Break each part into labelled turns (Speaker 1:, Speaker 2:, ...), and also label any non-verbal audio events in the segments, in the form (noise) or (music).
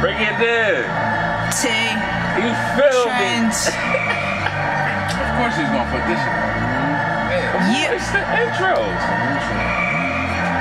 Speaker 1: Bring it in.
Speaker 2: T.
Speaker 1: You feel me?
Speaker 2: Trent.
Speaker 3: Of course he's gonna put this in.
Speaker 2: Yeah.
Speaker 1: It's the intros.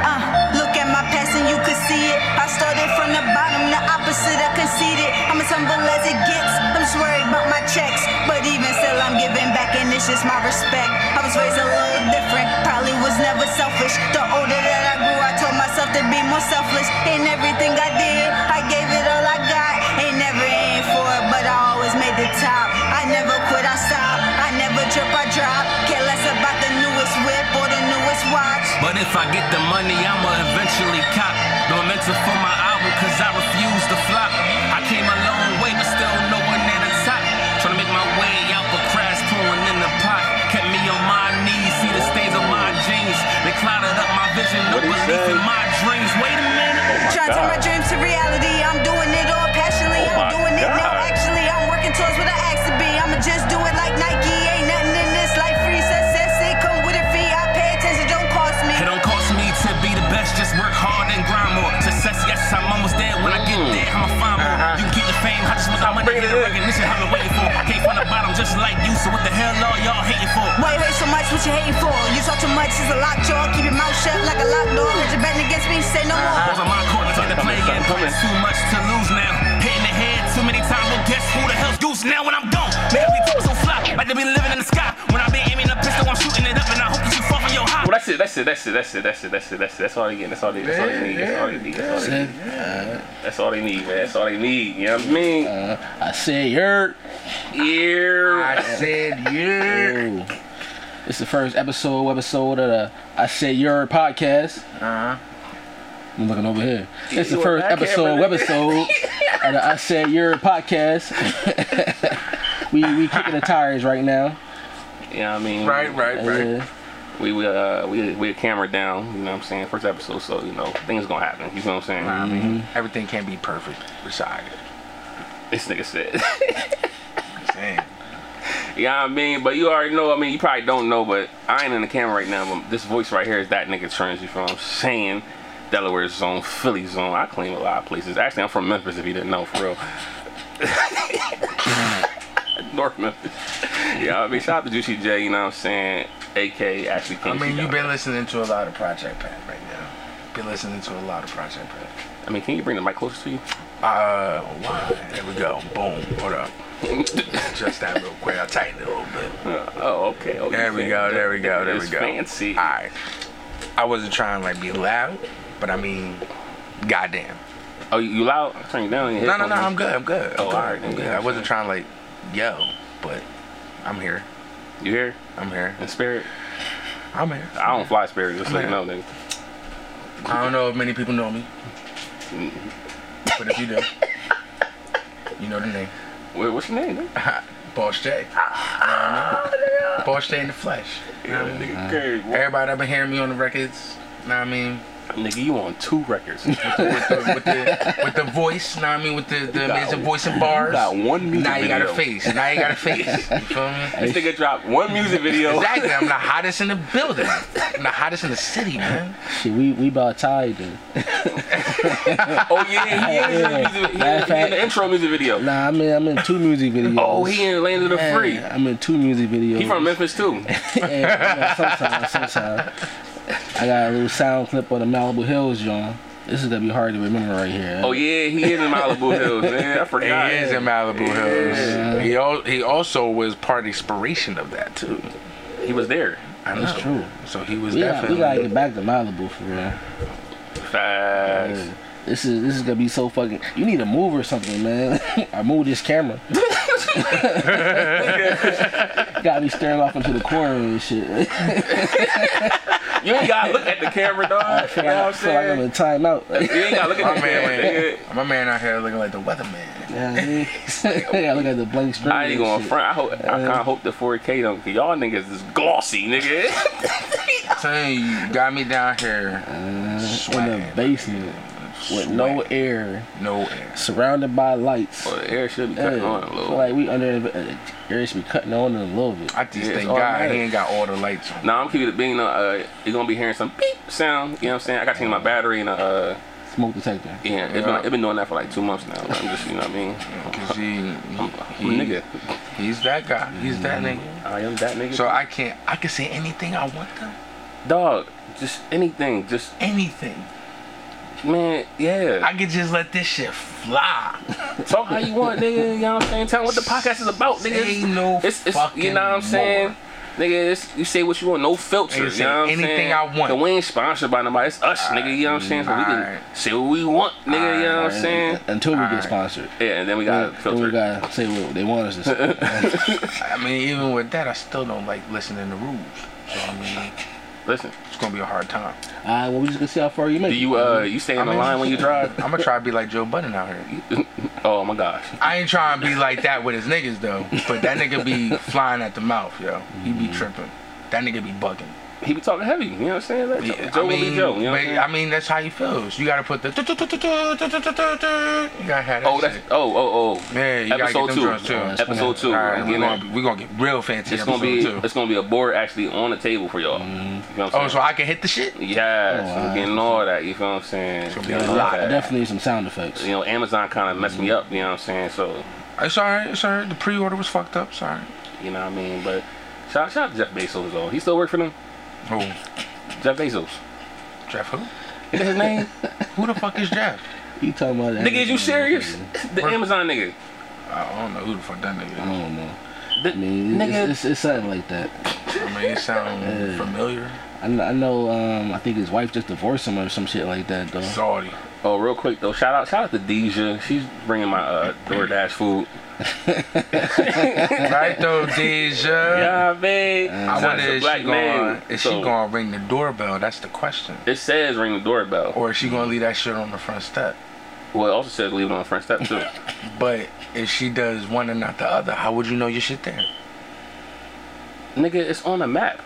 Speaker 2: Uh, look at my past and you could see it. I started from the bottom, the opposite, I conceded. I'm as humble as it gets. I'm just worried about my checks. But even still, I'm giving back and it's just my respect. I was raised a little different, probably was never selfish. The older that I grew, I told myself to be more selfless. In everything I did, I gave it all I got. Ain't never aimed for it, but I always made the top. I never quit, I stop. I never trip, I drop. Care less about the newest whip or the newest watch.
Speaker 4: But if I get the money, I'ma eventually cop. No mentor for my album, cause I refuse to flop. I came a long way, but still no one at the top. Tryna make my way out, but crash pouring in the pot. Kept me on my knees, see the stains of my jeans. They clouded up my vision, no
Speaker 1: What he
Speaker 4: belief
Speaker 1: said?
Speaker 4: in my dreams. Wait a minute.
Speaker 1: my
Speaker 2: Trying to turn my
Speaker 1: God.
Speaker 2: dreams to reality. I'm doing it all passionately.
Speaker 1: Oh my
Speaker 2: I'm doing it now.
Speaker 1: God.
Speaker 2: Actually, I'm working towards what I asked to be. I'ma just do it like Nike. Ain't nothing in this life free. Success it come with a fee. I pay attention. Don't cost me.
Speaker 4: It don't cost me to be the best, just work hard and grind more. Success, yes, I'm almost there. When I get there, I'ma find more. You can keep the fame, I just want I want to
Speaker 1: bringing
Speaker 4: get
Speaker 1: it
Speaker 4: the
Speaker 1: in.
Speaker 4: recognition I've been waiting for. Came from the bottom just like you, so what the hell are y'all hating for?
Speaker 2: Why you hate so much? What you hating for? You talk too much. It's a lock jaw. Keep your mouth shut like a locked door. Hit your back against me. Say no
Speaker 1: Uh-huh.
Speaker 2: more.
Speaker 4: Those are my corners in the
Speaker 1: Coming,
Speaker 4: play and
Speaker 1: coming,
Speaker 4: it's too much to lose now. Hitting the head too many times, well guess who the hell's goose now when I'm gone? Man, we talk so fly, like to be living in the sky. When I be aiming a pistol, I'm shooting it up and I hope that you fall from your high.
Speaker 1: Well, that's it. That's it. That's it. That's it. That's it. That's it. That's it. That's all they get. That's all they. That's all they need. That's all they need. That's all they need. That's all they need, man. That's all they need. You know what I mean?
Speaker 5: I say you're.
Speaker 1: Yeah.
Speaker 3: (laughs) I said yeah.
Speaker 5: It's the first episode episode of the I say your podcast.
Speaker 3: Uh-huh.
Speaker 5: I'm looking over here. It's the
Speaker 1: You
Speaker 5: first
Speaker 1: and I can't
Speaker 5: episode
Speaker 1: really-
Speaker 5: episode of the I say your podcast. (laughs) we we kicking the tires right now.
Speaker 1: You know what I mean?
Speaker 3: Right, right, right.
Speaker 5: Yeah.
Speaker 1: We we uh we we camera down. You know what I'm saying? First episode, so you know things gonna happen. You know what I'm saying?
Speaker 3: I mean, everything can't be perfect. Beside it.
Speaker 1: This nigga said. (laughs)
Speaker 3: Damn.
Speaker 1: you know what I mean? But you already know. I mean, you probably don't know, but I ain't in the camera right now. But this voice right here is that nigga Trends. You feel what I'm saying? Delaware zone, Philly zone. I claim a lot of places. Actually, I'm from Memphis. If you didn't know, for real. (laughs) North Memphis. You know what I mean? Shout out to Juicy J. You know what I'm saying? AK actually
Speaker 3: I
Speaker 1: came.
Speaker 3: mean, you've been listening to a lot of Project Pat right now. Been listening to a lot of Project Pat.
Speaker 1: I mean, can you bring the mic closer to you?
Speaker 3: Uh, wow. There we go. Boom. Hold up. Adjust that real quick. I'll tighten it a little bit.
Speaker 1: Uh, oh, okay. Oh,
Speaker 3: There
Speaker 1: you
Speaker 3: we
Speaker 1: said
Speaker 3: go.
Speaker 1: that-
Speaker 3: There we go. There we
Speaker 1: it's
Speaker 3: go.
Speaker 1: Fancy.
Speaker 3: All right. I wasn't trying to like be loud, but I mean, goddamn.
Speaker 1: Oh, you you loud? I'm turning down. your
Speaker 3: No, no,
Speaker 1: headphones.
Speaker 3: no. I'm good. I'm good. I'm
Speaker 1: Oh,
Speaker 3: good.
Speaker 1: all right,
Speaker 3: I'm good.
Speaker 1: yeah,
Speaker 3: I wasn't trying to like, yo, but I'm here.
Speaker 1: You here?
Speaker 3: I'm here.
Speaker 1: In spirit?
Speaker 3: I'm here.
Speaker 1: I don't fly spirit. Just so you
Speaker 3: I'm
Speaker 1: know, nigga.
Speaker 3: I don't know if many people know me, but if you do, you know the name. (laughs)
Speaker 1: Wait, what's your name? Nigga?
Speaker 3: Boss J.
Speaker 1: (laughs)
Speaker 3: Boss J in the flesh.
Speaker 1: Yeah, nigga, Gary, what-
Speaker 3: Everybody that been hearing me on the records, know what I mean?
Speaker 1: nigga, you on two records? You
Speaker 3: With the, with the, with the voice, know what I mean? With the, the amazing voice and bars.
Speaker 1: got one music
Speaker 3: Now you
Speaker 1: video.
Speaker 3: got a face. Now you got a face.
Speaker 1: (laughs)
Speaker 3: You feel me?
Speaker 1: This nigga dropped one music video. (laughs)
Speaker 3: Exactly. I'm the hottest in the building. I'm the hottest in the city, man.
Speaker 5: Shit, we we about tired. Then.
Speaker 1: Oh yeah, he is in the music. He, is-
Speaker 5: Matter of
Speaker 1: he in
Speaker 5: fact-
Speaker 1: the intro music video.
Speaker 5: Nah, I'm in I'm in two music videos.
Speaker 1: Oh, he in Land of the
Speaker 5: Yeah,
Speaker 1: Free.
Speaker 5: I'm in two music videos.
Speaker 1: He
Speaker 5: (laughs)
Speaker 1: from Memphis too.
Speaker 5: yeah, you know, sometimes, sometimes. I got a little sound clip on the Malibu Hills, John. This is gonna be hard to remember right here.
Speaker 1: (laughs) Oh yeah, he is in Malibu Hills. Man, I
Speaker 3: He
Speaker 1: forgot.
Speaker 3: is in Malibu
Speaker 5: Yeah.
Speaker 3: Hills. He al- he also was part inspiration of that too.
Speaker 1: He was there.
Speaker 3: I know.
Speaker 5: That's true.
Speaker 3: So he was
Speaker 5: we got, we
Speaker 3: definitely.
Speaker 5: gotta get back to Malibu for real.
Speaker 1: Facts.
Speaker 5: This is this is gonna be so fucking. You need a move or something, man. (laughs) I move
Speaker 1: (laughs)
Speaker 5: this camera. (laughs) Got me staring off into the corner and shit. (laughs) I
Speaker 1: You ain't gotta look at the camera, dog. You
Speaker 5: feel
Speaker 1: know what I'm
Speaker 5: like, feel like I'm
Speaker 1: saying?
Speaker 5: in timeout. (laughs)
Speaker 1: You ain't gotta look at
Speaker 3: my
Speaker 1: the camera,
Speaker 3: (laughs)
Speaker 1: nigga.
Speaker 3: man, my man out here looking like the (laughs) weatherman.
Speaker 5: Yeah, I mean,
Speaker 1: (laughs)
Speaker 5: (laughs) I look at the blank screen.
Speaker 1: I ain't
Speaker 5: and
Speaker 1: going
Speaker 5: shit.
Speaker 1: front. I hope I kind of hope the 4K don't. Cause y'all niggas is glossy, nigga.
Speaker 3: I'm telling you, you got me down here
Speaker 5: in the
Speaker 3: sweating,
Speaker 5: basement with no
Speaker 3: Sweating.
Speaker 5: air,
Speaker 3: no air.
Speaker 5: surrounded by lights.
Speaker 1: well, the air should be
Speaker 5: Hey,
Speaker 1: cutting on a
Speaker 5: feel
Speaker 1: little.
Speaker 5: like we under uh, air should be cutting on a little bit.
Speaker 3: I just
Speaker 1: Yeah, it's
Speaker 3: thank God
Speaker 1: automatic.
Speaker 3: he ain't got all the lights on.
Speaker 1: now I'm keeping it being. Uh, you're gonna be hearing some beep sound. You know what I'm saying? I got to change my battery and uh,
Speaker 5: smoke detector.
Speaker 1: Yeah, it's been, it been doing that for like two months now. I'm just, you know what I mean?
Speaker 3: Cause (laughs) he,
Speaker 1: I'm, I'm a
Speaker 3: he-
Speaker 1: nigga.
Speaker 3: he's that guy. He's that nigga.
Speaker 1: I am that nigga.
Speaker 3: So I can't. I can say anything I want to.
Speaker 1: dog, just anything, just
Speaker 3: Anything.
Speaker 1: man, yeah.
Speaker 3: I could just let this shit fly. (laughs)
Speaker 1: Talk how you want, nigga. You know what I'm saying? Tell 'em what the podcast is about, nigga.
Speaker 3: Say no
Speaker 1: it's, it's, You
Speaker 3: fucking
Speaker 1: know what I'm saying?
Speaker 3: more.
Speaker 1: Nigga, it's, you say what you want, no filter.
Speaker 3: You
Speaker 1: You
Speaker 3: say
Speaker 1: know what I'm
Speaker 3: anything
Speaker 1: saying?
Speaker 3: I want.
Speaker 1: 'Cause we ain't sponsored by nobody. It's us, nigga. You know what I'm saying? So we can
Speaker 3: Alright.
Speaker 1: say what we want, nigga. you know what I'm saying?
Speaker 5: Until we
Speaker 3: Alright.
Speaker 5: get sponsored.
Speaker 1: Yeah, and then we
Speaker 5: Then
Speaker 1: got to filter.
Speaker 5: we gotta say what they want us
Speaker 1: (laughs)
Speaker 5: to say.
Speaker 3: I mean, even with that, I still don't like listening to rules. So I mean,
Speaker 1: Listen,
Speaker 3: it's gonna be a hard time.
Speaker 5: Alright, well we just gonna see how far you make.
Speaker 1: do
Speaker 5: it.
Speaker 1: you uh you stay on the
Speaker 3: Mm-hmm. mean-
Speaker 1: line when you drive?
Speaker 3: (laughs) I'm gonna try to be like Joe Budden out here.
Speaker 1: oh my gosh.
Speaker 3: I ain't trying to be like that with his niggas though. But that
Speaker 1: (laughs)
Speaker 3: nigga be flying at the mouth, yo. He
Speaker 1: Mm-hmm.
Speaker 3: be tripping. That nigga be bugging.
Speaker 1: He be talking heavy, you know what I'm saying? Like,
Speaker 3: Yeah,
Speaker 1: Joe
Speaker 3: I mean,
Speaker 1: will be Joe, you know what
Speaker 3: but,
Speaker 1: I'm saying?
Speaker 3: I mean, that's how he feels. You gotta put the. You gotta have that.
Speaker 1: Oh, that's
Speaker 3: shit.
Speaker 1: oh oh oh.
Speaker 3: Yeah, you gotta get
Speaker 1: episode
Speaker 3: them
Speaker 1: two.
Speaker 3: drums too.
Speaker 5: Oh, that's-
Speaker 1: Episode two.
Speaker 3: All
Speaker 1: I'm
Speaker 3: right, we're
Speaker 1: getting
Speaker 3: gonna,
Speaker 1: it.
Speaker 3: be, we gonna get real fancy.
Speaker 1: it's gonna
Speaker 3: episode
Speaker 1: be
Speaker 3: two.
Speaker 1: it's gonna be a board actually on the table for y'all. You know what
Speaker 3: Oh,
Speaker 1: I'm
Speaker 3: so
Speaker 1: saying?
Speaker 3: I can hit the shit.
Speaker 1: yeah, so
Speaker 5: Oh,
Speaker 1: I'm
Speaker 5: wow.
Speaker 1: getting all that. You feel what I'm saying?
Speaker 3: gonna be
Speaker 1: You
Speaker 3: a
Speaker 1: know,
Speaker 3: lot. Mm-hmm.
Speaker 1: that-
Speaker 5: Definitely some sound effects.
Speaker 1: You know, Amazon kind of messed me up. You know what I'm saying? So
Speaker 3: It's alright. It's alright. The pre-order was fucked up. Sorry.
Speaker 1: you know what I mean. But shout shout out to Jeff Bezos though. He still work for them.
Speaker 3: Oh,
Speaker 1: Jeff Bezos.
Speaker 3: Jeff who?
Speaker 1: Is that his
Speaker 3: (laughs)
Speaker 1: name?
Speaker 3: Who the fuck is Jeff?
Speaker 5: You talking about that?
Speaker 1: nigga,
Speaker 3: Mm-hmm.
Speaker 1: is you serious? The
Speaker 3: Bro.
Speaker 1: Amazon nigga.
Speaker 3: I don't know who the fuck that nigga.
Speaker 5: I
Speaker 3: Is.
Speaker 5: don't know.
Speaker 1: The,
Speaker 5: I mean, it's,
Speaker 1: nigga.
Speaker 5: it's, it's something like that.
Speaker 3: I mean, it sound
Speaker 5: Yeah.
Speaker 3: familiar.
Speaker 5: I know, I know. Um, I think his wife just divorced him or some shit like that though.
Speaker 3: Saudi.
Speaker 1: oh, real quick though. Shout out shout out to Deja. She's bringing my uh, DoorDash food.
Speaker 3: Right though, Deja.
Speaker 1: Yeah, man.
Speaker 3: I wonder
Speaker 1: It's a
Speaker 3: is
Speaker 1: black
Speaker 3: she
Speaker 1: man,
Speaker 3: gonna is
Speaker 1: so-
Speaker 3: she gonna ring the doorbell? That's the question.
Speaker 1: It says ring the doorbell.
Speaker 3: Or is she gonna leave that shit on the front step?
Speaker 1: Well, it also says leave it on the front step too.
Speaker 3: But if she does one and not the other, how would you know your shit there?
Speaker 1: nigga, it's on the map.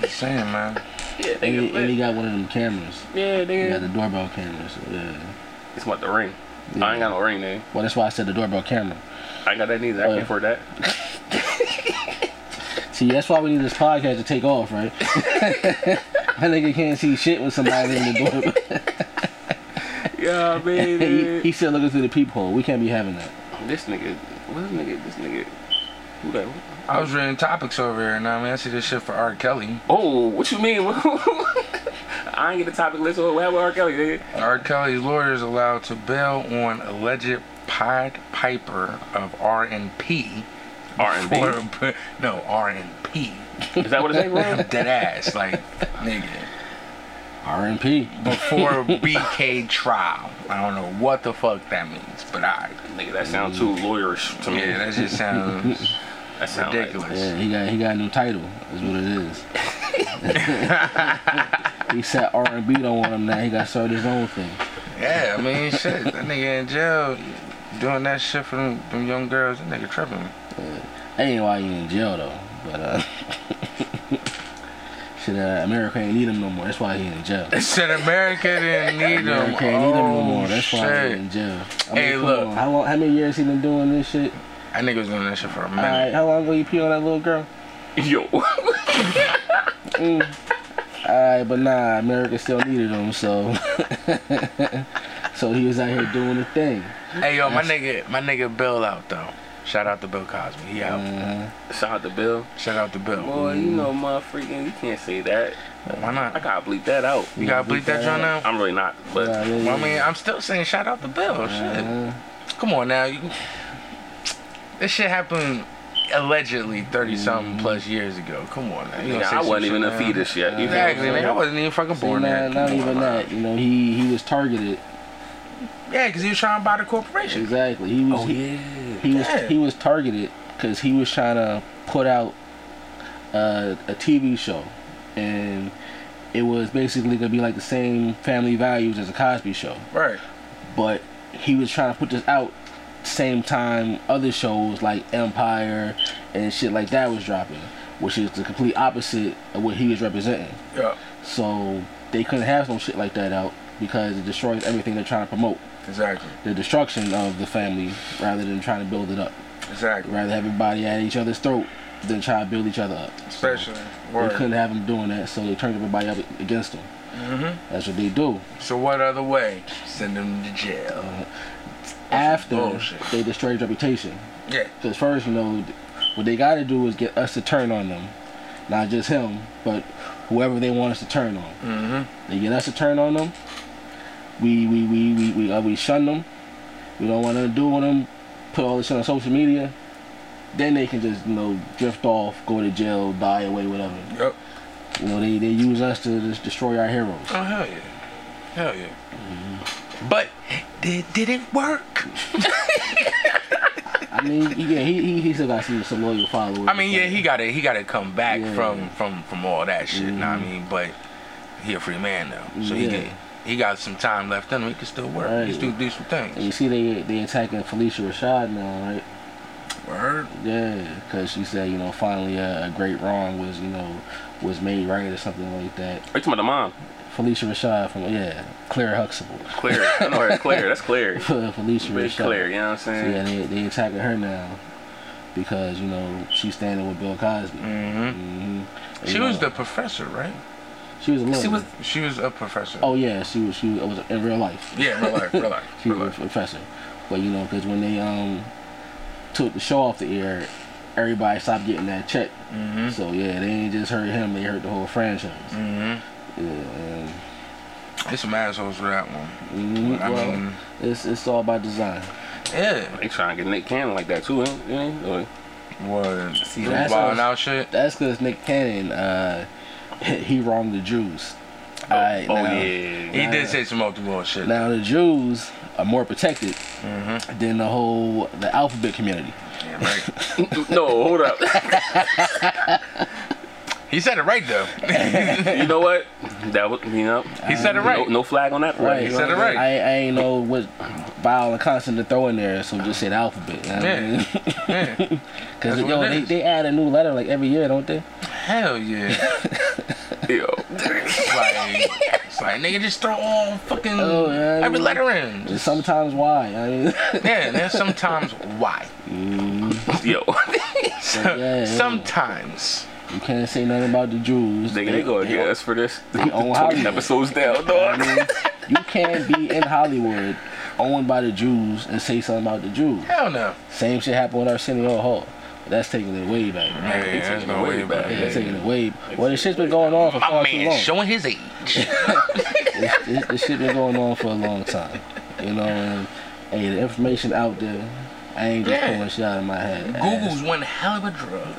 Speaker 3: Just saying, man.
Speaker 1: Yeah,
Speaker 5: And
Speaker 1: nigga.
Speaker 5: he, and he got one of them cameras.
Speaker 1: yeah,
Speaker 5: He got
Speaker 1: nigga.
Speaker 5: the doorbell cameras. Yeah.
Speaker 1: It's about the ring. I ain't got no ring, nigga.
Speaker 5: Well, that's why I said the doorbell camera.
Speaker 1: I ain't got that neither. I
Speaker 5: Oh,
Speaker 1: can't
Speaker 5: yeah.
Speaker 1: afford that.
Speaker 5: See, that's why we need this podcast to take off,
Speaker 1: (laughs)
Speaker 5: right? That nigga can't see shit when somebody in the
Speaker 1: (laughs)
Speaker 5: door.
Speaker 1: Yeah,
Speaker 5: he,
Speaker 1: baby.
Speaker 5: he still looking through the peephole. We can't be having that.
Speaker 1: this nigga, what this nigga, this nigga. Who that?
Speaker 3: I was reading topics over here, and I mean, I see this shit for R. Kelly.
Speaker 1: Oh, what you mean? (laughs) I ain't get the topic list. What happened with R. Kelly, nigga?
Speaker 3: R. Kelly's lawyer is allowed to bail on alleged Pied Piper of R&P.
Speaker 1: R&B.
Speaker 3: Or- no, R&P.
Speaker 1: Is that what his name
Speaker 3: (laughs)
Speaker 1: was?
Speaker 3: Dead ass,
Speaker 1: (laughs)
Speaker 3: like, nigga.
Speaker 5: R&P.
Speaker 3: Before BK trial. I don't know what the fuck that means, but I.
Speaker 1: nigga, that sound too lawyerish to me.
Speaker 3: Yeah, that just sounds
Speaker 1: that sound ridiculous.
Speaker 5: Yeah,
Speaker 3: ridiculous.
Speaker 5: he got he got a new title. Is what it is.
Speaker 3: (laughs)
Speaker 5: he said R&B don't want him now. He got started his own thing.
Speaker 3: Yeah, I mean, shit, that nigga in jail doing that shit for them, them young girls, that nigga tripping.
Speaker 5: That ain't why he in jail though. But uh, (laughs) shit, uh, America ain't need him no more. That's why he in jail.
Speaker 3: It said America didn't need them.
Speaker 5: America ain't need him no more. That's why he in jail. I
Speaker 3: Oh, Hey,
Speaker 5: come
Speaker 3: look.
Speaker 5: on. how long? How many years he been doing this shit?
Speaker 3: That nigga was doing that shit for a
Speaker 5: All right,
Speaker 3: minute.
Speaker 5: how long ago you pee on that little girl?
Speaker 1: (laughs) Yo.
Speaker 5: All right, but nah, America still needed him, so (laughs) so he was out here doing the thing.
Speaker 3: Hey yo, my nigga, my nigga Bill out though. Shout out to Bill Cosby. He out.
Speaker 5: Uh,
Speaker 1: Shout out to Bill.
Speaker 3: Shout out to Bill.
Speaker 1: Boy, you know, motherfucking, you can't say that.
Speaker 3: Why
Speaker 1: I
Speaker 3: not?
Speaker 1: gotta bleep that out.
Speaker 3: You gotta bleep that joint out.
Speaker 1: I'm really not, but
Speaker 5: nah, really,
Speaker 3: Well, I mean, I'm still saying shout out to Bill. Shit.
Speaker 5: uh,
Speaker 3: Come on now. You, this shit happened allegedly 30 something plus years ago. Come on now.
Speaker 1: nigga,
Speaker 3: You gonna say
Speaker 1: Mm-hmm. I
Speaker 3: some
Speaker 1: wasn't
Speaker 3: shit
Speaker 1: even a
Speaker 3: now.
Speaker 1: fetus yet. You feel me?
Speaker 3: Exactly, man. I wasn't even fucking
Speaker 5: see,
Speaker 3: born
Speaker 5: nah,
Speaker 3: yet.
Speaker 5: not
Speaker 3: Come on,
Speaker 5: even
Speaker 3: man.
Speaker 5: that. You know, he he was targeted.
Speaker 3: Yeah, because he was trying to buy the corporation.
Speaker 5: Exactly. He was he,
Speaker 1: yeah.
Speaker 5: he was
Speaker 3: Oh, Yeah.
Speaker 5: he was targeted because he was trying to put out uh, a TV show, and it was basically gonna be like the same family values as a Cosby show.
Speaker 3: Right.
Speaker 5: but he was trying to put this out same time other shows like Empire and shit like that was dropping, which is the complete opposite of what he was representing.
Speaker 3: Yeah.
Speaker 5: So they couldn't have no shit like that out because it destroys everything they're trying to promote.
Speaker 3: Exactly.
Speaker 5: The destruction of the family rather than trying to build it up.
Speaker 3: Exactly.
Speaker 5: Rather have everybody at each other's throat than try to build each other up. So
Speaker 3: Especially.
Speaker 5: they couldn't have him doing that, so they turned everybody up against him. That's what they do.
Speaker 3: So what other way? Send them to jail.
Speaker 1: Uh-huh.
Speaker 5: After
Speaker 3: bullshit.
Speaker 5: they destroy his reputation.
Speaker 3: Yeah.
Speaker 5: Because first, you know, what they got to do is get us to turn on them, not just him, but whoever they want us to turn on. Mm-hmm. They get us to turn on them. We we we we we, uh, we shun them. We don't want nothing to do with them. Put all this shit on social media. Then they can just you know drift off, go to jail, die away, whatever.
Speaker 3: Yep.
Speaker 5: You know they, they use us to just destroy our heroes.
Speaker 3: Oh hell yeah, hell yeah.
Speaker 1: Mm-hmm.
Speaker 3: But it didn't work.
Speaker 5: I mean, yeah, he he, he still got some, some loyal followers.
Speaker 3: I mean, yeah, he got to he got to come back
Speaker 5: Yeah. Mm-hmm.
Speaker 3: from from from all that shit. Know what I mean, but he a free man now, so he
Speaker 5: Yeah.
Speaker 3: can, he got some time left in him. He can still work. He
Speaker 5: Right.
Speaker 3: can still do some
Speaker 5: And
Speaker 3: things.
Speaker 5: you see, they they attacking Felicia Rashad now, right?
Speaker 3: Word.
Speaker 5: Yeah, because she said, you know, finally a, a great wrong was, you know, was made right or something like that.
Speaker 1: Are you talking about the mom?
Speaker 5: Felicia Rashad from, yeah, Claire Huxtable. (laughs)
Speaker 1: Claire. I know her as Claire. That's
Speaker 3: (laughs)
Speaker 1: Claire.
Speaker 5: Felicia
Speaker 1: Big
Speaker 5: Rashad.
Speaker 1: Claire, you know what I'm
Speaker 5: So,
Speaker 1: saying?
Speaker 5: yeah, they, they attacking her now because, you know, she's standing with Bill Cosby.
Speaker 3: Mm-hmm.
Speaker 5: hmm
Speaker 3: She was the professor, right?
Speaker 5: She was a lawyer.
Speaker 3: She was she was a professor.
Speaker 5: Oh, yeah, she was, she was in real life.
Speaker 3: Yeah, real life, real life,
Speaker 5: (laughs) She
Speaker 3: real
Speaker 5: was a
Speaker 3: life.
Speaker 5: professor. But, you know, because when they um took the show off the air, everybody stopped getting that check.
Speaker 3: Mm-hmm.
Speaker 5: So, yeah, they ain't just hurt him, they hurt the whole franchise.
Speaker 3: Mm-hmm.
Speaker 5: Yeah, and
Speaker 3: There's some assholes for that one.
Speaker 5: Mm,
Speaker 3: I
Speaker 5: well,
Speaker 3: mean-
Speaker 5: it's it's all about design.
Speaker 3: Yeah.
Speaker 1: They trying to get Nick Cannon like that too, ain't ain't they? Or-
Speaker 3: What? See,
Speaker 5: that's
Speaker 3: balling
Speaker 5: how-
Speaker 3: out shit.
Speaker 5: That's because Nick Cannon, uh, (laughs) he wronged the Jews. Alright,
Speaker 1: oh
Speaker 5: now,
Speaker 1: yeah.
Speaker 3: He did say some off the wall shit.
Speaker 5: Now the Jews are more protected than the whole the alphabet community.
Speaker 3: Yeah, right.
Speaker 1: no, hold up.
Speaker 3: he said it right though. (laughs)
Speaker 1: you know what? That was you know.
Speaker 3: He said it right.
Speaker 1: No, no flag on that.
Speaker 3: he
Speaker 1: Right.
Speaker 3: said it right.
Speaker 5: I, I ain't know what vowel and consonant to throw in there, so just say the alphabet. (laughs)
Speaker 3: Yeah. Yeah.
Speaker 5: Because
Speaker 3: That's
Speaker 5: yo,
Speaker 3: what it
Speaker 5: they,
Speaker 3: is.
Speaker 5: they add a new letter like every year, don't they?
Speaker 3: Hell yeah.
Speaker 1: Yo.
Speaker 3: It's like, it's like, nigga, just throw all fucking
Speaker 5: Oh, yeah.
Speaker 3: every letter in.
Speaker 5: And
Speaker 3: Just-
Speaker 5: sometimes why? I mean, (laughs)
Speaker 3: yeah, and then sometimes why? (laughs)
Speaker 1: Yo.
Speaker 5: yeah,
Speaker 3: Sometimes.
Speaker 5: you can't say nothing about the Jews.
Speaker 1: Nigga, they gonna get us for this.
Speaker 5: own
Speaker 1: 20 (laughs)
Speaker 5: Hollywood.
Speaker 1: episodes down, dog.
Speaker 5: You can't be in Hollywood owned by the Jews and say something about the Jews.
Speaker 3: Hell no.
Speaker 5: Same shit happened with Arsenio Hall. But that's taking it way back. Yeah,
Speaker 3: Yeah, there's no way about
Speaker 5: that's
Speaker 3: it.
Speaker 5: taking it way. Well, this shit's been going Oh, on for
Speaker 3: My
Speaker 5: far too
Speaker 3: man
Speaker 5: long.
Speaker 3: showing his age.
Speaker 5: This, this, this shit been going on for a long time. You know, and hey, the information out there. I ain't just
Speaker 3: Yeah.
Speaker 5: pulling shit out of my head.
Speaker 3: Google's one hell of a drug.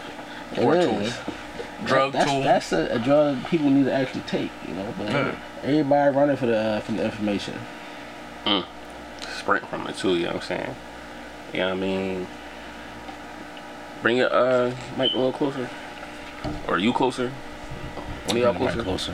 Speaker 5: It
Speaker 3: Or
Speaker 5: is.
Speaker 3: tool. Drug
Speaker 5: that's,
Speaker 3: tool.
Speaker 5: That's a, a drug people need to actually take. You know, but
Speaker 3: Yeah.
Speaker 5: everybody running for the uh, from the information.
Speaker 1: Sprint from it too, you know what I'm saying? You know what I mean? Bring your uh mic a little closer. Or you closer. One of y'all
Speaker 5: Bring the mic
Speaker 1: closer.
Speaker 5: closer.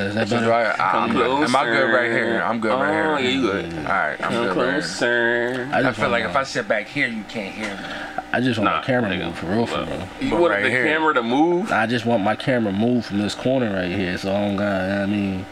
Speaker 5: is that
Speaker 3: So do
Speaker 5: better?
Speaker 3: I, am good. Am I good right here? I'm good right here.
Speaker 1: Oh, yeah, you good.
Speaker 3: All right, I'm
Speaker 1: Come
Speaker 3: good right here.
Speaker 1: closer.
Speaker 5: I,
Speaker 3: I
Speaker 5: just
Speaker 3: feel
Speaker 5: want
Speaker 3: like
Speaker 5: my-
Speaker 3: if I sit back here, you can't hear me.
Speaker 5: I just want
Speaker 1: Nah,
Speaker 5: my camera
Speaker 1: nigga.
Speaker 5: moved for real, for real.
Speaker 1: You
Speaker 3: But
Speaker 1: wanted
Speaker 3: right
Speaker 1: the
Speaker 3: here.
Speaker 1: camera to
Speaker 5: (laughs)
Speaker 1: move?
Speaker 5: I just want my camera moved from this corner right here, so I don't got. I mean,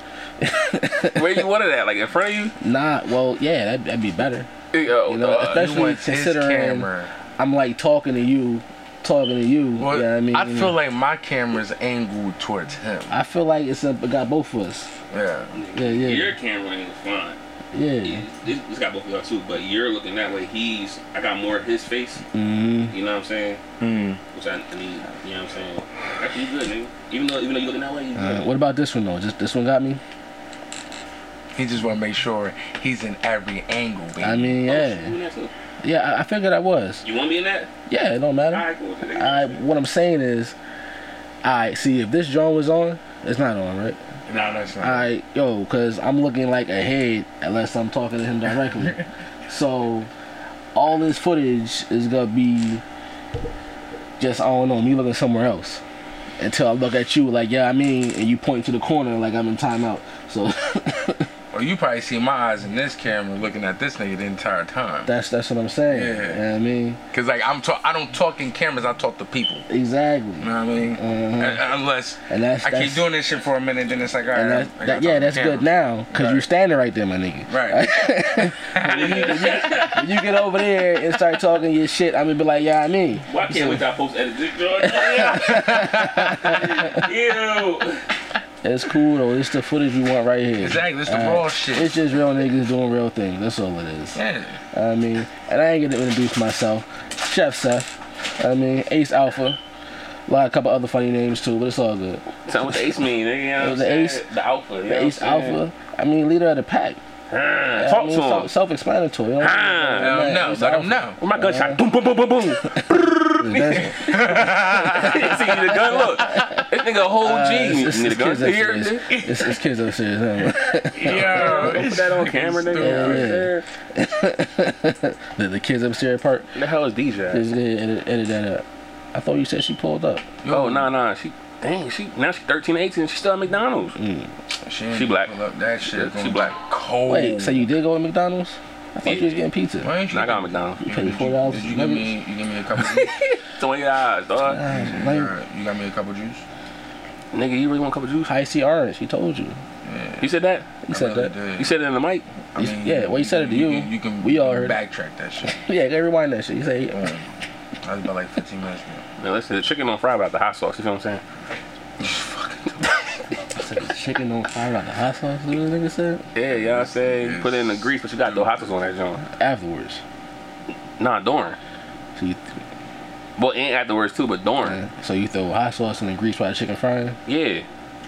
Speaker 1: Where you wanted that? Like in front of you?
Speaker 5: not well. Yeah, that'd, that'd be better.
Speaker 1: Yo,
Speaker 5: You know,
Speaker 1: dog.
Speaker 5: especially-
Speaker 3: You want his
Speaker 5: Considering-
Speaker 3: camera.
Speaker 5: I'm like talking to you, talking to you.
Speaker 3: Well,
Speaker 5: yeah, I mean,
Speaker 3: I feel like my camera's angled towards him.
Speaker 5: I feel like it's a, it got both of us.
Speaker 3: Yeah.
Speaker 5: Yeah, yeah,
Speaker 1: Your camera ain't fine.
Speaker 5: yeah.
Speaker 1: It's, it's got both of y'all too, but you're looking that way. He's, I got more of his face.
Speaker 5: Mm-hmm.
Speaker 1: You know what I'm saying?
Speaker 5: Hmm.
Speaker 3: Mm.
Speaker 1: Which I, I mean, you know what I'm saying? I think you good, nigga. Even though, even though you looking that way, you good.
Speaker 5: Uh, what about this one though? Just this one got me.
Speaker 3: He just want to make sure he's in every angle. Baby.
Speaker 5: I mean,
Speaker 1: Oh, shit, you
Speaker 5: yeah,
Speaker 1: in that too?
Speaker 5: yeah. I, I figured I was.
Speaker 1: You want me in that?
Speaker 5: Yeah, it don't matter.
Speaker 1: All right, cool. Nigga.
Speaker 5: I what I'm saying is, I see if this joint was on, it's not on, right?
Speaker 3: no, that's not.
Speaker 5: I yo, cause I'm looking like ahead unless I'm talking to him directly.
Speaker 3: (laughs)
Speaker 5: so all this footage is gonna be just I don't know me looking somewhere else until I look at you like yeah I mean and you point to the corner like I'm in timeout. So (laughs)
Speaker 3: Well, Oh, you probably see my eyes in this camera looking at this nigga the entire time.
Speaker 5: that's that's what I'm saying.
Speaker 3: Yeah.
Speaker 5: You know what I mean
Speaker 3: Cause like I'm talk, I don't talk in cameras. I talk to people.
Speaker 5: exactly.
Speaker 3: You know what I mean?
Speaker 5: Mhm.
Speaker 3: Un- Unless
Speaker 5: And that's
Speaker 3: I
Speaker 5: that's-
Speaker 3: keep doing this shit for a minute, then it's like, all right,
Speaker 5: and
Speaker 3: I
Speaker 5: that,
Speaker 3: gotta
Speaker 5: that,
Speaker 3: talk
Speaker 5: yeah
Speaker 3: to
Speaker 5: that's
Speaker 3: the
Speaker 5: good
Speaker 3: camera.
Speaker 5: now cause you
Speaker 3: Right.
Speaker 5: standing right there my nigga. (laughs)
Speaker 3: Right.
Speaker 5: When you get over there and start talking your shit, I'm gonna be like yeah I mean.
Speaker 1: Why can't we stop post edit this joint? Ew.
Speaker 5: It's cool though. It's the footage we want right here.
Speaker 6: Exactly, it's the
Speaker 5: Alright.
Speaker 6: raw shit.
Speaker 5: It's just real niggas doing real things. That's all it is.
Speaker 6: Yeah.
Speaker 5: I mean, and I ain't gonna introduce myself. Chef Seth. I mean, Ace Alpha. Like a couple other funny names too, but it's all good.
Speaker 1: Tell me what the ace mean, nigga. You know what I'm
Speaker 5: The
Speaker 1: saying?
Speaker 5: ace-
Speaker 1: the alpha. you know
Speaker 5: The
Speaker 1: what
Speaker 5: Ace
Speaker 1: I'm saying?
Speaker 5: Alpha. I mean, leader of the pack.
Speaker 1: Huh, Talk
Speaker 5: I mean,
Speaker 1: to
Speaker 5: self-
Speaker 1: him.
Speaker 5: Self-explanatory. You know what
Speaker 1: Ah,
Speaker 5: I'm saying?
Speaker 6: Let 'em
Speaker 5: Yeah,
Speaker 6: know.
Speaker 5: Ace
Speaker 6: Let them
Speaker 5: Alpha.
Speaker 6: know.
Speaker 1: Where my gunshot? Boom, boom, boom, boom, boom. See (laughs)
Speaker 5: That's-
Speaker 1: the gun? Look, this nigga a whole
Speaker 5: uh,
Speaker 1: G.
Speaker 5: it's-
Speaker 1: You
Speaker 5: it's-
Speaker 1: need a
Speaker 5: it's
Speaker 1: gun
Speaker 5: kids up
Speaker 1: here. (laughs)
Speaker 5: serious. It's it's kids up serious. huh? (laughs)
Speaker 6: Yo,
Speaker 1: Don't Put that on camera, nigga.
Speaker 5: Yeah,
Speaker 1: right
Speaker 3: Oh,
Speaker 5: yeah.
Speaker 1: there.
Speaker 5: The the kids upstairs part.
Speaker 1: What The hell is DJ?
Speaker 5: Just gonna edit, edit that up. I thought you said she pulled up.
Speaker 1: Oh, nah, nah. She, dang, she now she 13, 18. She still at McDonald's.
Speaker 6: She,
Speaker 1: She black.
Speaker 6: Up. That shit.
Speaker 1: She
Speaker 6: gonna
Speaker 1: black.
Speaker 6: be Cold.
Speaker 5: Wait, so you did go to McDonald's? I thought you was
Speaker 1: Yeah.
Speaker 5: getting pizza.
Speaker 6: Why ain't you?
Speaker 1: Nah, I got McDonald's.
Speaker 5: You paid
Speaker 6: Did you-
Speaker 5: four dollars.
Speaker 6: Did you give me? You give me a couple.
Speaker 5: (laughs)
Speaker 6: juice?
Speaker 1: Twenty dollars, dog.
Speaker 5: Like
Speaker 6: Alright, you got me a couple juice.
Speaker 1: Nigga, you really want a cup of juice?
Speaker 5: high C orange. He told you.
Speaker 1: You said that?
Speaker 5: He
Speaker 6: I
Speaker 5: said
Speaker 6: really
Speaker 5: that.
Speaker 6: did.
Speaker 1: You said it in the mic?
Speaker 6: I
Speaker 5: You- yeah, well, he said it to you.
Speaker 6: Can, you can
Speaker 5: We all heard it.
Speaker 6: backtrack that shit.
Speaker 5: Yeah, go rewind that shit. He uh, said.
Speaker 6: Um, that was about like 15 minutes ago.
Speaker 1: Man, listen, the chicken on fry about the hot sauce. You feel what I'm saying?
Speaker 5: Said the chicken on fire like the hot sauce, is what the nigga said?
Speaker 1: Yeah, you know what I'm saying? You put it in the grease, but you got the hot sauce on that joint.
Speaker 5: Afterwards.
Speaker 1: Nah, during.
Speaker 5: So you,
Speaker 1: Well, and afterwards too, but during.
Speaker 5: so you throw hot sauce in the grease while the chicken frying?
Speaker 1: Yeah.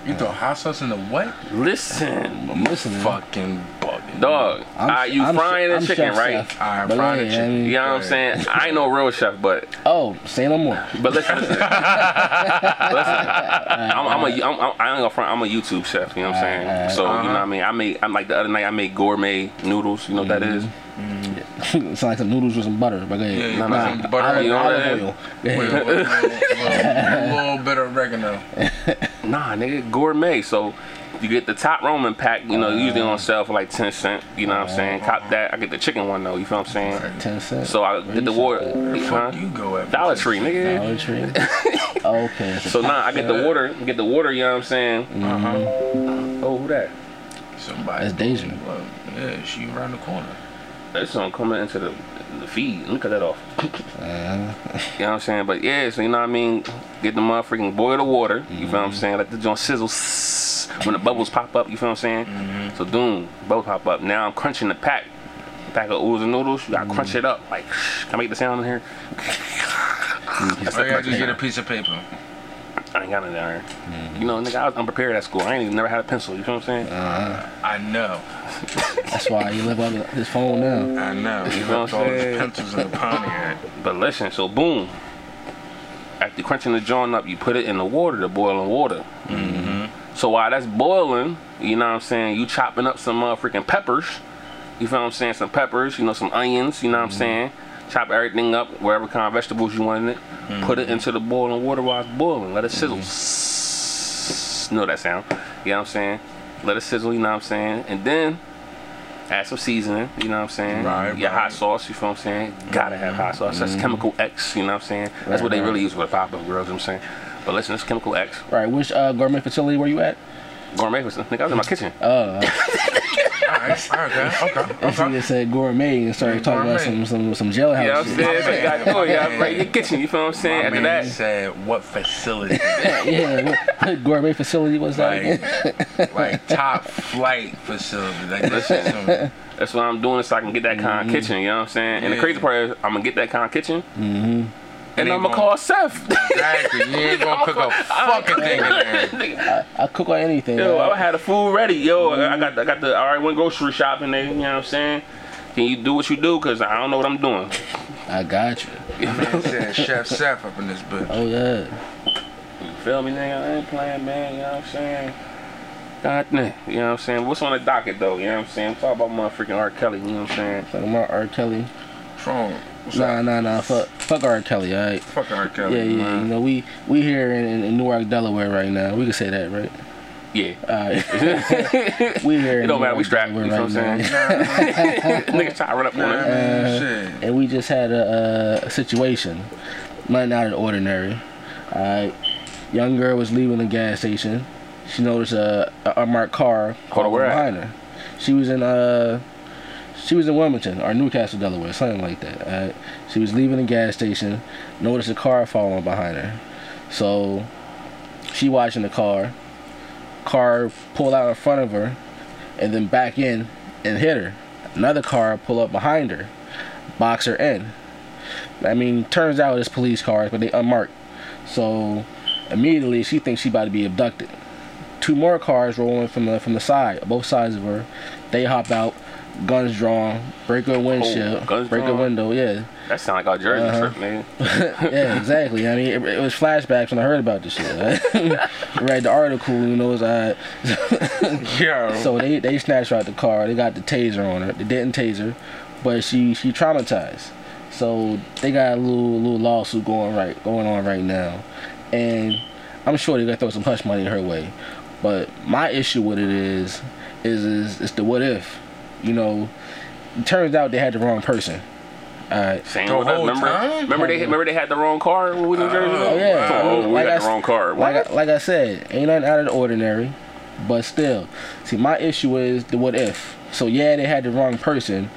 Speaker 6: You throw hot sauce in the what?
Speaker 1: Listen,
Speaker 5: I'm listening.
Speaker 6: Fucking bugging.
Speaker 1: dog.
Speaker 5: I'm,
Speaker 1: Alright, Ah, you
Speaker 5: I'm
Speaker 1: frying
Speaker 5: I'm
Speaker 1: the chicken,
Speaker 5: Chef
Speaker 1: right?
Speaker 5: Seth.
Speaker 6: Alright,
Speaker 5: But
Speaker 6: frying the
Speaker 5: yeah, I
Speaker 6: chicken.
Speaker 5: mean-
Speaker 1: You know what I'm saying? I ain't no real chef, but
Speaker 5: Oh, say no more. (laughs)
Speaker 1: but listen, (laughs) listen. listen I'm, I'm a I'm, I'm, I ain't gonna front. I'm a YouTube chef. You know what I'm saying? So you know what I mean. I made. I'm like the other night. I made gourmet noodles. You know what that is?
Speaker 5: Sound like some noodles with some butter. But go ahead.
Speaker 6: Yeah, you
Speaker 5: Nah,
Speaker 6: put
Speaker 5: nah.
Speaker 6: some butter
Speaker 5: Olive-
Speaker 1: in
Speaker 5: olive
Speaker 1: there.
Speaker 5: oil.
Speaker 6: Wait, wait, wait, wait, wait. A little bit of oregano.
Speaker 1: Nah, nigga, gourmet. So you get the top Roman pack. You know, usually
Speaker 6: Uh-huh.
Speaker 1: on sale for like ten cent. You know what I'm saying? Cop that. I get the chicken one though. You feel what I'm saying?
Speaker 5: Ten cents.
Speaker 1: So I get the water.
Speaker 5: Uh-huh.
Speaker 6: Fuck
Speaker 1: Huh?
Speaker 6: you go at
Speaker 1: Dollar Tree, nigga.
Speaker 5: Dollar Tree. okay.
Speaker 1: So now I get the water, get the water, you know what I'm saying?
Speaker 6: Uh-huh.
Speaker 1: Oh, who that?
Speaker 6: Somebody.
Speaker 5: That's Deja.
Speaker 6: Well, yeah, she around the corner.
Speaker 1: That's on coming into the, the feed. Let me cut that off. (laughs)
Speaker 5: Uh,
Speaker 1: You know what I'm saying? But yeah, so you know what I mean? Get the motherfucking boil the water, you feel what I'm saying? Let the joint sizzle sss, when the bubbles pop up, you feel what I'm saying? So doom, bubbles pop up. Now I'm crunching the pack. Pack of oodles and noodles, you gotta crunch it up. Like, can I make the sound in here? That's
Speaker 6: Or
Speaker 1: the
Speaker 6: you gotta
Speaker 1: crunching
Speaker 6: just get a
Speaker 1: sound.
Speaker 6: piece of paper.
Speaker 1: I ain't got nothing down here. You know, nigga, I was unprepared at school. I ain't even never had a pencil, you feel what I'm saying?
Speaker 6: I know.
Speaker 5: that's why you live on his phone now.
Speaker 6: I know. You
Speaker 1: know
Speaker 6: left
Speaker 1: what I'm
Speaker 6: all his
Speaker 1: saying?
Speaker 6: pencils in the Pontiac.
Speaker 1: (laughs) But listen, so boom. After crunching the joint up, you put it in the water, the boiling water.
Speaker 6: Mm-hmm.
Speaker 1: So while that's boiling, you know what I'm saying, you chopping up some uh, freaking peppers. You feel what I'm saying? Some peppers, you know, some onions, you know what
Speaker 6: Mm-hmm.
Speaker 1: I'm saying? Chop everything up, wherever kind of vegetables you want in it.
Speaker 6: Mm-hmm.
Speaker 1: Put it into the boiling water while it's boiling. Let it sizzle.
Speaker 6: Mm-hmm.
Speaker 1: You know that sound. You know what I'm saying? Let it sizzle, you know what I'm saying? And then add some seasoning, you know what I'm saying?
Speaker 6: Right,
Speaker 1: Your
Speaker 6: right.
Speaker 1: hot sauce, you feel what I'm saying? Gotta have hot sauce. That's
Speaker 6: Mm-hmm.
Speaker 1: chemical X, you know what I'm saying? That's what they really use for the pop up girls, you know what I'm saying? But listen, it's chemical X.
Speaker 5: Right, which uh, gourmet facility were you at?
Speaker 1: Gourmet was nigga, I was in my
Speaker 6: Oh,
Speaker 1: kitchen.
Speaker 6: Alright,
Speaker 5: (laughs)
Speaker 6: alright, okay, okay,
Speaker 5: If you
Speaker 6: okay.
Speaker 5: just said gourmet and started talking about
Speaker 6: Gourmet.
Speaker 5: some some some jailhouse
Speaker 1: You know what I'm saying?
Speaker 5: shit.
Speaker 6: My
Speaker 1: They got
Speaker 6: man.
Speaker 1: oh, yeah, right in your kitchen, you feel what I'm saying?
Speaker 6: My
Speaker 1: After
Speaker 6: man
Speaker 1: that,
Speaker 6: said, what
Speaker 5: (laughs)
Speaker 6: facility?
Speaker 5: yeah, what, what gourmet facility was that? again?
Speaker 6: like, (laughs) like top flight facility. Like, this
Speaker 1: Listen.
Speaker 6: is
Speaker 5: (laughs)
Speaker 6: some-
Speaker 1: that's what I'm doing so I can get that kind of kitchen, you know what I'm saying? And the
Speaker 6: Mm-hmm. Yeah. Mm-hmm.
Speaker 1: crazy part is I'm gonna get that kind of kitchen and
Speaker 6: they
Speaker 1: I'm gonna
Speaker 6: gon-
Speaker 1: call Seth. (laughs)
Speaker 6: Exactly. You ain't gonna cook a
Speaker 5: (laughs)
Speaker 6: fucking thing in there.
Speaker 5: I cook on anything.
Speaker 1: Yo,
Speaker 5: man.
Speaker 1: I had the food ready. Yo, I
Speaker 6: Mm-hmm.
Speaker 1: I got I got the I already went grocery shopping, nigga, you know what I'm saying? Can you do what you do? Cause I don't know what I'm doing.
Speaker 5: I got you.
Speaker 6: Man said Chef Seth up in this bitch.
Speaker 5: Oh yeah.
Speaker 1: You feel me, nigga? I ain't playing, man. You know what I'm saying? God damn. You know what I'm saying? What's on the docket, though? You know what I'm saying? Talk about motherfucking R. Kelly. You know what I'm saying?
Speaker 5: Talking about R. Kelly.
Speaker 6: What's wrong? What's
Speaker 5: Nah,
Speaker 6: up?
Speaker 5: nah, nah. Fuck, fuck R. Kelly. All right.
Speaker 6: Fuck R. Kelly.
Speaker 5: Yeah, yeah. You know, we we here in, in, in Newark, Delaware, right now. We can say that, right?
Speaker 1: Yeah. (laughs)
Speaker 5: All right. (laughs) we here.
Speaker 1: It
Speaker 5: in
Speaker 1: don't matter.
Speaker 5: Newark,
Speaker 1: We strapped. You
Speaker 5: Delaware
Speaker 1: know what I'm
Speaker 5: right
Speaker 1: saying?
Speaker 5: now.
Speaker 1: Nigga try to run up on
Speaker 6: I
Speaker 1: it.
Speaker 6: mean,
Speaker 5: (laughs)
Speaker 6: shit.
Speaker 5: And we just had a, uh, a situation, nothing out of the ordinary. All right. Young girl was leaving the gas station. She noticed a, a unmarked car
Speaker 1: Hold on, where at?
Speaker 5: behind her. She was in uh, she was in Wilmington or Newcastle, Delaware, something like that. All right. She was leaving the gas station, noticed a car following behind her. So she watching the car. car pulled out in front of her and then back in and hit her. Another car pull up behind her, box her in. I mean, turns out it's police cars, but they unmarked. So immediately she thinks she about to be abducted. Two more cars roll in from the from the side, both sides of her. They hop out, guns drawn, break her windshield,
Speaker 1: Oh, guns
Speaker 5: break
Speaker 1: drawn.
Speaker 5: her
Speaker 1: (laughs)
Speaker 5: window. Yeah,
Speaker 1: That sound like our Jersey
Speaker 5: Uh-huh.
Speaker 1: trip, nigga.
Speaker 5: yeah, exactly. I mean, it, it was flashbacks when I heard about this shit. (laughs) read the article, you know, it's uh,
Speaker 6: Yo.
Speaker 5: so they they snatched her out the car. They got the taser on her. They didn't taser, but she she traumatized. So they got a little little lawsuit going right going on right now, and I'm sure they're gonna throw some hush money her way. But my issue with it is is is it's the what if, you know. It turns out they had the wrong person. All right.
Speaker 1: Same
Speaker 6: The
Speaker 1: with us.
Speaker 6: whole
Speaker 1: Remember,
Speaker 6: time?
Speaker 1: remember they remember they had the wrong car when we was in Jersey.
Speaker 5: Oh yeah.
Speaker 1: Oh, we
Speaker 5: Like I
Speaker 1: got
Speaker 5: s-
Speaker 1: the wrong car. What?
Speaker 5: Like I, like I said, ain't nothing out of the ordinary, but still, see, my issue is the what if. So yeah, they had the wrong person,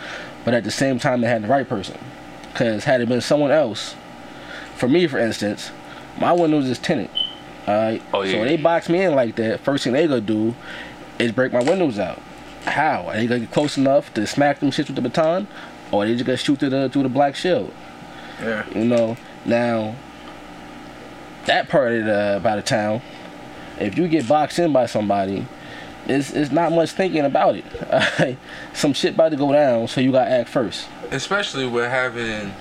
Speaker 5: but at the same time, they had the right person. Cause had it been someone else, for me, for instance, my windows is tinted. Alright.
Speaker 1: Oh, yeah.
Speaker 5: So they box me in like that. First thing they gonna do is break my windows out. How? Are they gonna get close enough to smack them shits with the baton, or they just gonna shoot through the through the black shield?
Speaker 6: Yeah.
Speaker 5: You know, now that part of the about the town, if you get boxed in by somebody, it's it's not much thinking about it. (laughs) Alright? Some shit about to go down, so you gotta act first.
Speaker 6: Especially with having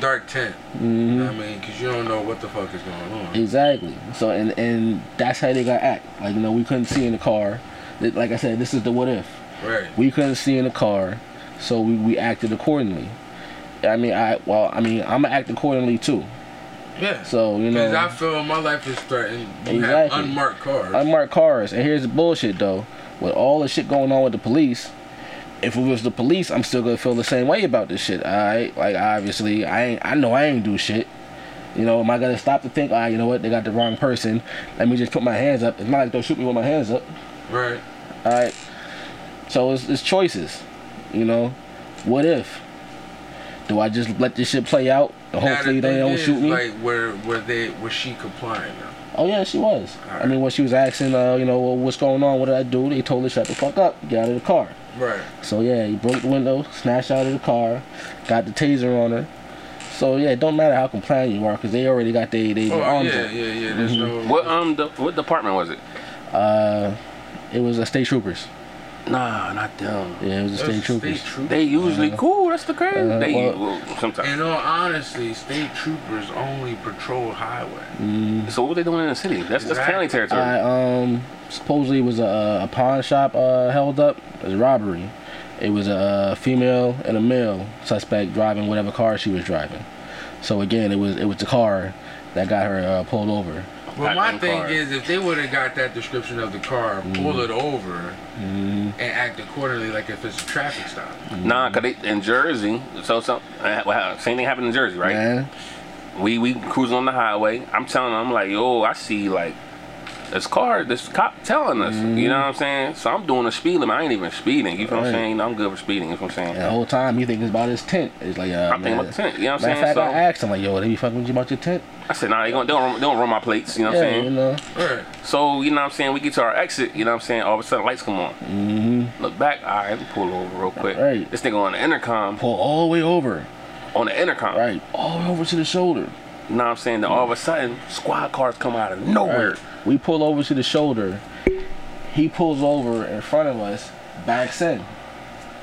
Speaker 6: dark tint. You know
Speaker 5: Mm-hmm.
Speaker 6: what I mean? Because you don't know what the fuck is going on.
Speaker 5: Exactly. So and and that's how they gotta act. Like you know, we couldn't see in the car. Th- Like I said, this is the what if.
Speaker 6: Right.
Speaker 5: We couldn't see in the car, so we, we acted accordingly. I mean, I well, I mean, I'm gonna act accordingly too.
Speaker 6: Yeah.
Speaker 5: So you know,
Speaker 6: Because I feel my life is threatened. You have
Speaker 5: Exactly.
Speaker 6: unmarked cars.
Speaker 5: unmarked cars. And here's the bullshit though. With all the shit going on with the police, if it was the police, I'm still gonna feel the same way about this shit. Alright? Like obviously I ain't I know I ain't do shit. You know, am I gonna stop to think, ah, you know what, they got the wrong person. Let me just put my hands up. It's not like they'll shoot me with my hands up.
Speaker 6: right.
Speaker 5: Alright. So it's, it's choices. You know? What if? Do I just let this shit play out?
Speaker 6: Now, the
Speaker 5: Hopefully they
Speaker 6: thing
Speaker 5: don't
Speaker 6: is,
Speaker 5: shoot me.
Speaker 6: Like, were, were they, was she complying now?
Speaker 5: Oh yeah, she was. I
Speaker 6: Alright.
Speaker 5: mean, when she was asking, uh, you know, well, what's going on? What did I do? They told her shut the fuck up, get out of the car.
Speaker 6: Right.
Speaker 5: So yeah, he broke the window, snatched out of the car, got the taser on her. So yeah, it don't matter how compliant you are, 'cause they already got they they
Speaker 6: Oh,
Speaker 5: arms.
Speaker 6: yeah, yeah,
Speaker 5: up.
Speaker 6: yeah. There's no.
Speaker 1: What um the, what department was it?
Speaker 5: Uh, it was a state troopers.
Speaker 1: Nah, not them.
Speaker 5: Yeah, it was
Speaker 6: Those
Speaker 5: a state troopers.
Speaker 6: state troopers.
Speaker 1: They usually cool. That's the crazy.
Speaker 5: Uh,
Speaker 1: they
Speaker 5: Uh-huh. well-
Speaker 1: well,
Speaker 6: In
Speaker 1: sometimes.
Speaker 6: all honesty, state troopers only patrol
Speaker 1: Mm-hmm.
Speaker 6: highway.
Speaker 1: So what they doing in the city? That's that's
Speaker 6: Exactly.
Speaker 1: county territory.
Speaker 5: I um supposedly it was a, a pawn shop uh, held up. It was a robbery. It was a female and a male suspect driving whatever car she was driving. So again, it was it was the car that got her uh, pulled over.
Speaker 6: Well, my
Speaker 1: Goddamn
Speaker 6: thing
Speaker 1: car.
Speaker 6: is, if they would have got that description of the car,
Speaker 1: Mm-hmm.
Speaker 6: pull it over, and act accordingly, like if it's a traffic stop.
Speaker 1: Nah, cause they, in Jersey, so so uh, well, same thing happened in Jersey, right?
Speaker 5: Man,
Speaker 1: We we cruising on the highway. I'm telling them, I'm like, yo, I see like this car, this cop telling us. You know what I'm saying? So I'm doing a speed limit. I ain't even speeding. You feel what I'm
Speaker 5: Right.
Speaker 1: saying? I'm good for speeding. You feel what I'm saying?
Speaker 5: and the whole time you think it's about his tent. It's like uh,
Speaker 1: I'm thinking
Speaker 5: man,
Speaker 1: about the tent. You know what
Speaker 5: Matter
Speaker 1: I'm
Speaker 5: of
Speaker 1: saying?
Speaker 5: fact,
Speaker 1: So
Speaker 5: I asked him like, yo, they be fucking with you about your tent?
Speaker 1: I said, nah, they gonna they don't run- they don't run my plates. You know what
Speaker 5: yeah,
Speaker 1: I'm saying?
Speaker 5: you know.
Speaker 6: Right.
Speaker 1: So, you know what I'm saying? We get to our exit, you know what I'm saying? All of a sudden, lights come on. Mm-hmm. Look back, all right, pull over real quick.
Speaker 5: Right.
Speaker 1: This nigga on the intercom,
Speaker 5: Pull all the way over,
Speaker 1: on the intercom.
Speaker 5: right, all the way over to the shoulder.
Speaker 1: You know what I'm saying? Then all of a sudden, squad cars come out of nowhere.
Speaker 5: Right. We pull over to the shoulder. He pulls over in front of us, backs in.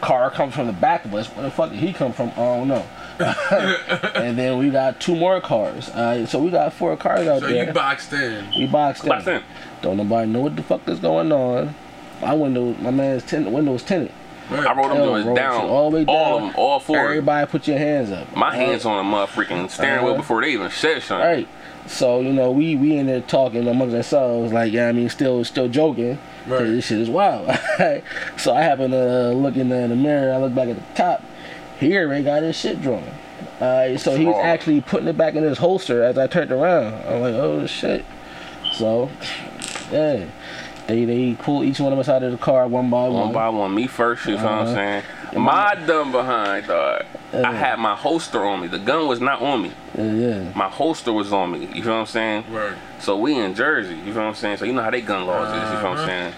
Speaker 5: Car comes from the back of us. Where the fuck did he come from? I don't know. (laughs) and then we got two more cars. Uh, so we got four cars out
Speaker 6: So
Speaker 5: there.
Speaker 6: you boxed in.
Speaker 5: we boxed,
Speaker 1: Boxed
Speaker 5: in.
Speaker 1: in.
Speaker 5: Don't nobody know what the fuck is going on. My window, my man's tent, window's tinted.
Speaker 6: Right.
Speaker 1: I rolled them
Speaker 5: Yo,
Speaker 1: doors
Speaker 5: roll
Speaker 1: down.
Speaker 5: shit all the way
Speaker 1: All of
Speaker 5: down.
Speaker 1: them, all four.
Speaker 5: Everybody, put your hands up.
Speaker 1: My hands on the motherfucking steering wheel
Speaker 5: Uh-huh.
Speaker 1: before they even said something.
Speaker 5: All right. So you know, we we in there talking amongst ourselves, like yeah, I mean, still still joking. 'cause
Speaker 6: Right.
Speaker 5: This shit is wild. (laughs) so I happen to look in the, in the mirror. I look back at the top. He already got his shit drawn. Uh, so he's
Speaker 1: Drawn.
Speaker 5: actually putting it back in his holster as I turned around. I'm like, oh shit. So, yeah, they they pull each one of us out of the car one by one.
Speaker 1: One by one, me first, you know what I'm saying? My dumb behind, dog. I had my holster on me. The gun was not on me.
Speaker 5: Yeah, yeah.
Speaker 1: My holster was on me. You feel what I'm saying?
Speaker 6: Word.
Speaker 1: So we in Jersey, you feel what I'm saying? So you know how they gun laws is, you feel what I'm saying?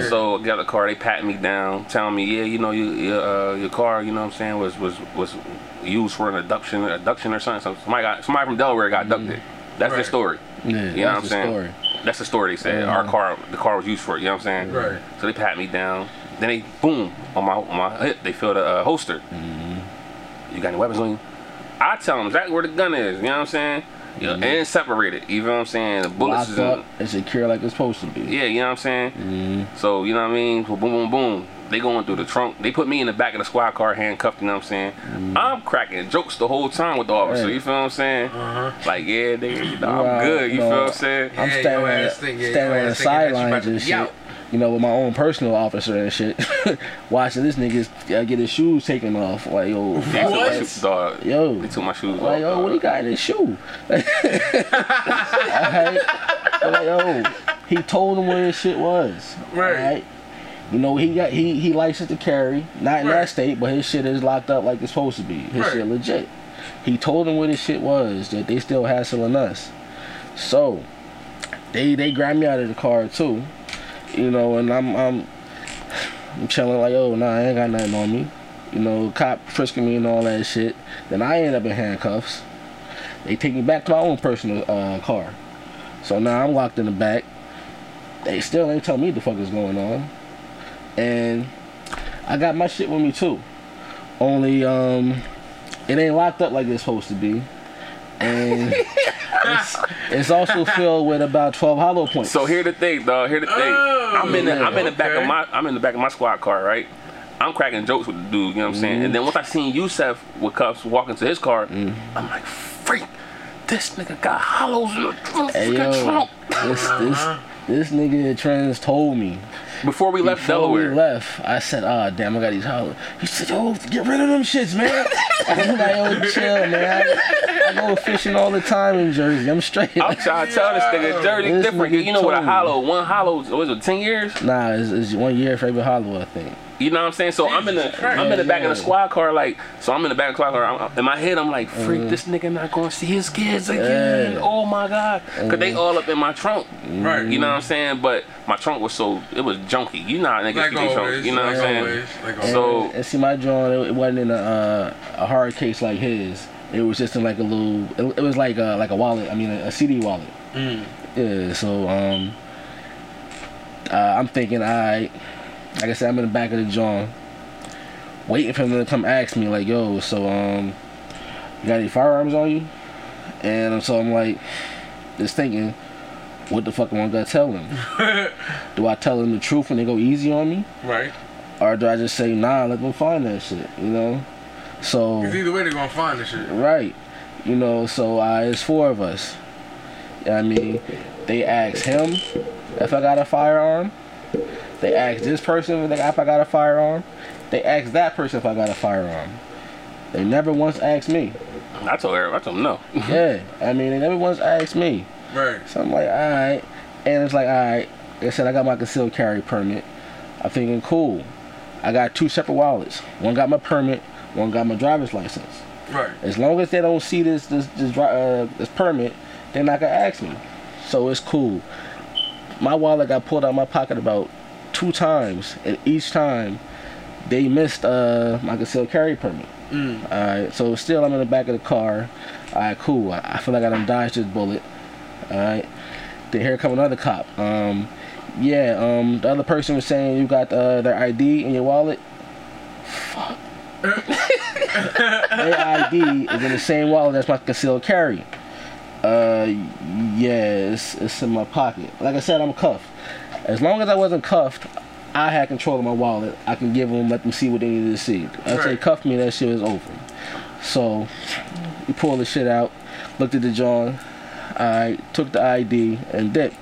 Speaker 5: Uh-huh.
Speaker 1: So I got the car, they pat me down, telling me, yeah, you know, you, your uh, your car, you know what I'm saying, was was was used for an abduction, abduction or something. So somebody got somebody from Delaware got abducted. That's the
Speaker 6: Right.
Speaker 1: story.
Speaker 5: Yeah,
Speaker 1: You know what I'm
Speaker 5: that's the
Speaker 1: saying?
Speaker 5: story.
Speaker 1: That's the story they said.
Speaker 5: Uh-huh.
Speaker 1: Our car, the car was used for it. You know what I'm saying?
Speaker 6: Right.
Speaker 1: So they pat me down. Then they boom on my on my hip. They feel the uh, holster.
Speaker 5: Mm-hmm.
Speaker 1: You got any weapons on you? I tell them exactly where the gun is. You know what I'm saying? Yeah. And separated. You know what I'm saying? The bullets
Speaker 5: Locked
Speaker 1: is in,
Speaker 5: up Mm-hmm. and secure like it's supposed to be.
Speaker 1: yeah, you know what I'm saying? So, you know what I mean? So boom, boom, boom. They going through the trunk. They put me in the back of the squad car handcuffed, you know what I'm saying? I'm cracking jokes the whole time with the officer,
Speaker 5: Mm-hmm. Right.
Speaker 1: you feel what I'm saying? Like, yeah, nigga, you know, I'm
Speaker 5: Right,
Speaker 1: good, you
Speaker 5: no.
Speaker 1: feel what I'm saying?
Speaker 6: Yeah,
Speaker 5: I'm
Speaker 6: your
Speaker 5: standing,
Speaker 6: ass
Speaker 5: on,
Speaker 6: think- yeah, your
Speaker 5: standing on
Speaker 6: ass thinking that you
Speaker 5: the
Speaker 6: about
Speaker 5: sidelines
Speaker 6: to
Speaker 5: and
Speaker 6: be
Speaker 5: shit.
Speaker 6: out.
Speaker 5: You know, with my own personal officer and shit, (laughs) watching this nigga uh, get his shoes taken off. Like, yo,
Speaker 1: They took my
Speaker 6: What?
Speaker 1: shoes- dog,
Speaker 5: Yo.
Speaker 1: They took my shoes
Speaker 5: like,
Speaker 1: off.
Speaker 5: yo, what he
Speaker 1: dog.
Speaker 5: got in his shoe? (laughs) Alright? I'm like, yo, he told him where his shit was.
Speaker 6: Right.
Speaker 5: alright? You know, he got he he licensed to carry, not in
Speaker 6: Right.
Speaker 5: that state, but his shit is locked up like it's supposed to be. His
Speaker 6: Right.
Speaker 5: shit legit. He told them what his shit was that they still hassling us. So they they grabbed me out of the car too, you know, and I'm I'm I'm chilling like, oh nah, I ain't got nothing on me. You know, cop frisking me and all that shit. Then I end up in handcuffs. They take me back to my own personal uh, car. So now I'm locked in the back. They still ain't tell me the fuck is going on. And I got my shit with me too. Only um it ain't locked up like it's supposed to be. And it's, it's also filled with about 12 hollow points.
Speaker 1: So here the thing, dog. Here the thing.
Speaker 6: Oh,
Speaker 1: I'm in the I'm in the back
Speaker 6: okay.
Speaker 1: of my I'm in the back of my squad car, right? I'm cracking jokes with the dude, you know what I'm saying? And then once I seen Yusef with cuffs walking to his car,
Speaker 5: Mm.
Speaker 1: I'm like, freak, this nigga got hollows in the fucking
Speaker 5: Hey, yo,
Speaker 1: trunk.
Speaker 5: this, this, this nigga trans told me.
Speaker 1: Before we left
Speaker 5: Before
Speaker 1: Delaware,
Speaker 5: we left, I said, ah, damn, I got these hollow. He said, yo, get rid of them shits, man. I'm like, yo, chill, man. I, I go fishing all the time in Jersey. I'm straight.
Speaker 1: I'm trying to tell this nigga Jersey
Speaker 5: This
Speaker 1: different.
Speaker 5: nigga
Speaker 1: You know what a
Speaker 5: told me.
Speaker 1: hollow, one hollow, what is it, ten years?
Speaker 5: nah, it's, it's one year favorite hollow, I think.
Speaker 1: You know what I'm saying? So I'm in the
Speaker 6: Jesus
Speaker 1: I'm in the
Speaker 5: Christ.
Speaker 1: back of
Speaker 5: Yeah.
Speaker 1: the squad car, like so I'm in the back of the squad car. I'm, in my head, I'm like, freak, this nigga not gonna see his kids again.
Speaker 5: Mm. Yeah. Mm.
Speaker 1: Oh my god, cause they all up in my trunk.
Speaker 6: Right.
Speaker 1: You know what I'm saying? But my trunk was so it was junky. You know how niggas
Speaker 6: Like
Speaker 1: keep their
Speaker 6: always.
Speaker 1: trunks. You know
Speaker 6: like
Speaker 1: what I'm saying?
Speaker 6: always, Like always.
Speaker 1: So-
Speaker 5: and, and see, my drawing, it, it wasn't in a, uh, a hard case like his. It was just in like a little. It, it was like a, like a wallet. I mean, a, a CD wallet. Yeah. So um, uh, I'm thinking, I, like I said, I'm in the back of the John, waiting for him to come ask me, like, yo, so um, you got any firearms on you? And um, so I'm like, just thinking, what the fuck am I gonna tell him? Do I tell him the truth and they go easy on me?
Speaker 6: right.
Speaker 5: Or do I just say, nah, let them find that shit, you know? So,
Speaker 1: Mm.
Speaker 6: Cause either way they're gonna find the shit.
Speaker 5: right. You know, so uh, it's four of us. I mean, they asked him if I got a firearm. They asked this person if, they, if I got a firearm. They asked that person if I got a firearm. They never once asked me.
Speaker 1: I told her, I told him no. (laughs)
Speaker 5: Yeah, I mean, they never once asked me.
Speaker 6: Right.
Speaker 5: So I'm like, all right. And it's like, all right. Like I said, I got my concealed carry permit. I'm thinking, cool. I got two separate wallets. One got my permit. One got my driver's license.
Speaker 6: Right.
Speaker 5: As long as they don't see this this this, dri- uh, this permit, they're not gonna ask me. So it's cool. My wallet got pulled out of my pocket about two times, and each time they missed uh, my concealed carry permit. All right, so still I'm in the back of the car. All right, cool. I, I feel like I done dodged this bullet. All right. Then here come another cop. Um, yeah. Um, the other person was saying you got uh, their ID in your wallet. their ID is in the same wallet as my concealed carry. Uh, yeah, it's, it's in my pocket. Like I said, I'm cuffed. As long as I wasn't cuffed, I had control of my wallet. I can give them, let them see what they needed to see. If they
Speaker 6: Right.
Speaker 5: cuffed me, that shit was over. So, he pulled the shit out, looked at the John, I took the ID and dipped.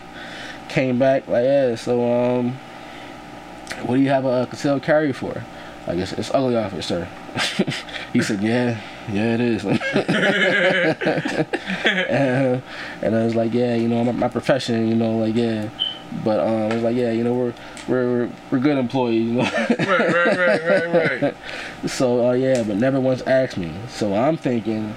Speaker 5: Came back like, yeah, so um, what do you have a concealed carry for? Like, it's, it's ugly outfit, sir. (laughs) he said, yeah, yeah, it is. (laughs) and, and I was like, yeah, you know, my, my profession, you know, like, yeah, But um, it's like, yeah, you know, we're we're we're, we're good employees, you know. (laughs)
Speaker 6: Right, right, right, right, right.
Speaker 5: so uh, yeah, but never once asked me. So I'm thinking,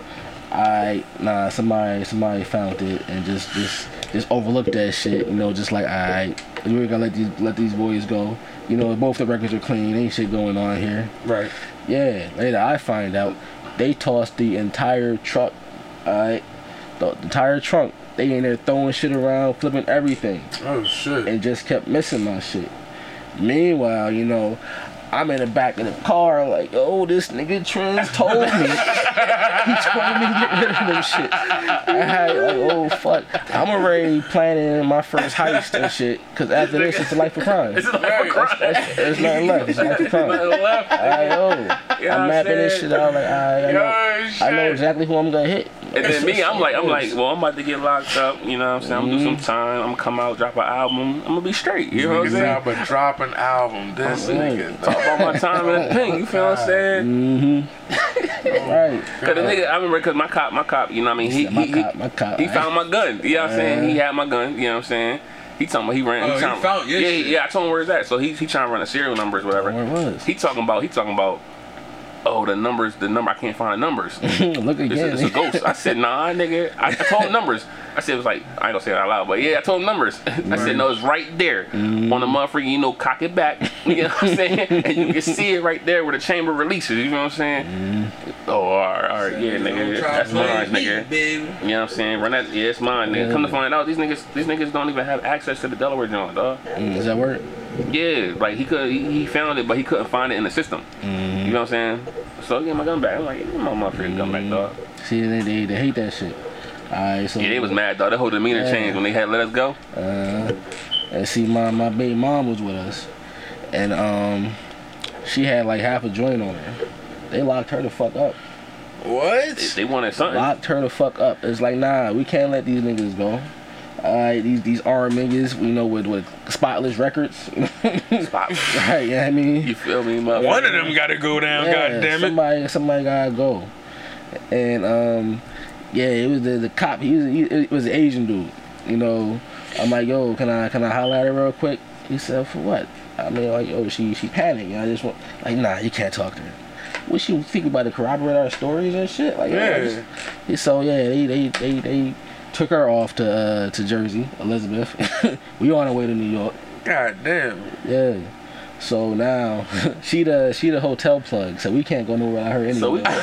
Speaker 5: I nah, somebody somebody found it and just just just overlooked that shit, you know, just like I we're gonna let these let these boys go. You know, both the records are clean, ain't shit going on here.
Speaker 1: (laughs) Right.
Speaker 5: Yeah, later I find out they tossed the entire truck, alright, the, the entire trunk. They in there throwing shit around, flipping everything,
Speaker 3: Oh shit.
Speaker 5: and just kept missing my shit. Meanwhile, you know, I'm in the back of the car, like, oh, this nigga Trends told me. (laughs) he told me to get rid of them shit. I had, like, oh, fuck. I'm already planning my first heist and shit, because after this, it's a life of crime.
Speaker 1: It's like a crime.
Speaker 5: That's- There's nothing left. It's a life of crime.
Speaker 1: (laughs) Left.
Speaker 5: I know.
Speaker 1: know what
Speaker 5: I'm
Speaker 1: I'm
Speaker 5: mapping this
Speaker 1: saying?
Speaker 5: shit out. Like, I, I, know,
Speaker 1: Yo,
Speaker 5: I know
Speaker 1: shit.
Speaker 5: exactly who I'm gonna hit.
Speaker 1: And then me, I'm like, I'm like, well, I'm about to get locked up. You know what I'm saying? I'm gonna do
Speaker 5: Mm.
Speaker 1: some time. I'm gonna come out, drop an album. I'm gonna be straight. You know what I'm
Speaker 3: Niggas
Speaker 1: saying?
Speaker 3: out but drop an album. This
Speaker 5: Oh,
Speaker 3: nigga.
Speaker 1: Talk
Speaker 3: (laughs)
Speaker 1: about my time in
Speaker 5: (laughs)
Speaker 1: the pink. You feel what I'm saying?
Speaker 5: mm-hmm. right.
Speaker 1: Cause the nigga, I remember, cause my cop, my cop. You know what I mean? He
Speaker 5: Yeah, my
Speaker 1: he he,
Speaker 5: cop, my cop.
Speaker 1: he found my gun. You know what I'm saying? He had my gun. You know what I'm saying? He talking about he ran.
Speaker 3: Oh, he
Speaker 1: trying-
Speaker 3: found your
Speaker 1: yeah,
Speaker 3: shit.
Speaker 1: yeah. I told him where it's at. So he he trying to run the serial numbers, whatever.
Speaker 5: Where it was. (laughs)
Speaker 1: He talking about he talking about. Oh, the numbers, the number I can't find the
Speaker 5: (laughs)
Speaker 1: numbers.
Speaker 5: Look again.
Speaker 1: It's, it's a ghost. I said, nah, nigga. I, I told him numbers. I said, it was like, I ain't gonna say it out loud, but yeah, I told him numbers. (laughs) I said, no, it's right there on the motherfucker, you know, cock it back. (laughs) You know what I'm saying? and you can see it right there where the chamber releases. You know what I'm saying? Oh, all right, all right, yeah, nigga. That's mine, nigga. You know what I'm saying? Run that, yeah, it's mine, nigga. Come to find out, these niggas, these niggas don't even have access to the Delaware joint, dog.
Speaker 5: Mm, Is that word?
Speaker 1: Yeah, like he could, he, he found it, but he couldn't find it in the system. You know what I'm saying? So I get my gun back. I'm like, give me my motherfucking gun back, dog.
Speaker 5: See, they, they, they hate that shit. Alright, so
Speaker 1: Yeah, they was mad though. That whole demeanor
Speaker 5: Yeah.
Speaker 1: changed when they had let us go.
Speaker 5: Uh, and see, my my baby mom was with us, and um, she had like half a joint on her. They locked her the fuck up.
Speaker 1: They,
Speaker 3: What?
Speaker 1: they wanted something.
Speaker 5: Locked her the fuck up. It's like, nah, we can't let these niggas go. Alright, these these armed niggas, we know with with spotless records. (laughs)
Speaker 1: Pop.
Speaker 5: Right, yeah, I mean,
Speaker 1: You feel me, motherfucker?
Speaker 3: One of them gotta go down,
Speaker 5: yeah,
Speaker 3: God damn it.
Speaker 5: somebody, somebody gotta go. And um, yeah, it was the, the cop. He was he, it was an Asian dude. You know, I'm like, yo, can I can I holler at her real quick? He said, for what? I mean, like, yo, she she panicked. And I just want like, nah, you can't talk to her. What she think about to corroborate our stories and shit? Like, yeah.
Speaker 3: Yeah.
Speaker 5: so yeah, they they they they took her off to uh, to Jersey, Elizabeth. (laughs) we on our way to New York.
Speaker 3: God damn.
Speaker 5: Yeah. So now (laughs) she the she the hotel plug, so we can't go nowhere without her anyway.
Speaker 1: So we, (laughs) we, went,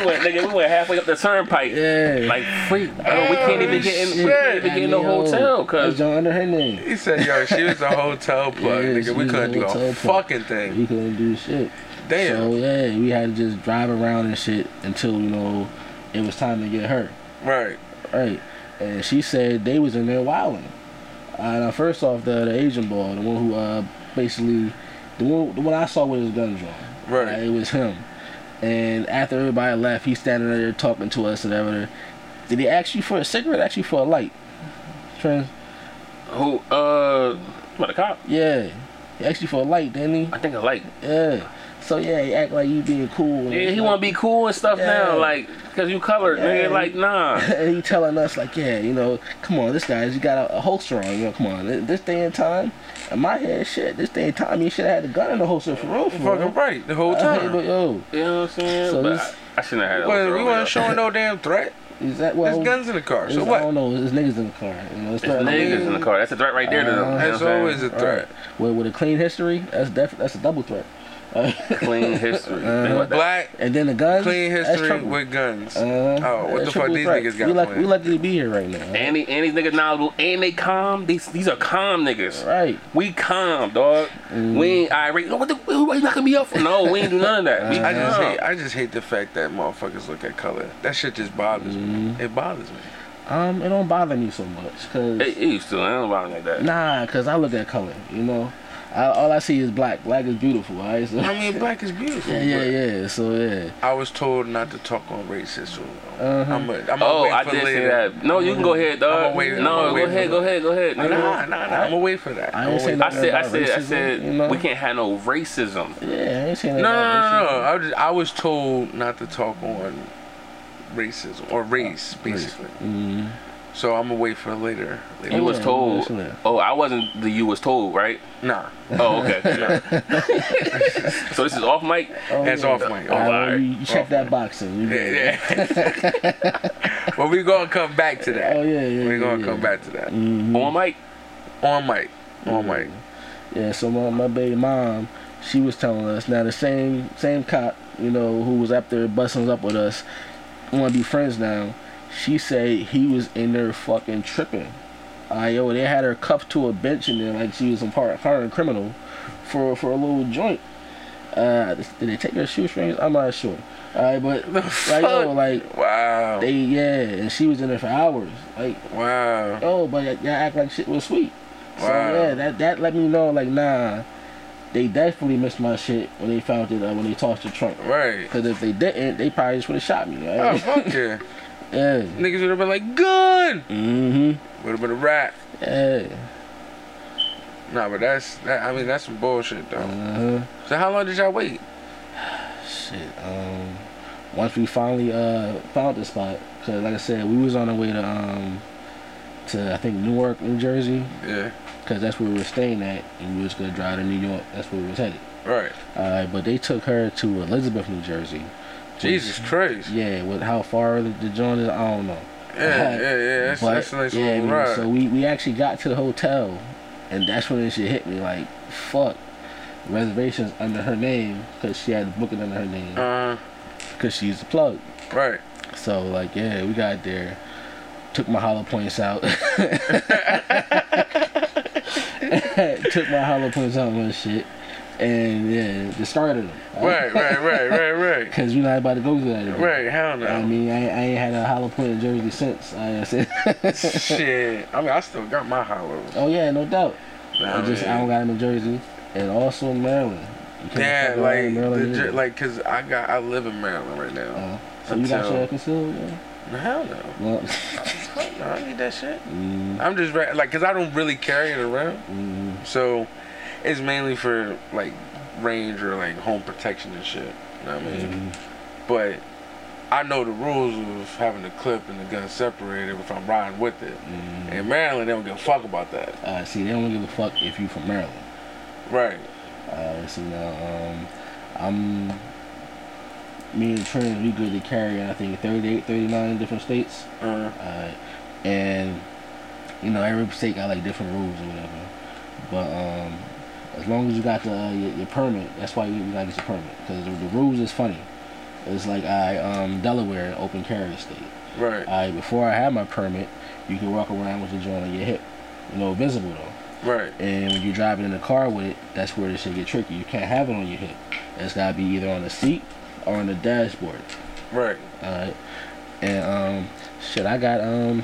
Speaker 1: we went- nigga, we went halfway up the turnpike.
Speaker 5: yeah.
Speaker 1: Like freak, bro. We can't even get in. We can't even get in the hotel,
Speaker 5: cause
Speaker 1: cause
Speaker 5: John under her name.
Speaker 3: He said, yo, she was a hotel
Speaker 5: (laughs)
Speaker 3: plug,
Speaker 5: Yeah, she
Speaker 3: nigga. We
Speaker 5: was a
Speaker 3: couldn't do
Speaker 5: hotel plug.
Speaker 3: a fucking thing.
Speaker 5: We couldn't do shit. So
Speaker 3: Damn.
Speaker 5: yeah, we had to just drive around and shit until you know it was time to get her.
Speaker 3: Right.
Speaker 5: Right. And she said they was in there wilding. Uh, now first off, the, the Asian boy, the one who uh basically the one the one I saw with his gun drawn.
Speaker 3: Right.
Speaker 5: Uh, It was him. And after everybody left, he's standing there talking to us and whatever. Did he ask you for a cigarette? Ask you for a light? Trans-
Speaker 1: who? Uh, what a cop.
Speaker 5: yeah. He asked you for a light, didn't he?
Speaker 1: I think I like.
Speaker 5: Yeah. So yeah, he act like you being cool.
Speaker 1: Yeah, he want to be cool and stuff now,
Speaker 5: Yeah.
Speaker 1: like, cause you colored,
Speaker 5: Yeah.
Speaker 1: nigga. Like, nah.
Speaker 5: (laughs) and he telling us like, yeah, you know, come on, this guy's you got a, a holster on, you know, come on, this, this day and time, in my head, shit, this day and time, you should have had a gun in the holster for real, for real.
Speaker 3: Fucking right. The whole
Speaker 5: I hate,
Speaker 3: time.
Speaker 5: but yo,
Speaker 1: You know what I'm saying?
Speaker 5: So
Speaker 1: but
Speaker 5: this-
Speaker 1: I, I shouldn't have had that.
Speaker 3: Well,
Speaker 1: over
Speaker 3: we
Speaker 1: there,
Speaker 3: weren't
Speaker 1: though.
Speaker 3: showing no damn threat.
Speaker 5: is that well?
Speaker 3: There's guns in the car, so
Speaker 5: it's- I don't
Speaker 3: what?
Speaker 5: know. There's niggas in the car. You know, it's
Speaker 1: There's
Speaker 3: (laughs)
Speaker 5: not, I mean,
Speaker 1: niggas in the car. That's a threat right there. to them, you know
Speaker 3: That's
Speaker 1: what I'm
Speaker 3: always
Speaker 1: saying?
Speaker 3: a threat.
Speaker 5: With, with a clean history, that's def- that's a double threat.
Speaker 1: clean history.
Speaker 3: (laughs)
Speaker 1: Think
Speaker 3: Uh-huh.
Speaker 1: about that.
Speaker 3: Black,
Speaker 5: And then the guns,
Speaker 3: clean
Speaker 5: that's
Speaker 3: history
Speaker 5: trouble.
Speaker 3: with guns.
Speaker 5: Uh,
Speaker 3: Oh,
Speaker 5: that's
Speaker 3: what the fuck
Speaker 5: triple
Speaker 3: these
Speaker 5: threat.
Speaker 3: niggas got
Speaker 5: we lucky,
Speaker 3: planned?
Speaker 5: we lucky to be here right now.
Speaker 1: And, the- and these niggas knowledgeable, and they calm. These these are calm niggas.
Speaker 5: Right.
Speaker 1: We calm, dog.
Speaker 3: Mm.
Speaker 1: We ain't irate. Oh, what the, who are you knocking me up for? No, we ain't do none of that. We
Speaker 3: I just
Speaker 1: calm.
Speaker 3: hate. I just hate the fact that motherfuckers look at color. That shit just bothers
Speaker 5: Mm-hmm.
Speaker 3: me. It bothers me.
Speaker 5: Um, it don't bother me so much cause
Speaker 1: It, it used to. I don't mind like that.
Speaker 5: nah, cause I look at color. You know, I, all I see is black. Black is beautiful. All
Speaker 3: (laughs)
Speaker 5: right. So,
Speaker 3: I mean, black is beautiful.
Speaker 5: yeah, yeah, yeah. So yeah.
Speaker 3: but I was told not to talk on racism.
Speaker 5: Uh-huh.
Speaker 3: I'm a, I'm
Speaker 1: Oh,
Speaker 3: wait
Speaker 1: I
Speaker 3: for
Speaker 1: did say
Speaker 3: later.
Speaker 1: that. No, you can go ahead, dog.
Speaker 3: I'ma wait- I'ma
Speaker 1: no, go
Speaker 3: wait for
Speaker 1: ahead, go ahead, go ahead.
Speaker 3: Nah,
Speaker 1: nigga.
Speaker 3: nah, nah. I'm gonna wait for that.
Speaker 5: I
Speaker 3: I'ma
Speaker 5: ain't say
Speaker 3: wait.
Speaker 5: no-
Speaker 1: I said, I
Speaker 5: About
Speaker 1: said, I
Speaker 5: racism,
Speaker 1: said,
Speaker 5: you know?
Speaker 1: we can't have no racism.
Speaker 5: Yeah, I ain't saying that.
Speaker 3: No, no,
Speaker 5: about
Speaker 3: no, no.
Speaker 5: racism.
Speaker 3: I was, I was told not to talk on racism or race, basically.
Speaker 5: Mm,
Speaker 3: So I'm gonna wait for later. later.
Speaker 1: You was
Speaker 5: Yeah,
Speaker 1: told.
Speaker 5: yeah, yeah.
Speaker 1: Oh, I wasn't the you was told, right?
Speaker 3: Nah,
Speaker 5: (laughs)
Speaker 1: Oh, okay.
Speaker 3: (laughs)
Speaker 1: so this is off mic.
Speaker 3: that's off mic.
Speaker 1: Oh,
Speaker 5: All
Speaker 1: wow.
Speaker 3: Off
Speaker 5: right,
Speaker 1: alright.
Speaker 5: you check that box. So you
Speaker 3: mic.
Speaker 5: good.
Speaker 3: Yeah. (laughs) but we gonna come back to that.
Speaker 5: Oh, yeah, yeah,
Speaker 3: We gonna
Speaker 5: yeah,
Speaker 3: come
Speaker 5: yeah.
Speaker 3: back to that.
Speaker 1: On mic.
Speaker 3: On mic. On mic.
Speaker 5: Yeah, so my, my baby mom, she was telling us now the same same cop, you know, who was up there busting up with us, want to be friends now. She said he was in there fucking tripping. I yo, they had her cuffed to a bench in there like she was a part hiring criminal for for a little joint. Uh, did they take her shoestrings? I'm not sure. All right, but like yo,
Speaker 3: fuck?
Speaker 5: like
Speaker 3: Wow.
Speaker 5: they yeah, and she was in there for hours. Like
Speaker 3: Wow.
Speaker 5: oh, but y'all act like shit was sweet. So
Speaker 3: Wow.
Speaker 5: yeah, that that let me know like nah, they definitely missed my shit when they found it uh, when they tossed the trunk.
Speaker 3: Right.
Speaker 5: Cause if they didn't, they probably just would have shot me.
Speaker 3: Oh
Speaker 5: Right?
Speaker 3: fuck
Speaker 5: (laughs)
Speaker 3: yeah.
Speaker 5: Yeah.
Speaker 3: Niggas would have been like, good.
Speaker 5: Mhm.
Speaker 3: Would have been a rap.
Speaker 5: Yeah.
Speaker 3: Nah, but that's that. I mean, that's some bullshit though.
Speaker 5: Uh
Speaker 3: So how long did y'all wait?
Speaker 5: huh. Shit. Um. Once we finally uh found the spot, cause like I said, we was on our way to um to I think Newark, New Jersey,
Speaker 3: Yeah.
Speaker 5: cause that's where we were staying at, and we was gonna drive to New York. That's where we was headed.
Speaker 3: Right.
Speaker 5: Uh, but they took her to Elizabeth, New Jersey.
Speaker 3: Jesus Christ.
Speaker 5: Yeah, with how far the, the joint is, I don't know.
Speaker 3: Yeah, yeah, yeah. That's,
Speaker 5: But,
Speaker 3: that's a nice
Speaker 5: yeah,
Speaker 3: little
Speaker 5: we-
Speaker 3: ride.
Speaker 5: So we, we actually got to the hotel, and that's when this shit hit me like, fuck. Reservations under her name because she had the booking under her name
Speaker 3: uh,
Speaker 5: because she's the plug.
Speaker 3: right.
Speaker 5: So like, yeah, we got there, took my hollow points
Speaker 3: (laughs)
Speaker 5: out, (laughs) took my hollow points out and shit, and yeah, discarded them.
Speaker 3: Right, right, right,
Speaker 5: (laughs)
Speaker 3: right, right.
Speaker 5: Because we're not about to go through that again.
Speaker 3: Right, hell
Speaker 5: I
Speaker 3: no.
Speaker 5: mean, (laughs) I, I ain't had a hollow point in Jersey since. I said, (laughs)
Speaker 3: Shit. I mean, I still got my hollow.
Speaker 5: oh yeah, no doubt.
Speaker 3: Nah,
Speaker 5: I just
Speaker 3: man.
Speaker 5: I don't got him in Jersey, and also Maryland. You can't (laughs)
Speaker 3: Yeah,
Speaker 5: fuck around in
Speaker 3: like,
Speaker 5: Maryland
Speaker 3: the,
Speaker 5: either.
Speaker 3: jer- like, cause I got, I live in Maryland right now.
Speaker 5: Uh, so you got
Speaker 3: until-
Speaker 5: shit concealed? Yeah.
Speaker 3: Hell no.
Speaker 5: Well, (laughs)
Speaker 3: Fuck no, I don't need that shit.
Speaker 5: mm,
Speaker 3: I'm just ra- like, cause I don't really carry it around.
Speaker 5: mm,
Speaker 3: So, it's mainly for like range or like home protection and shit. You know what I mean?
Speaker 5: mm.
Speaker 3: But I know the rules of having the clip and the gun separated if I'm riding with it. In Maryland, they don't give a fuck about that.
Speaker 5: Uh, see, they don't give a fuck if you from Maryland.
Speaker 3: Right.
Speaker 5: Uh, so now, um, I'm me and Trent, we good to carry. I think 38, 39 different states.
Speaker 3: Uh,
Speaker 5: Uh, and you know every state got like different rules or whatever. But um, as long as you got the uh, your, your permit, that's why you, you gotta get your permit because the, the rules is funny. It's like I um, Delaware open carry state.
Speaker 3: right.
Speaker 5: I before I had my permit, you can walk around with the joint on your hip, you know, visible though.
Speaker 3: Right.
Speaker 5: And when you're driving in the car with it, that's where this shit get tricky. You can't have it on your hip. It's gotta be either on the seat or on the dashboard.
Speaker 3: Right.
Speaker 5: Alright. Uh, And um shit I got um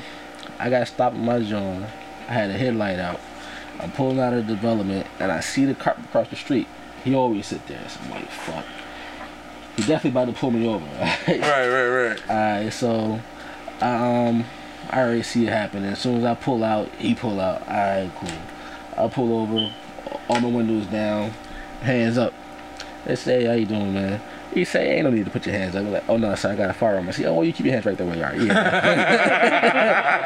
Speaker 5: I got stopped in my zone. I had a headlight out. I'm pulling out of development and I see the cop across the street. He always sit there. So I'm like, fuck. He definitely about to pull me over. (laughs) Alright,
Speaker 3: Right. Right. Right.
Speaker 5: so I um I already see it happen. As soon as I pull out, he pull out. Alright, cool. I pull over, all my windows down, hands up. They say, how you doing, man? He say, ain't no need to put your hands up. I'm like, oh no, sorry, I got a firearm. I say, oh, well, you keep your hands right there where you are. Yeah.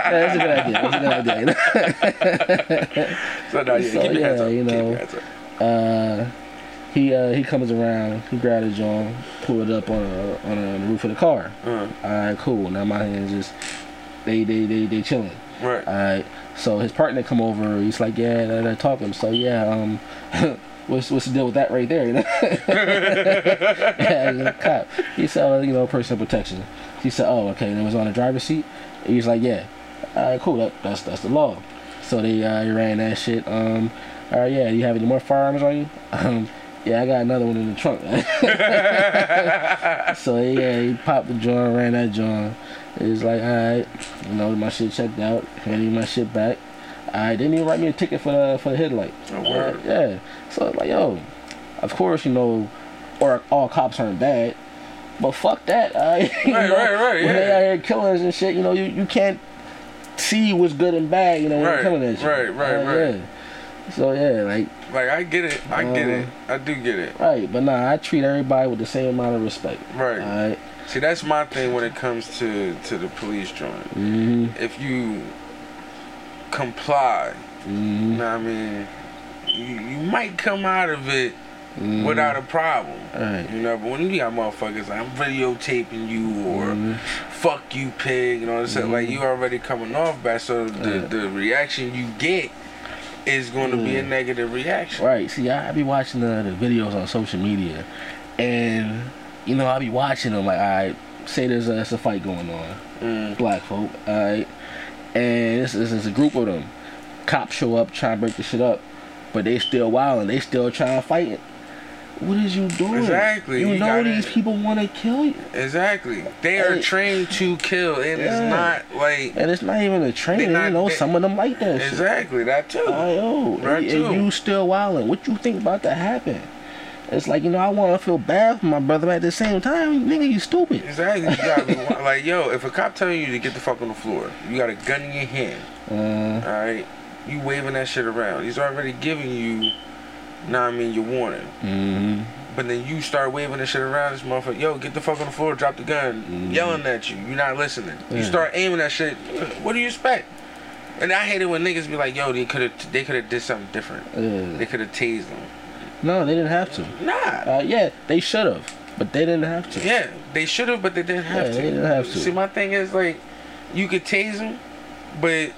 Speaker 5: (laughs) That's a good idea. That's a good idea.
Speaker 3: So now, yeah,
Speaker 5: So,
Speaker 3: keep your hands
Speaker 5: yeah,
Speaker 3: up.
Speaker 5: you
Speaker 3: keep
Speaker 5: know.
Speaker 3: your hands up.
Speaker 5: (laughs) uh, he uh, he comes around, he grabs a joint, pull it up on a, on, a, on the roof of the car.
Speaker 3: Uh,
Speaker 5: All right, cool. Now my hands just they they they they chilling.
Speaker 3: right.
Speaker 5: All right. So his partner come over. He's like, yeah, they're, they talking. So yeah, um, (laughs) what's what's the deal with that right there? (laughs) You know? yeah, he's a cop. He said, oh, you know, personal protection. He said, oh, okay. And it was on the driver's seat. He's like, yeah. All right, cool. That, that's that's the law. So they uh, ran that shit. Um, all right, yeah. You have any more firearms on you? (laughs) Um, yeah, I got another one in the trunk. (laughs) so yeah, he popped the joint, ran that joint. It's like, all right, you know, my shit checked out, handing my shit back. I didn't even write me a ticket for the for the headlight.
Speaker 3: Oh, word.
Speaker 5: Uh, yeah. So it's like, yo, of course you know, or all cops aren't bad, but fuck that. (laughs) I, right,
Speaker 3: Right, right, right,
Speaker 5: When they
Speaker 3: yeah.
Speaker 5: out here killing us and shit, you know, you, you can't see what's good and bad, you know, when
Speaker 3: Right,
Speaker 5: they're killing that shit.
Speaker 3: right, right,
Speaker 5: Uh,
Speaker 3: right.
Speaker 5: Yeah. So yeah, like
Speaker 3: Like I get it.
Speaker 5: uh,
Speaker 3: I get it. I do get it.
Speaker 5: right, but nah, I treat everybody with the same amount of respect.
Speaker 3: Right.
Speaker 5: Alright.
Speaker 3: See, that's my thing when it comes to to the police joint.
Speaker 5: Mm-hmm.
Speaker 3: If you comply, you
Speaker 5: Mm-hmm.
Speaker 3: know what I mean, you, you might come out of it
Speaker 5: Mm-hmm.
Speaker 3: without a problem.
Speaker 5: Right.
Speaker 3: You know, but when you got motherfuckers, like, I'm videotaping you or
Speaker 5: Mhm.
Speaker 3: fuck you, pig, and all this stuff, like you already coming off bad, so the,
Speaker 5: Mm-hmm. Yeah.
Speaker 3: the reaction you get is going to
Speaker 5: Mm-hmm.
Speaker 3: be a negative reaction.
Speaker 5: Right. See, I, I be watching the, the videos on social media, and you know I be watching them. Like, I say there's a, it's a fight going on,
Speaker 3: Mm.
Speaker 5: black folk. All right, and this is it's a group of them. Cops show up trying to break the shit up, but they still wilding. They still trying to fight it. What is you doing?
Speaker 3: Exactly,
Speaker 5: You,
Speaker 3: you
Speaker 5: know
Speaker 3: gotta-
Speaker 5: these people want to kill you,
Speaker 3: Exactly. They are
Speaker 5: Hey.
Speaker 3: trained to kill, and
Speaker 5: Yeah.
Speaker 3: it's not like
Speaker 5: and it's not even a
Speaker 3: They
Speaker 5: training.
Speaker 3: not-
Speaker 5: you know
Speaker 3: they-
Speaker 5: some of them like that. shit.
Speaker 3: exactly that too.
Speaker 5: I know. And-
Speaker 3: Right,
Speaker 5: and,
Speaker 3: too.
Speaker 5: you still wilding. What you think about to happen? It's like you know I want to feel bad for my brother, but at the same time, nigga, you stupid.
Speaker 3: Exactly. You gotta be wi- like, yo, if a cop telling you to get the fuck on the floor, you got a gun in your hand,
Speaker 5: Uh,
Speaker 3: all right? You waving that shit around. He's already giving you, nah, I mean, your warning.
Speaker 5: mm-hmm.
Speaker 3: But then you start waving the shit around this motherfucker. Yo, get the fuck on the floor, drop the gun, yelling at you. You're not listening. You
Speaker 5: Mm-hmm. Yeah.
Speaker 3: start aiming that shit. What do you expect? And I hate it when niggas be like, yo, they could have, they could have did something different. They
Speaker 5: Uh,
Speaker 3: could have tased them.
Speaker 5: no, they didn't have to.
Speaker 3: Nah.
Speaker 5: Uh, yeah, they should have, but they didn't have to.
Speaker 3: Yeah, they should have, but they didn't have
Speaker 5: Yeah,
Speaker 3: to.
Speaker 5: they didn't have to.
Speaker 3: See, my thing is like, you could tase him, but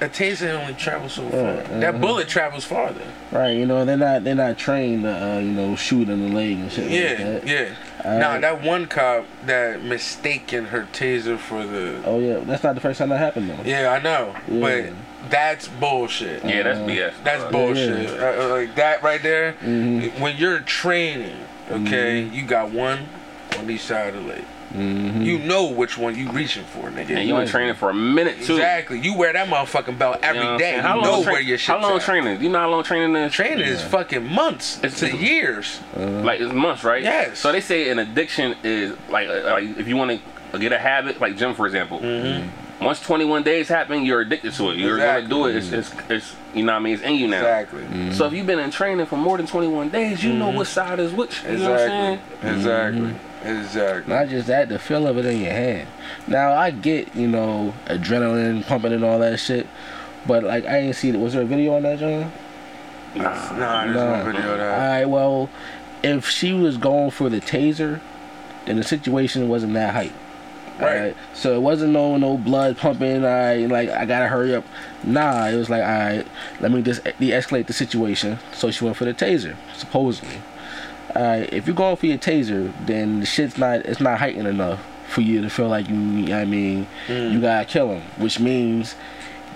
Speaker 3: a taser only travels so far.
Speaker 5: Yeah,
Speaker 3: That
Speaker 5: mhm.
Speaker 3: bullet travels farther.
Speaker 5: Right? You know they're not they're not trained to uh, you know shoot in the leg and shit like
Speaker 3: Yeah,
Speaker 5: that.
Speaker 3: yeah.
Speaker 5: All
Speaker 3: Now
Speaker 5: right.
Speaker 3: that one cop that mistaken her taser for the.
Speaker 5: Oh yeah, that's not the first time that happened though.
Speaker 3: Yeah, I know,
Speaker 5: Yeah.
Speaker 3: but that's bullshit.
Speaker 1: Yeah, that's BS.
Speaker 3: Mm-hmm. That's
Speaker 1: Uh,
Speaker 3: bullshit.
Speaker 5: yeah.
Speaker 3: Uh, uh, like that right there.
Speaker 5: Mhm.
Speaker 3: When you're training, okay, you got one on each side of the leg.
Speaker 5: Mm-hmm.
Speaker 3: You know which one you reaching for, nigga.
Speaker 1: And you in training for a minute too.
Speaker 3: Exactly. You wear that motherfucking belt
Speaker 1: You
Speaker 3: every
Speaker 1: know what I'm
Speaker 3: day.
Speaker 1: saying?
Speaker 3: You
Speaker 1: How long
Speaker 3: know
Speaker 1: tra-
Speaker 3: where your shit's
Speaker 1: How long
Speaker 3: at.
Speaker 1: training? You know how long training is?
Speaker 3: Training is fucking months
Speaker 1: It's-
Speaker 3: to years.
Speaker 1: like it's months, right?
Speaker 3: Yes.
Speaker 1: So they say an addiction is like uh, like if you want to get a habit, like gym for example.
Speaker 3: Mm-hmm.
Speaker 1: Once 21 days happen, you're addicted to it. You're
Speaker 3: Exactly.
Speaker 1: gonna do it. It's, it's it's you know what I mean. It's in you now.
Speaker 3: Exactly.
Speaker 5: Mm.
Speaker 3: Mm-hmm.
Speaker 1: So if you've been in training for more than 21 days, you know which side is which. You know what I'm saying? Mm.
Speaker 3: Exactly. Exactly. Exactly.
Speaker 5: Not just that, the feel of it in your hand. Now I get, you know, adrenaline pumping and all that shit, but like I ain't see it. Was there a video on that, John?
Speaker 3: Nah, there's no
Speaker 5: Nah.
Speaker 3: video of
Speaker 5: All
Speaker 3: that.
Speaker 5: right. Well, if she was going for the taser, then the situation wasn't that hype. All
Speaker 3: Right.
Speaker 5: So it wasn't no no blood pumping. I like I gotta hurry up. Nah, it was like all right, let me just de-escalate the situation. So she went for the taser, supposedly. All right. If you're going for your taser, then the shit's not it's not heightened enough for you to feel like you. I mean, you gotta kill him, which means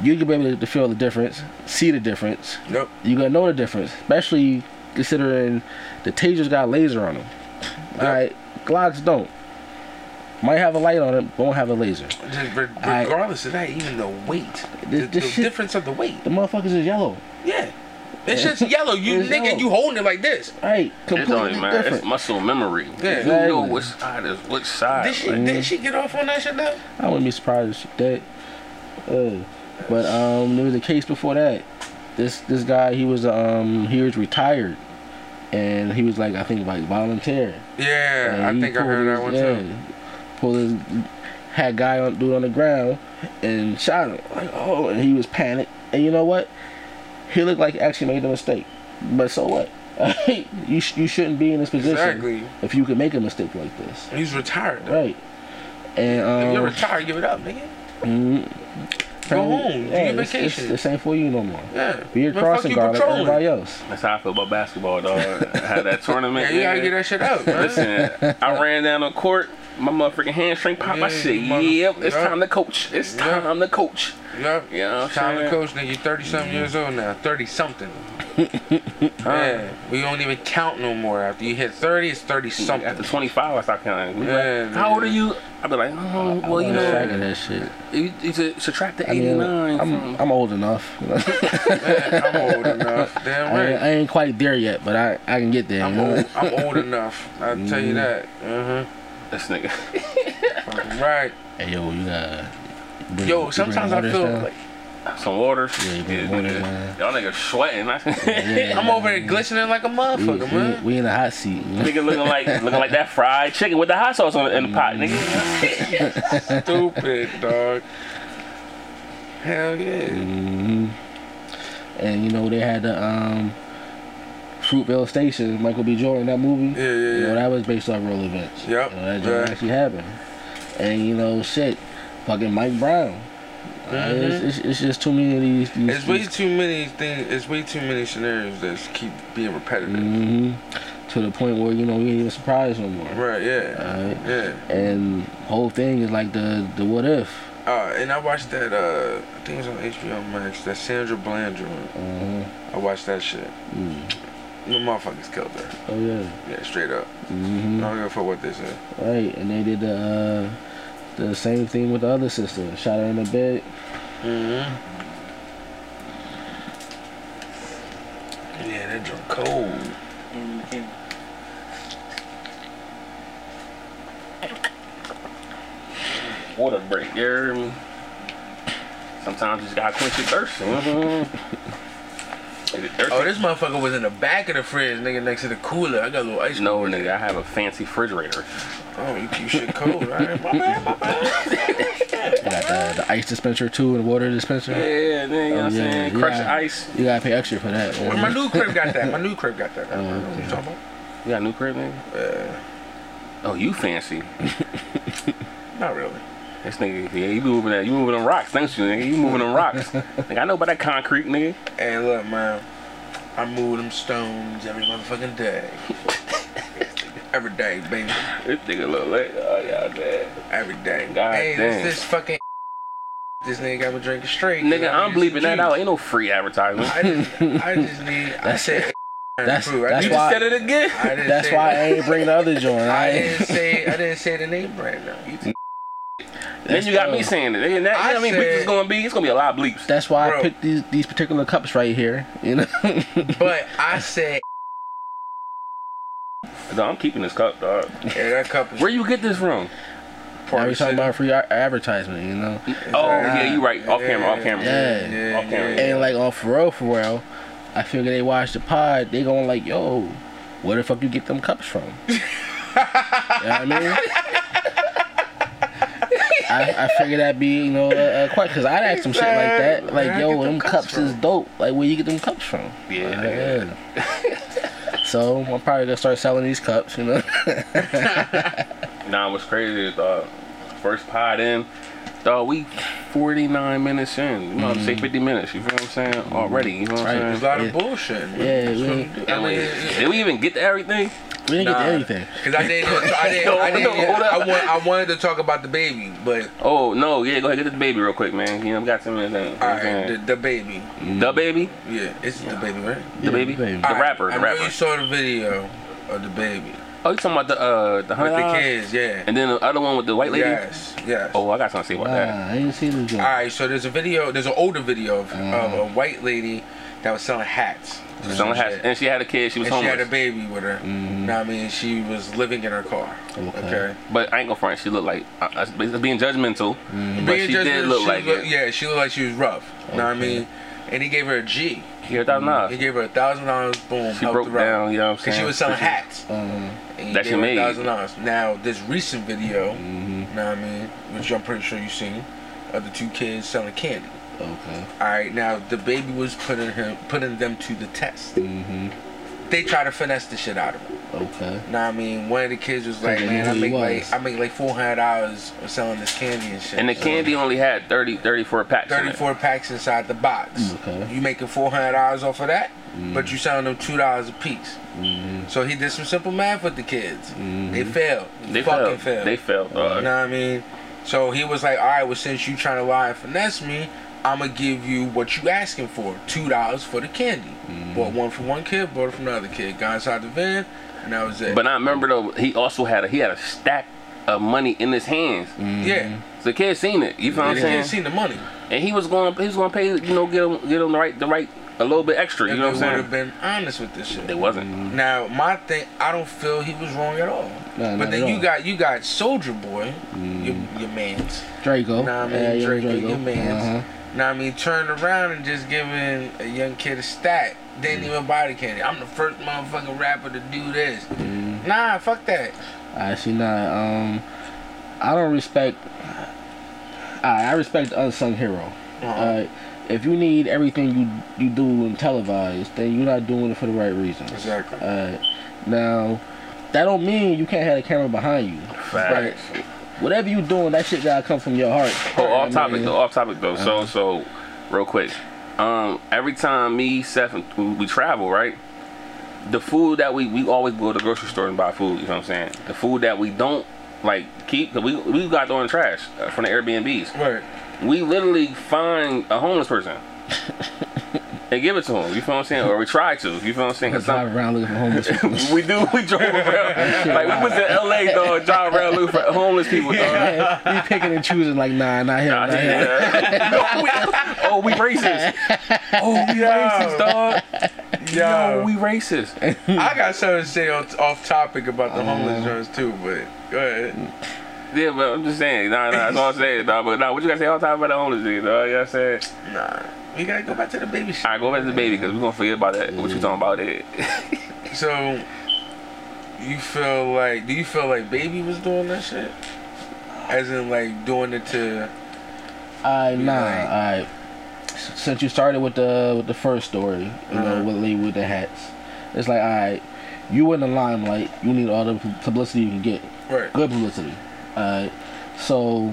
Speaker 5: you can be able to feel the difference, see the difference,
Speaker 3: Nope.
Speaker 5: you gonna know the difference, especially considering the tasers got laser on them. All right, Glocks don't. Might have a light on it, but won't have a laser.
Speaker 3: Just re-
Speaker 5: right.
Speaker 3: regardless of that, even the weight,
Speaker 5: This-
Speaker 3: the,
Speaker 5: this
Speaker 3: the
Speaker 5: shit-
Speaker 3: difference of the weight.
Speaker 5: The motherfuckers is yellow.
Speaker 3: Yeah. This shit's yellow.
Speaker 5: (laughs)
Speaker 3: You
Speaker 5: It's
Speaker 3: nigga,
Speaker 5: yellow.
Speaker 3: you holding it like this.
Speaker 5: All right,
Speaker 1: It don't
Speaker 5: completely
Speaker 1: even matter. It's
Speaker 5: different.
Speaker 1: muscle memory.
Speaker 3: Yeah.
Speaker 1: You know
Speaker 5: Exactly.
Speaker 1: which side is which side.
Speaker 3: Did she,
Speaker 1: like,
Speaker 3: did she get off on that shit though?
Speaker 5: I wouldn't be surprised if she did. Uh, but um, there was a case before that. This this guy, he was um, he was retired, and he was like I think like volunteer.
Speaker 3: Yeah,
Speaker 5: And
Speaker 3: I
Speaker 5: he
Speaker 3: think I
Speaker 5: pulled
Speaker 3: heard
Speaker 5: his-
Speaker 3: that one too.
Speaker 5: yeah, Pulled his had guy on dude on the ground and shot him. Like oh, and he was panicked. And you know what? He looked like he actually made a mistake. But so what? (laughs) you sh- you shouldn't be in this position
Speaker 3: Exactly.
Speaker 5: if you can make a mistake like this,
Speaker 3: He's retired though.
Speaker 5: right? And
Speaker 3: If you're
Speaker 5: um,
Speaker 3: retired, give it up, nigga.
Speaker 5: mm,
Speaker 3: Go home. Do your
Speaker 5: it's- it's-
Speaker 3: vacation.
Speaker 5: This ain't for you no more.
Speaker 3: Yeah.
Speaker 5: Be a
Speaker 3: But
Speaker 5: crossing
Speaker 3: fuck
Speaker 5: guard like
Speaker 3: patrolling.
Speaker 5: everybody else.
Speaker 1: That's how I feel about basketball, dog.
Speaker 3: (laughs)
Speaker 1: I had that
Speaker 3: Yeah,
Speaker 1: tournament.
Speaker 3: you gotta
Speaker 1: nigga.
Speaker 3: get that shit out, man.
Speaker 1: Listen, I ran down the court. My motherfucking hamstring popped. I
Speaker 3: Yeah,
Speaker 1: said,
Speaker 3: you mother-
Speaker 1: "Yep, it's
Speaker 3: yeah.
Speaker 1: time to coach. It's
Speaker 3: Yeah.
Speaker 1: time to coach."
Speaker 3: Yep.
Speaker 1: You know what I'm
Speaker 3: Time to
Speaker 1: saying?
Speaker 3: coach, nigga. You 30 something years old now.
Speaker 5: (laughs)
Speaker 3: 30 something. yeah. We don't even count no more. After you hit 30, it's 30
Speaker 1: At the
Speaker 5: (laughs)
Speaker 3: something.
Speaker 1: 25, I start counting. We like,
Speaker 3: Yeah,
Speaker 1: How old are
Speaker 3: man.
Speaker 1: you? I be like, oh, well, you
Speaker 5: I'm
Speaker 1: know,
Speaker 5: tracking that shit.
Speaker 1: you, you should subtract the
Speaker 5: I mean,
Speaker 1: 89.
Speaker 5: I'm
Speaker 1: from-
Speaker 5: I'm old enough. (laughs)
Speaker 3: Yeah, I'm old enough. Damn
Speaker 5: I ain't,
Speaker 3: right.
Speaker 5: I ain't quite there yet, but I, I can get there.
Speaker 3: I'm
Speaker 5: you know?
Speaker 3: old, I'm old enough. I'll tell
Speaker 5: Mm-hmm.
Speaker 3: you that. Uh
Speaker 1: this nigga. (laughs)
Speaker 3: huh. Right.
Speaker 5: Hey, yo, you uh, got.
Speaker 3: Yo, sometimes I feel like
Speaker 1: Some water.
Speaker 5: Yeah, you get
Speaker 1: Yeah,
Speaker 5: water,
Speaker 1: nigga.
Speaker 5: man.
Speaker 1: Y'all niggas sweating. (laughs)
Speaker 5: Yeah,
Speaker 3: (laughs)
Speaker 5: Mm-hmm.
Speaker 3: I'm over here glistening like a
Speaker 5: we,
Speaker 3: motherfucker,
Speaker 5: we,
Speaker 3: man.
Speaker 5: we in a hot seat. you know?
Speaker 1: Nigga looking like looking like that fried chicken with the hot sauce on, in the pot, nigga.
Speaker 3: Stupid dog. Hell yeah.
Speaker 5: Mhm. And you know they had the um, Fruitvale Station, Michael B. Jordan, that movie.
Speaker 3: Yeah, yeah,
Speaker 5: You know
Speaker 3: yeah.
Speaker 5: that was based off real events.
Speaker 3: Yep,
Speaker 5: You know, that joint
Speaker 3: right.
Speaker 5: actually happened. And you know shit, fucking Mike Brown. Uh, it's, it's, it's just too many of these. these
Speaker 3: Mm-hmm. It's way too many things. It's way too many scenarios that keep being repetitive.
Speaker 5: hmm To the point where you know we ain't even surprised no more.
Speaker 3: Right? Yeah.
Speaker 5: Alright.
Speaker 3: Yeah.
Speaker 5: And whole thing is like the the what if.
Speaker 3: Uh, and I watched that. Uh, I think it was on HBO Max. That Sandra Bland joint.
Speaker 5: Uh-huh.
Speaker 3: I watched that shit.
Speaker 5: Mm.
Speaker 3: The motherfuckers killed her.
Speaker 5: Oh yeah.
Speaker 3: Yeah, straight up. I
Speaker 5: hmm
Speaker 3: don't give a fuck what they say.
Speaker 5: Right, and they did the uh, the same thing with the other sister. Shot her in the bed.
Speaker 3: Mm-hmm. Yeah, that joint cold.
Speaker 1: Water break. You hear me? Sometimes you just gotta quench your thirst. Mm-hmm. Nigga, thirsty.
Speaker 6: Oh, this motherfucker was in the back of the fridge, nigga, next to the cooler. I got a little ice.
Speaker 1: no, nigga, I have a fancy refrigerator.
Speaker 3: Oh, you keep shit cold, right? My bad, my bad.
Speaker 5: You got the, the ice dispenser too and water dispenser.
Speaker 1: Oh, Yeah, nigga, you know what I'm
Speaker 5: yeah,
Speaker 1: saying?
Speaker 5: yeah.
Speaker 1: Crush ice.
Speaker 5: You gotta pay extra for that.
Speaker 3: Where my new crib got that? My new crib got that.
Speaker 5: Oh,
Speaker 3: What you talking about?
Speaker 1: You got a new crib, nigga?
Speaker 3: Uh,
Speaker 1: Oh, you fancy.
Speaker 3: not really.
Speaker 1: This nigga, yeah, you moving that, you moving them rocks, thanks you, nigga. You moving them (laughs) rocks. nigga, I know about that concrete, nigga.
Speaker 3: Hey, look, man. I move them stones every motherfucking day. (laughs) every day, baby.
Speaker 1: This nigga look late. Oh, y'all dead.
Speaker 3: Every day.
Speaker 1: God
Speaker 3: hey,
Speaker 1: damn.
Speaker 3: this, this fucking. (laughs) This nigga got me drinking straight.
Speaker 1: Nigga, I'm bleeping that
Speaker 3: out.
Speaker 1: out. Ain't no free advertisement.
Speaker 3: I just, I just need. I said.
Speaker 5: that's-
Speaker 3: proof. I
Speaker 5: that's
Speaker 3: didn't-
Speaker 5: why-
Speaker 1: Said it again.
Speaker 3: I didn't
Speaker 5: That's
Speaker 3: say
Speaker 5: why I
Speaker 3: that.
Speaker 5: ain't bring the other
Speaker 1: (laughs)
Speaker 5: joint.
Speaker 3: I
Speaker 5: I
Speaker 3: didn't
Speaker 5: ain't.
Speaker 3: say. I didn't say the name right now. You t-
Speaker 1: Then you got me saying it. Nigga, that, you know
Speaker 3: I
Speaker 1: what I mean? Bleeps
Speaker 3: said-
Speaker 1: is gonna be, it's gonna be a lot of bleeps.
Speaker 5: That's why
Speaker 3: Bro.
Speaker 5: I picked these these particular cups right here. You know. (laughs)
Speaker 3: but I said.
Speaker 1: No, I'm keeping this cup, dog.
Speaker 3: Yeah, that couple.
Speaker 1: Where you get this from?
Speaker 5: Now we talking about free a- advertisement. You know.
Speaker 1: Oh, yeah, you right. Off camera, off camera.
Speaker 5: Yeah.
Speaker 1: Off camera.
Speaker 5: And like on for real, for real, I figure they watch the pod. They going like, yo, where the fuck you get them cups
Speaker 3: (laughs)
Speaker 5: from? you know what I mean? I, I figure that be you know a, a question because I'd ask some shit like that like
Speaker 3: Where I
Speaker 5: yo
Speaker 3: get
Speaker 5: them
Speaker 3: them
Speaker 5: cups,
Speaker 3: cups from?
Speaker 5: is dope like where you get them cups from
Speaker 1: Yeah, nigga.
Speaker 5: Like,
Speaker 3: (laughs)
Speaker 5: yeah. so I'm probably gonna start selling these cups you know (laughs)
Speaker 1: Nah, what's crazy is, dog, first pod in, dog, we 49 minutes in. You know what I'm saying? 50 minutes. You feel what I'm saying? Already. You know what I'm
Speaker 3: There's a
Speaker 1: saying?
Speaker 3: lot
Speaker 5: Yeah.
Speaker 3: of bullshit. man.
Speaker 5: Yeah,
Speaker 3: That's
Speaker 5: we-
Speaker 3: what we do. I
Speaker 1: And
Speaker 3: mean,
Speaker 1: wait, Did we even get to everything?
Speaker 5: we didn't
Speaker 3: Nah.
Speaker 5: get anything
Speaker 3: because I didn't. I didn't. I didn't.
Speaker 1: No, hold
Speaker 3: I,
Speaker 1: up.
Speaker 3: want, I wanted to talk about the baby, but
Speaker 1: Oh, no. Yeah, go ahead. Get to the baby real quick, man. You know, we got some minutes in. You know
Speaker 3: all
Speaker 1: what I'm
Speaker 3: right, the,
Speaker 1: saying?
Speaker 3: the baby.
Speaker 1: The baby?
Speaker 3: Yeah, it's the baby, right?
Speaker 1: The
Speaker 5: Yeah,
Speaker 1: baby?
Speaker 5: the baby.
Speaker 1: The
Speaker 3: All right,
Speaker 1: rapper. The
Speaker 3: I know
Speaker 1: rapper.
Speaker 3: you saw the video of the baby
Speaker 1: Oh, you talking about the, uh, the
Speaker 3: with
Speaker 1: hundred
Speaker 3: the
Speaker 1: dollars?
Speaker 3: kids. Yeah.
Speaker 1: And then the other one with the white lady?
Speaker 3: Yes. Yes.
Speaker 1: Oh, I got something to say about
Speaker 5: nah
Speaker 1: that.
Speaker 5: I ain't seen the joint
Speaker 3: All right, so there's a video, there's an older video of, of
Speaker 5: Mm-hmm.
Speaker 3: a white lady that was selling hats.
Speaker 1: She only had-
Speaker 3: Shit.
Speaker 1: and she had a kid. She was
Speaker 3: and she
Speaker 1: homeless.
Speaker 3: had a baby with her. You know what I mean? She was living in her car.
Speaker 5: Mm-hmm. Okay.
Speaker 3: Okay.
Speaker 1: But I ain't gonna front. She looked like I, I, it's being judgmental, but
Speaker 3: Being
Speaker 1: she
Speaker 3: just-
Speaker 1: did look like
Speaker 3: looked-
Speaker 1: it.
Speaker 3: Yeah, she looked like she was rough. You know what I mean? And he gave her a G.
Speaker 1: Yeah, that
Speaker 3: He
Speaker 1: nah.
Speaker 3: gave her a thousand dollars. Boom.
Speaker 1: She
Speaker 3: helped
Speaker 1: broke
Speaker 3: her out.
Speaker 1: down. You know what I'm
Speaker 3: Cause
Speaker 1: saying?
Speaker 3: she was selling hats.
Speaker 5: um,
Speaker 3: And he
Speaker 1: That she
Speaker 3: gave her
Speaker 1: made. Mm-hmm.
Speaker 3: thousand dollars. Now this recent video, you know what I mean? Which I'm pretty sure you seen, of the two kids selling candy.
Speaker 5: Uh, okay
Speaker 3: All right, now the baby was putting him, putting them to the test.
Speaker 5: hmm
Speaker 1: Mm-hmm.
Speaker 3: They try to finesse the shit out of him.
Speaker 5: okay
Speaker 3: Nah, I mean, one of the kids was like,
Speaker 5: they
Speaker 3: "Man,
Speaker 5: knew who
Speaker 3: I
Speaker 5: he
Speaker 3: make
Speaker 5: was."
Speaker 3: like I make like four hundred dollars selling this candy and shit."
Speaker 1: And the candy only had 30, 34 packs. in it.
Speaker 3: Thirty-four packs inside the box.
Speaker 5: Okay.
Speaker 3: You making four hundred dollars off of that, but you selling them two dollars a piece. So he did some simple math with the kids. They failed.
Speaker 1: They
Speaker 3: fucking
Speaker 1: failed.
Speaker 3: failed.
Speaker 1: They uh, failed. dog.
Speaker 3: You know what I mean? So he was like, all right, well, since you trying to lie and finesse me, I'm going to give you what you asking for. $2 for the candy. Bought one from one kid, bought it from the other kid. Got inside the van, and that was it.
Speaker 1: But I remember though, he also had a he had a stack of money in his hands.
Speaker 3: yeah.
Speaker 1: So the kid seen it. You feel Mm-hmm. what
Speaker 3: And
Speaker 1: I'm
Speaker 3: the kid
Speaker 1: saying?
Speaker 3: Mm. seen the money.
Speaker 1: and he was going he was going to pay you know get him get him the right the right a little bit extra. You
Speaker 3: If
Speaker 1: know what
Speaker 3: they
Speaker 1: I'm
Speaker 3: would
Speaker 1: saying?
Speaker 3: have been honest with this shit.
Speaker 1: They wasn't.
Speaker 3: Now, my thing, I don't feel he was wrong at all.
Speaker 5: No, not
Speaker 3: but then
Speaker 5: at
Speaker 3: you
Speaker 5: all.
Speaker 3: got you got Soldier Boy, your, your man's.
Speaker 5: Draco
Speaker 3: Nah, I mean,
Speaker 5: Yeah, Uh-huh. yeah,
Speaker 3: Draco, your man's. Now I mean, turn around and just giving a young kid a stat.
Speaker 5: Mm.
Speaker 3: They didn't even buy the candy. I'm the first motherfucking rapper to do this.
Speaker 5: Mm.
Speaker 3: Nah, fuck that.
Speaker 5: Actually, Uh, not. Um, I don't respect. uh, I I respect the unsung hero.
Speaker 1: Uh-huh.
Speaker 3: Uh-uh.
Speaker 5: Alright, if you need everything you you do in televised, then you're not doing it for the right reasons.
Speaker 3: Exactly.
Speaker 5: Alright, now that don't mean you can't have a camera behind you.
Speaker 1: Fact.
Speaker 5: But whatever you doing, that shit gotta come from your heart.
Speaker 1: Oh, off
Speaker 5: I
Speaker 1: topic
Speaker 5: mean,
Speaker 1: though. Off topic though. So so, real quick. Um, every time me, Seth, and we, we travel, right? The food that we we always go to the grocery store and buy food. You know what I'm saying? The food that we don't like keep, 'cause we we got thrown in the trash uh, from the Airbnbs.
Speaker 3: Right.
Speaker 1: We literally find a homeless person and give it to him. You feel what I'm saying? Or we try to. You feel what I'm saying? 'Cause some-
Speaker 5: Drive around looking
Speaker 1: (laughs)
Speaker 5: for homeless people. (laughs)
Speaker 1: we do. We drove around. like we was in LA, dog, driving around looking for homeless people, dog.
Speaker 5: Yeah, we picking and choosing like nah,
Speaker 1: (laughs)
Speaker 5: not him, not him.
Speaker 1: No, we, oh, we racist. Oh, we racist, dog.
Speaker 3: Yo,
Speaker 1: Oh, we racist.
Speaker 3: I got something to say on, off topic about
Speaker 5: Uh-huh.
Speaker 3: the homeless joints too, but go
Speaker 5: Mm.
Speaker 3: ahead.
Speaker 1: Yeah, but I'm just saying. Nah, nah, that's all I'm saying, dog. But nah, what you gotta say all the time about the homeless nigga, dog? You know what I'm saying?
Speaker 3: Nah, we gotta go back to the baby shit.
Speaker 1: All right, go back to the baby, because we're gonna forget about that. What you talking about it?
Speaker 3: So, you feel like? Do you feel like baby was doing that shit? As in, like doing it to?
Speaker 5: I
Speaker 3: Be
Speaker 5: nah.
Speaker 3: like-
Speaker 5: I since you started with the with the first story, you know, with Lee with the hats, it's like I, you in the limelight, you need all the pu- publicity you can get,
Speaker 3: Right.
Speaker 5: good publicity. Uh, so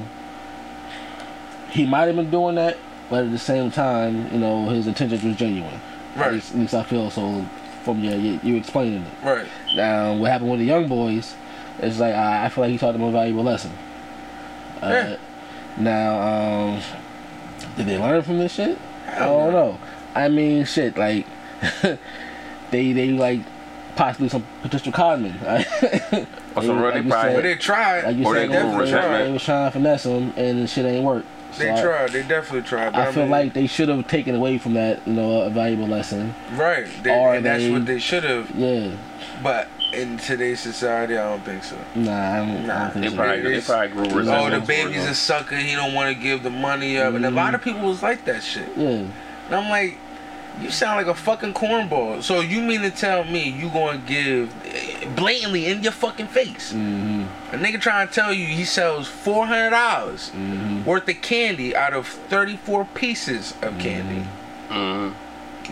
Speaker 5: he might have been doing that, but at the same time, you know, his intentions was genuine. At
Speaker 3: Right.
Speaker 5: least, at least I feel so from your you, you explaining it.
Speaker 3: Right.
Speaker 5: Now, what happened with the young boys is like I, I feel like he taught them a valuable lesson. Uh, Now, um, did they learn from this shit? I don't know. I mean, shit, like (laughs) they they like possibly some potential (laughs) conmen.
Speaker 1: Or some
Speaker 5: Like
Speaker 1: running
Speaker 5: you
Speaker 1: pride.
Speaker 5: said-
Speaker 3: But they tried.
Speaker 5: Like you
Speaker 1: Or
Speaker 5: said,
Speaker 1: they
Speaker 5: they,
Speaker 1: grew
Speaker 5: they,
Speaker 1: resentment.
Speaker 5: they was trying to finesse them, and the shit ain't work.
Speaker 3: They tried. They definitely tried. But
Speaker 5: I,
Speaker 3: I
Speaker 5: feel
Speaker 3: mean,
Speaker 5: like they should have taken away from that, you know, a valuable lesson.
Speaker 3: right. They,
Speaker 5: Or
Speaker 3: and that's
Speaker 5: they-
Speaker 3: what they should have.
Speaker 5: Yeah,
Speaker 3: But in today's society, I don't think so.
Speaker 5: nah, I don't, I
Speaker 3: Nah,
Speaker 5: don't think
Speaker 1: They
Speaker 5: so.
Speaker 1: probably, they probably grew
Speaker 3: Oh,
Speaker 1: resentment.
Speaker 3: the
Speaker 1: towards
Speaker 3: baby's
Speaker 1: them.
Speaker 3: a sucker. He don't want to give the money up, and a
Speaker 5: Mm-hmm.
Speaker 3: lot of people was like that shit.
Speaker 5: Yeah,
Speaker 3: And I'm like, you sound like a fucking cornball. So you mean to tell me you gonna give blatantly in your fucking face?
Speaker 5: Mm-hmm.
Speaker 3: A nigga trying to tell you he sells four hundred dollars
Speaker 1: Mm-hmm.
Speaker 3: worth of candy out of thirty four pieces of candy.
Speaker 1: Mhm.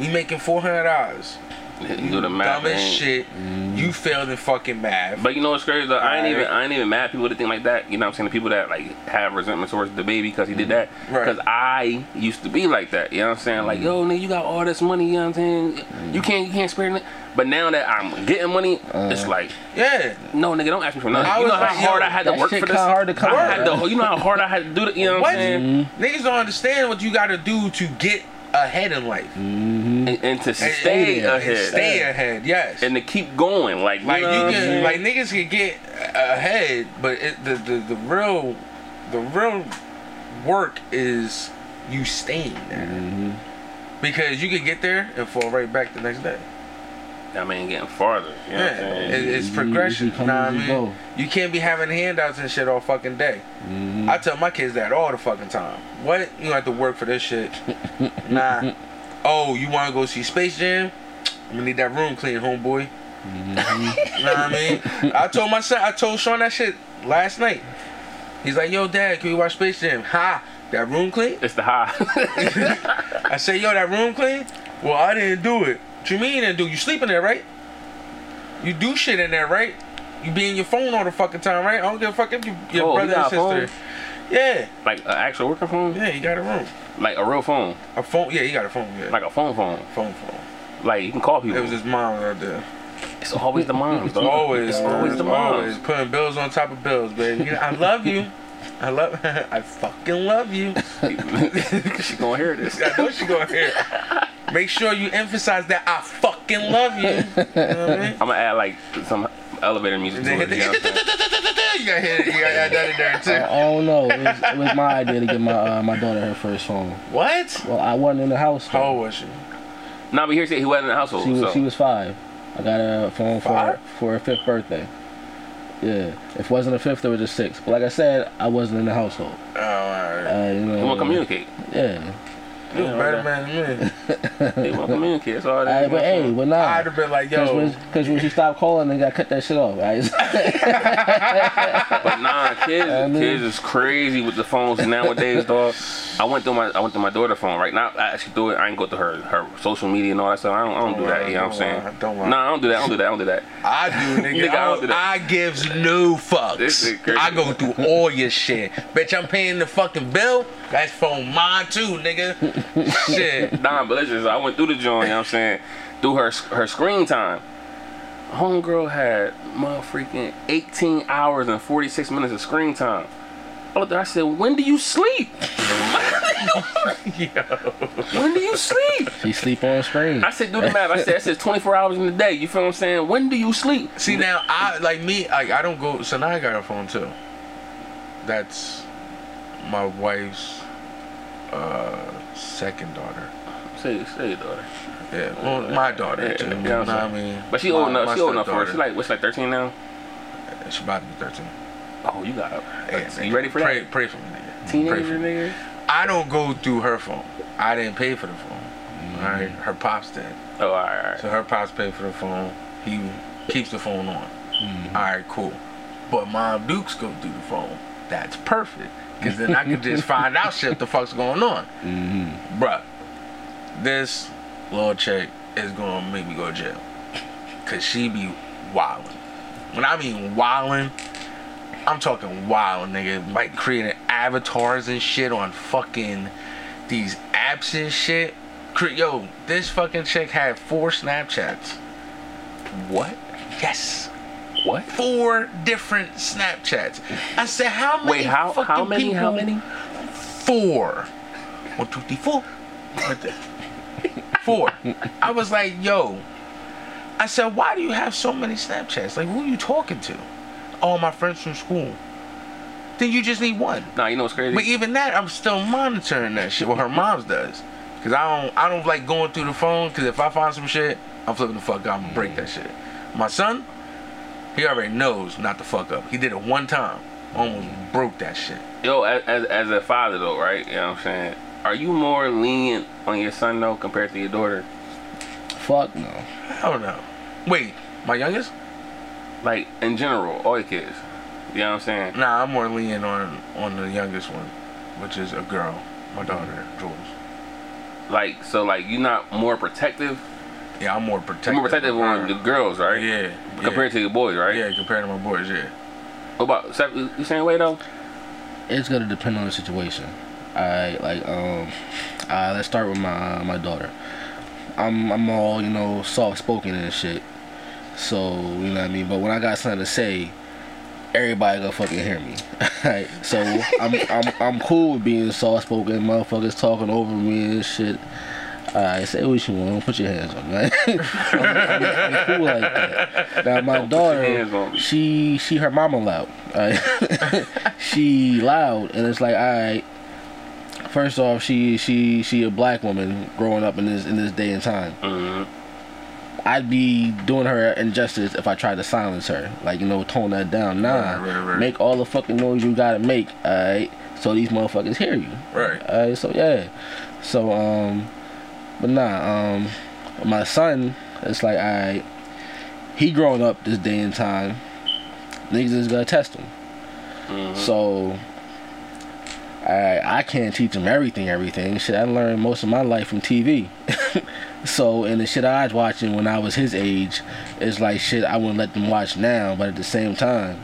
Speaker 3: You making four hundred dollars?
Speaker 1: You do the math.
Speaker 3: Dumb as
Speaker 1: ain't- Mm-hmm.
Speaker 3: shit. You failed in fucking math.
Speaker 1: But you know what's crazy though? I ain't
Speaker 3: Right.
Speaker 1: even I ain't even mad at people that think like that. You know what I'm saying? The people that like have resentment towards the baby because he did that.
Speaker 3: Right.
Speaker 1: Because I used to be like that. You know what I'm saying? Like, yo, nigga, you got all this money. You know what I'm saying? You can't you can't spare it. But now that I'm getting money, it's like,
Speaker 3: yeah.
Speaker 1: no, nigga, don't ask me for nothing.
Speaker 3: I
Speaker 1: you know
Speaker 3: was
Speaker 1: how
Speaker 3: like, yo,
Speaker 1: hard I had to
Speaker 5: that
Speaker 1: work
Speaker 5: shit
Speaker 1: for this.
Speaker 5: kinda hard to come
Speaker 1: I had
Speaker 5: by,
Speaker 1: to, you know how hard I had to do it. You know what,
Speaker 3: What?
Speaker 1: I'm saying?
Speaker 3: Niggas don't understand what you gotta do to get ahead in life.
Speaker 1: And, and to
Speaker 3: And-
Speaker 1: Mm-hmm. stay
Speaker 3: and
Speaker 1: ahead
Speaker 3: Stay ahead. Yes.
Speaker 1: and to keep going. Like, you
Speaker 3: Like you
Speaker 1: know what I'm
Speaker 3: can,
Speaker 1: saying?
Speaker 3: like niggas can get a- ahead, but it, the, the the real the real work is you staying there.
Speaker 1: Mm-hmm.
Speaker 3: Because you can get there and fall right back the next day.
Speaker 1: I mean, getting farther. You know what I'm
Speaker 3: Yeah,
Speaker 1: saying?
Speaker 3: it, it's
Speaker 5: You-
Speaker 3: progression.
Speaker 5: you come
Speaker 3: nah, I
Speaker 5: and you
Speaker 3: mean,
Speaker 5: go.
Speaker 3: you can't be having handouts and shit all fucking day.
Speaker 5: Mm-hmm.
Speaker 3: I tell my kids that all the fucking time. What? You don't have to work for
Speaker 5: (laughs)
Speaker 3: this shit. nah. Oh, you want to go see Space Jam? I'm gonna need that room clean, homeboy.
Speaker 5: Mm-hmm.
Speaker 3: know what I mean? I told my son, I told Sean that shit last night. He's like, yo, dad, can we watch Space Jam? Ha! That room clean?
Speaker 1: It's the high. (laughs)
Speaker 3: I say, yo, that room clean? Well, I didn't do it. What you mean you didn't do? it? You sleep in there, right? You do shit in there, right? You be in your phone all the fucking time, right? I don't give a fuck if you, your
Speaker 1: Oh, you
Speaker 3: brother and
Speaker 1: got a phone?
Speaker 3: sister. Yeah,
Speaker 1: like an actual working phone.
Speaker 3: yeah, he got a room.
Speaker 1: Like a real phone,
Speaker 3: A phone, yeah, he got a phone. Yeah,
Speaker 1: like a phone phone.
Speaker 3: phone, phone.
Speaker 1: Like you can call people.
Speaker 3: It was his mom right there.
Speaker 1: it's always the moms,
Speaker 3: (laughs)
Speaker 1: though.
Speaker 3: Always,
Speaker 1: Oh, it's
Speaker 3: man,
Speaker 1: always the
Speaker 3: always
Speaker 1: moms.
Speaker 3: putting bills on top of bills, baby. I love you. I love, (laughs) I fucking love you.
Speaker 1: she gonna hear this.
Speaker 3: I know she gonna hear. it. Make sure you emphasize that I fucking love you. You know what I mean?
Speaker 1: I'm gonna add like some elevator music
Speaker 3: And
Speaker 1: to it.
Speaker 3: then hit the,
Speaker 1: you know what I'm
Speaker 3: (laughs)
Speaker 1: saying?
Speaker 3: you gotta hit it. You gotta add that in there
Speaker 5: I,
Speaker 3: too.
Speaker 5: I don't know. It was, it was my idea to get my uh, my daughter her first phone.
Speaker 3: What?
Speaker 5: Well, I wasn't in the house.
Speaker 3: How old was she?
Speaker 1: Nah, but here's it. He wasn't in the household.
Speaker 5: She was
Speaker 1: so.
Speaker 5: she was five. I got a phone for
Speaker 3: Five?
Speaker 5: for her fifth birthday. Yeah, if it wasn't a fifth, it was a sixth. But like I said, I wasn't in the household.
Speaker 3: Oh, all right.
Speaker 5: Uh, you know, (laughs)
Speaker 1: I'm gonna communicate.
Speaker 5: Yeah,
Speaker 3: You a better man than me.
Speaker 1: They welcome in kids. All
Speaker 5: All
Speaker 1: that.
Speaker 5: right, but hey, but nah.
Speaker 3: I'd have been like,
Speaker 5: Because
Speaker 3: yo,
Speaker 5: when, cause when she stopped calling, they got cut that shit off. Right?
Speaker 1: But nah,
Speaker 5: (laughs)
Speaker 1: kids,
Speaker 5: mean-
Speaker 1: kids is crazy with the phones nowadays, dog. I went through my, I went through my daughter phone right now. I actually do it. I ain't go to her, her social media and all that stuff. I don't, I don't, do
Speaker 3: lie,
Speaker 1: that. You know what I'm
Speaker 3: don't lie,
Speaker 1: saying?
Speaker 3: don't lie.
Speaker 1: Nah, I don't do that. I don't do that. I don't do that.
Speaker 3: I do, nigga.
Speaker 1: Nigga, I don't do that.
Speaker 3: I, I gives no
Speaker 1: This
Speaker 3: fucks.
Speaker 1: is crazy.
Speaker 3: I go through all your shit. Bitch, I'm paying the fucking bill. That's phone mine too, nigga. shit.
Speaker 1: Nah, but listen, so I went through the joint. You know what I'm saying? Through her, her screen time. Homegirl had my freaking 18 hours and 46 minutes of screen time. I looked at her, I said, when do you sleep? (laughs) When do you sleep?
Speaker 5: (laughs) she sleep on screen.
Speaker 1: I said, do the math. I said, I said 24 hours in the day. You feel what I'm saying? When do you sleep?
Speaker 3: See now, I like me. Like I don't go. So now I got a phone too. That's my wife's uh, second daughter.
Speaker 1: Say, say, your daughter.
Speaker 3: Yeah, well, my daughter
Speaker 1: Yeah,
Speaker 3: too.
Speaker 1: yeah,
Speaker 3: you know what I
Speaker 1: I'm
Speaker 3: mean?
Speaker 1: But she
Speaker 3: My-
Speaker 1: old enough.
Speaker 3: my
Speaker 1: She old enough for it. She
Speaker 3: stepdaughter.
Speaker 1: like, what's she, like 13 now?
Speaker 3: She about to be thirteen.
Speaker 1: Oh, you got
Speaker 3: Yeah,
Speaker 1: it.
Speaker 3: nigga.
Speaker 1: You ready for
Speaker 3: pray,
Speaker 1: that?
Speaker 3: Pray for me, nigga. Pray for
Speaker 1: Teenager,
Speaker 3: me.
Speaker 1: nigga.
Speaker 3: I don't go through her phone. I didn't pay for the phone.
Speaker 1: Mm-hmm.
Speaker 3: All right, her pops did.
Speaker 1: Oh, all right, all right.
Speaker 3: So her pops paid for the phone. He keeps the phone on. All right, cool. But Mom Duke's go through the phone. That's perfect. Cause then I can just find out shit the fuck's going on. Bruh, this little chick is gonna make me go to jail. Cause she be wildin'. When I mean wildin', I'm talking wild, nigga. Like creating avatars and shit on fucking these apps and shit. Cre- Yo, this fucking chick had four Snapchats.
Speaker 1: What?
Speaker 3: Yes.
Speaker 1: What?
Speaker 3: Four different Snapchats. I said, how many?
Speaker 1: Wait, how
Speaker 3: fucking
Speaker 1: how many?
Speaker 3: People?
Speaker 1: How many?
Speaker 3: Four. One, two, three, four. Right there. Four. I was like, yo. I said, why do you have so many Snapchats? Like, who are you talking to? All my friends from school. Then you just need one.
Speaker 1: Nah, you know what's crazy?
Speaker 3: But even that, I'm still monitoring that shit. Well, her mom's does, cause I don't, I don't like going through the phone. Cause if I find some shit, I'm flipping the fuck out. I'm gonna break that shit. My son, he already knows not to fuck up. He did it one time, almost broke that shit.
Speaker 1: Yo, as, as as a father though, right? You know what I'm saying? Are you more lenient on your son though compared to your daughter?
Speaker 5: Fuck no.
Speaker 3: Hell no. Wait, my youngest?
Speaker 1: Like in general, all your kids. You know what I'm saying?
Speaker 3: Nah, I'm more leaning on on the youngest one, which is a girl, my daughter Jules.
Speaker 1: Like so, like you're not more protective.
Speaker 3: Yeah, I'm more
Speaker 1: You're
Speaker 3: protective.
Speaker 1: more protective
Speaker 3: of
Speaker 1: on
Speaker 3: her.
Speaker 1: the girls, right?
Speaker 3: Yeah.
Speaker 1: Compared to your boys, right?
Speaker 3: yeah, compared to my boys, yeah.
Speaker 1: What about Seth, you you same way though?
Speaker 5: It's gonna depend on the situation. I like um, uh, let's start with my my daughter. I'm I'm all you know soft spoken and shit. So you know what I mean. But when I got something to say, everybody gonna fucking hear me. (laughs) Right? so I'm I'm I'm cool with being soft spoken. Motherfuckers talking over me and shit. Alright, say what you want. Don't put your hands on me. (laughs) Like, I'm, I'm- I'm cool like that. Now my
Speaker 1: hands on
Speaker 5: daughter,
Speaker 1: me.
Speaker 5: she she her mama loud. alright? (laughs) she loud, and it's like alright. First off, she she she a black woman growing up in this in this day and time.
Speaker 1: Mm-hmm.
Speaker 5: I'd be doing her injustice if I tried to silence her. Like, you know, tone that down. Nah.
Speaker 3: Right, right, right.
Speaker 5: Make all the fucking noise you gotta make, alright? So these motherfuckers hear you.
Speaker 3: Right.
Speaker 5: Alright, Uh, so yeah. So, um, but nah, um, my son, it's like, alright, he growing up this day and time, niggas is gonna test him. So, I I can't teach him everything, everything. Shit, I learned most of my life from TV. (laughs) so, and the shit I was watching when I was his age is like shit I wouldn't let them watch now. But at the same time,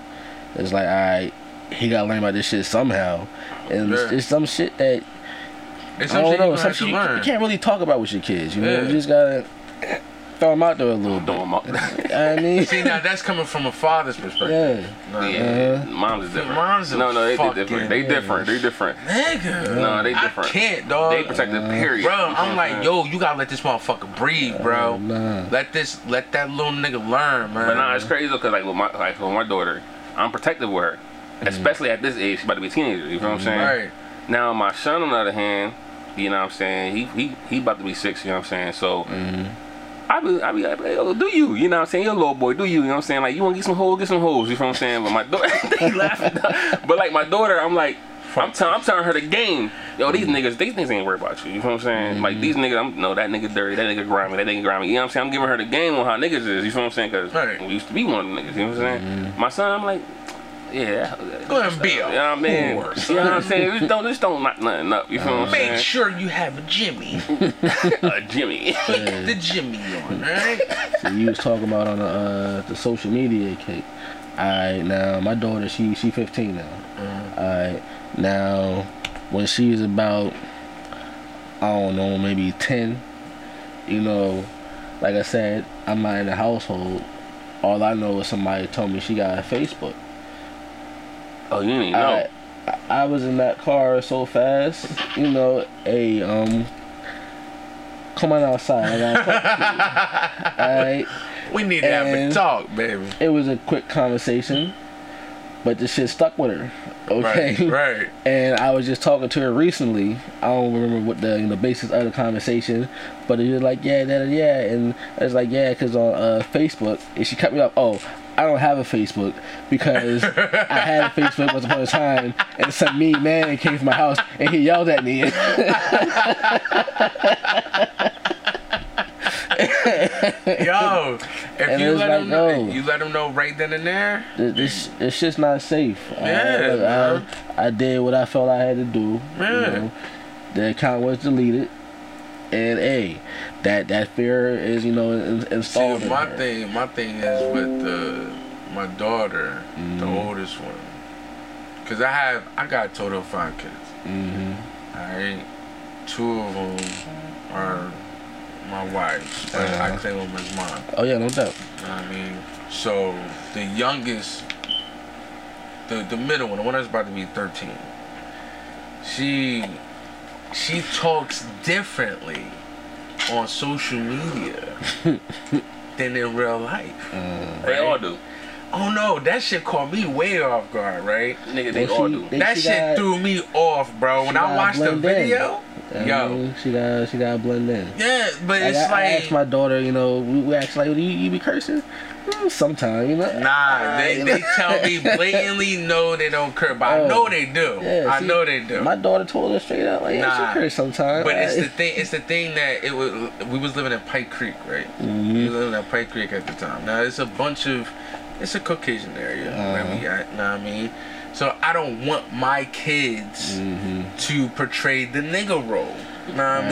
Speaker 5: it's like I he gotta learn about this shit somehow. And it's,
Speaker 3: Yeah.
Speaker 5: it's some shit that
Speaker 3: It's
Speaker 5: I
Speaker 3: something
Speaker 5: don't know.
Speaker 3: you
Speaker 5: Some
Speaker 3: have to
Speaker 5: shit you,
Speaker 3: learn.
Speaker 5: you can't really talk about with your kids. You know,
Speaker 3: Yeah.
Speaker 5: you just gotta throw them out there a little bit.
Speaker 1: Doing my, (laughs)
Speaker 3: (laughs)
Speaker 5: I mean,
Speaker 3: See now, that's coming from a father's perspective.
Speaker 5: (laughs) yeah.
Speaker 3: Nah,
Speaker 1: yeah, moms is different.
Speaker 3: Uh-huh. Moms are
Speaker 1: no, no, they, they
Speaker 3: fucking-
Speaker 1: different. They different. They different.
Speaker 3: Nigga.
Speaker 1: No, they different.
Speaker 3: I can't, dog.
Speaker 1: They protective. Period.
Speaker 3: Uh, Bro,
Speaker 1: You know what
Speaker 3: I'm like,
Speaker 1: saying?
Speaker 3: yo, you gotta let this motherfucker breathe, bro.
Speaker 5: nah.
Speaker 3: Let this, let that little nigga learn, man.
Speaker 1: But nah, it's crazy because like with my like with my daughter, I'm protective with her, especially at this age. She's about to be a teenager. You know what I'm saying?
Speaker 3: Mm-hmm. Right.
Speaker 1: Now my son, on the other hand, you know what I'm saying? He he he about to be six. You know what I'm saying? So.
Speaker 3: Mm-hmm.
Speaker 1: I be, I be like, yo, do you? You know what I'm saying? You're a little boy, do you? You know what I'm saying? Like, you want to get some holes, get some holes. You know what I'm (laughs) saying? But my daughter, they laughing. But like, my daughter, I'm like, I'm, tell- I'm telling her the game. Yo, these niggas, these niggas ain't worried about you. You know what I'm saying? Like these niggas, I'm no that nigga dirty, that nigga grimy, that nigga grimy. You know what I'm saying? I'm giving her the game on how niggas is. You know what I'm saying? Cause
Speaker 3: Right.
Speaker 1: we used to be one of the niggas. You know what I'm saying? My son, I'm like, yeah. that-
Speaker 3: Go ahead and be
Speaker 1: You know
Speaker 3: a
Speaker 1: what I mean?
Speaker 3: whore.
Speaker 1: You know what I'm saying? Just don't, just don't knock nothing up. You feel what I'm
Speaker 3: Make
Speaker 1: saying?
Speaker 3: sure you have a Jimmy.
Speaker 1: (laughs) Uh, Jimmy.
Speaker 3: Put the Jimmy on, alright?
Speaker 5: So you was talking about on the uh, the social media cake. Alright, now my daughter she she 15 now.
Speaker 3: Mm-hmm.
Speaker 5: Alright, now when she's about I don't know maybe 10, you know, like I said, I'm not in the household. All I know is somebody told me she got a Facebook.
Speaker 1: oh, you ain't know.
Speaker 5: I, I was in that car so fast, you know, hey, um, come on outside. I gotta talk to you. Alright.
Speaker 6: We need to have a
Speaker 5: And-
Speaker 6: talk, baby.
Speaker 5: it was a quick conversation, but the shit stuck with her. Okay.
Speaker 6: Right, right.
Speaker 5: And I was just talking to her recently. I don't remember what the you know, basis of the conversation, but it was like yeah, that, yeah, and I was like yeah, because on uh, Facebook, and she cut me off. Oh, I don't have a Facebook because
Speaker 3: (laughs)
Speaker 5: I had a Facebook once upon a time, and some mean man came to my house and he yelled at
Speaker 3: (laughs)
Speaker 5: me.
Speaker 3: Yo, if
Speaker 5: And
Speaker 3: you
Speaker 5: it's
Speaker 3: let,
Speaker 5: like,
Speaker 3: him know,
Speaker 5: no.
Speaker 3: you let him know right then and there,
Speaker 5: Th- this it's just not safe.
Speaker 3: Yeah,
Speaker 5: I, look,
Speaker 3: man.
Speaker 5: I, I did what I felt I had to do.
Speaker 3: Yeah.
Speaker 5: You know, the account was deleted, and a that that fear is you know in-
Speaker 3: See,
Speaker 5: installed. in
Speaker 3: my
Speaker 5: her.
Speaker 3: thing, my thing is with the, my daughter, the
Speaker 5: Mm-hmm.
Speaker 3: oldest one, because I have, I got a total of five kids.
Speaker 5: Mm-hmm.
Speaker 3: All right, two of them are my wife's, but
Speaker 5: Uh-huh.
Speaker 3: I claim them as mine.
Speaker 5: Oh yeah, no doubt.
Speaker 3: You know what I mean, so the youngest, the the middle one, the one that's about to be thirteen, she, she talks differently on
Speaker 5: (laughs)
Speaker 3: social media than in real life.
Speaker 1: They all do.
Speaker 3: Oh no, that shit caught me way off guard, right?
Speaker 1: Nigga, they
Speaker 5: Well,
Speaker 1: all
Speaker 5: she-
Speaker 1: do.
Speaker 5: they-
Speaker 3: that
Speaker 5: she
Speaker 3: shit
Speaker 5: got-
Speaker 3: threw me off, bro. When
Speaker 5: she
Speaker 3: I
Speaker 5: got
Speaker 3: watched the
Speaker 5: blend in.
Speaker 3: video,
Speaker 5: I
Speaker 3: yo,
Speaker 5: mean, she got she got blend in.
Speaker 3: yeah,
Speaker 5: Like,
Speaker 3: but it's
Speaker 5: I, I
Speaker 3: like,
Speaker 5: asked my daughter, you know, we, we asked like, do you, you be cursing? Mm, Sometimes, you know.
Speaker 3: nah, they, they tell me blatantly no, they don't care, but I
Speaker 5: Oh.
Speaker 3: know they do.
Speaker 5: Yeah,
Speaker 3: I
Speaker 5: see,
Speaker 3: know they do.
Speaker 5: My daughter told her straight up, like, yeah,
Speaker 3: Nah.
Speaker 5: she curse sometimes.
Speaker 3: But it's
Speaker 5: I- (laughs)
Speaker 3: the thing. It's the thing that it was. We was living in Pike Creek, right?
Speaker 5: Mm-hmm.
Speaker 3: We was living at Pike Creek at the time. Now it's a bunch of, it's a Caucasian area
Speaker 5: Uh-huh.
Speaker 3: that we at. Know what I mean? So I don't want my kids
Speaker 5: Mm-hmm.
Speaker 3: to portray the nigga role. Know what I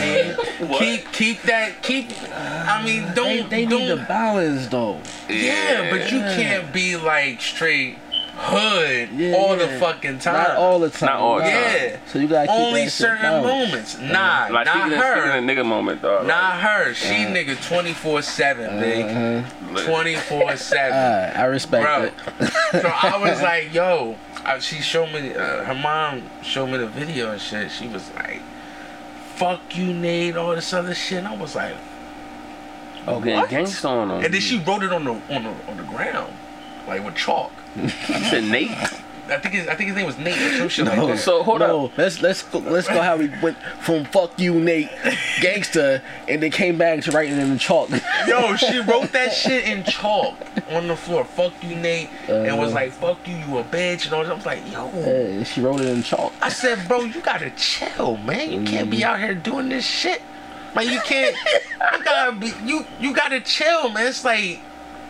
Speaker 3: mean? keep keep that keep. I mean,
Speaker 5: they,
Speaker 3: don't
Speaker 5: they
Speaker 3: don't.
Speaker 5: need the balance though.
Speaker 3: yeah, but you can't be like straight hood
Speaker 5: Yeah,
Speaker 3: all the
Speaker 5: yeah.
Speaker 3: fucking time.
Speaker 5: Not all the time.
Speaker 1: Not all the
Speaker 5: nah.
Speaker 1: time.
Speaker 3: Yeah.
Speaker 5: So you gotta keep
Speaker 3: Only
Speaker 5: that shit
Speaker 3: certain
Speaker 5: balanced.
Speaker 3: moments. Nah,
Speaker 1: Mm-hmm. Like
Speaker 3: not
Speaker 1: speaking of,
Speaker 3: her.
Speaker 1: speaking of nigga moment, dog.
Speaker 3: Not her. She nigga 24 7, big.
Speaker 5: Uh-huh.
Speaker 3: 24 7.
Speaker 5: Alright, I respect
Speaker 3: Bro.
Speaker 5: it. (laughs)
Speaker 3: So I was like, yo, I, she showed me, uh, her mom showed me the video and shit. She was like, fuck you, Nate, all this other shit. And I was like,
Speaker 1: Oh, getting
Speaker 3: What?
Speaker 1: gangsta on them.
Speaker 3: and then she wrote it on the on the, on the ground, like with chalk.
Speaker 1: You said Nate. (laughs)
Speaker 3: I think his, I think his name was Nate or some shit like
Speaker 5: No.
Speaker 3: that.
Speaker 1: So hold
Speaker 5: no,
Speaker 1: up.
Speaker 5: let's let's go, let's go how we went from fuck you Nate gangster and then came back to writing in the chalk. (laughs)
Speaker 3: Yo, she wrote that shit in chalk on the floor. Fuck you, Nate, and was like, "Fuck you, you a bitch," and all that. I was like, "Yo,
Speaker 5: Yeah, she wrote it in chalk.
Speaker 3: I said, bro, you gotta chill, man. You can't be out here doing this shit. Like you can't. you gotta be. You you gotta chill, man. It's like,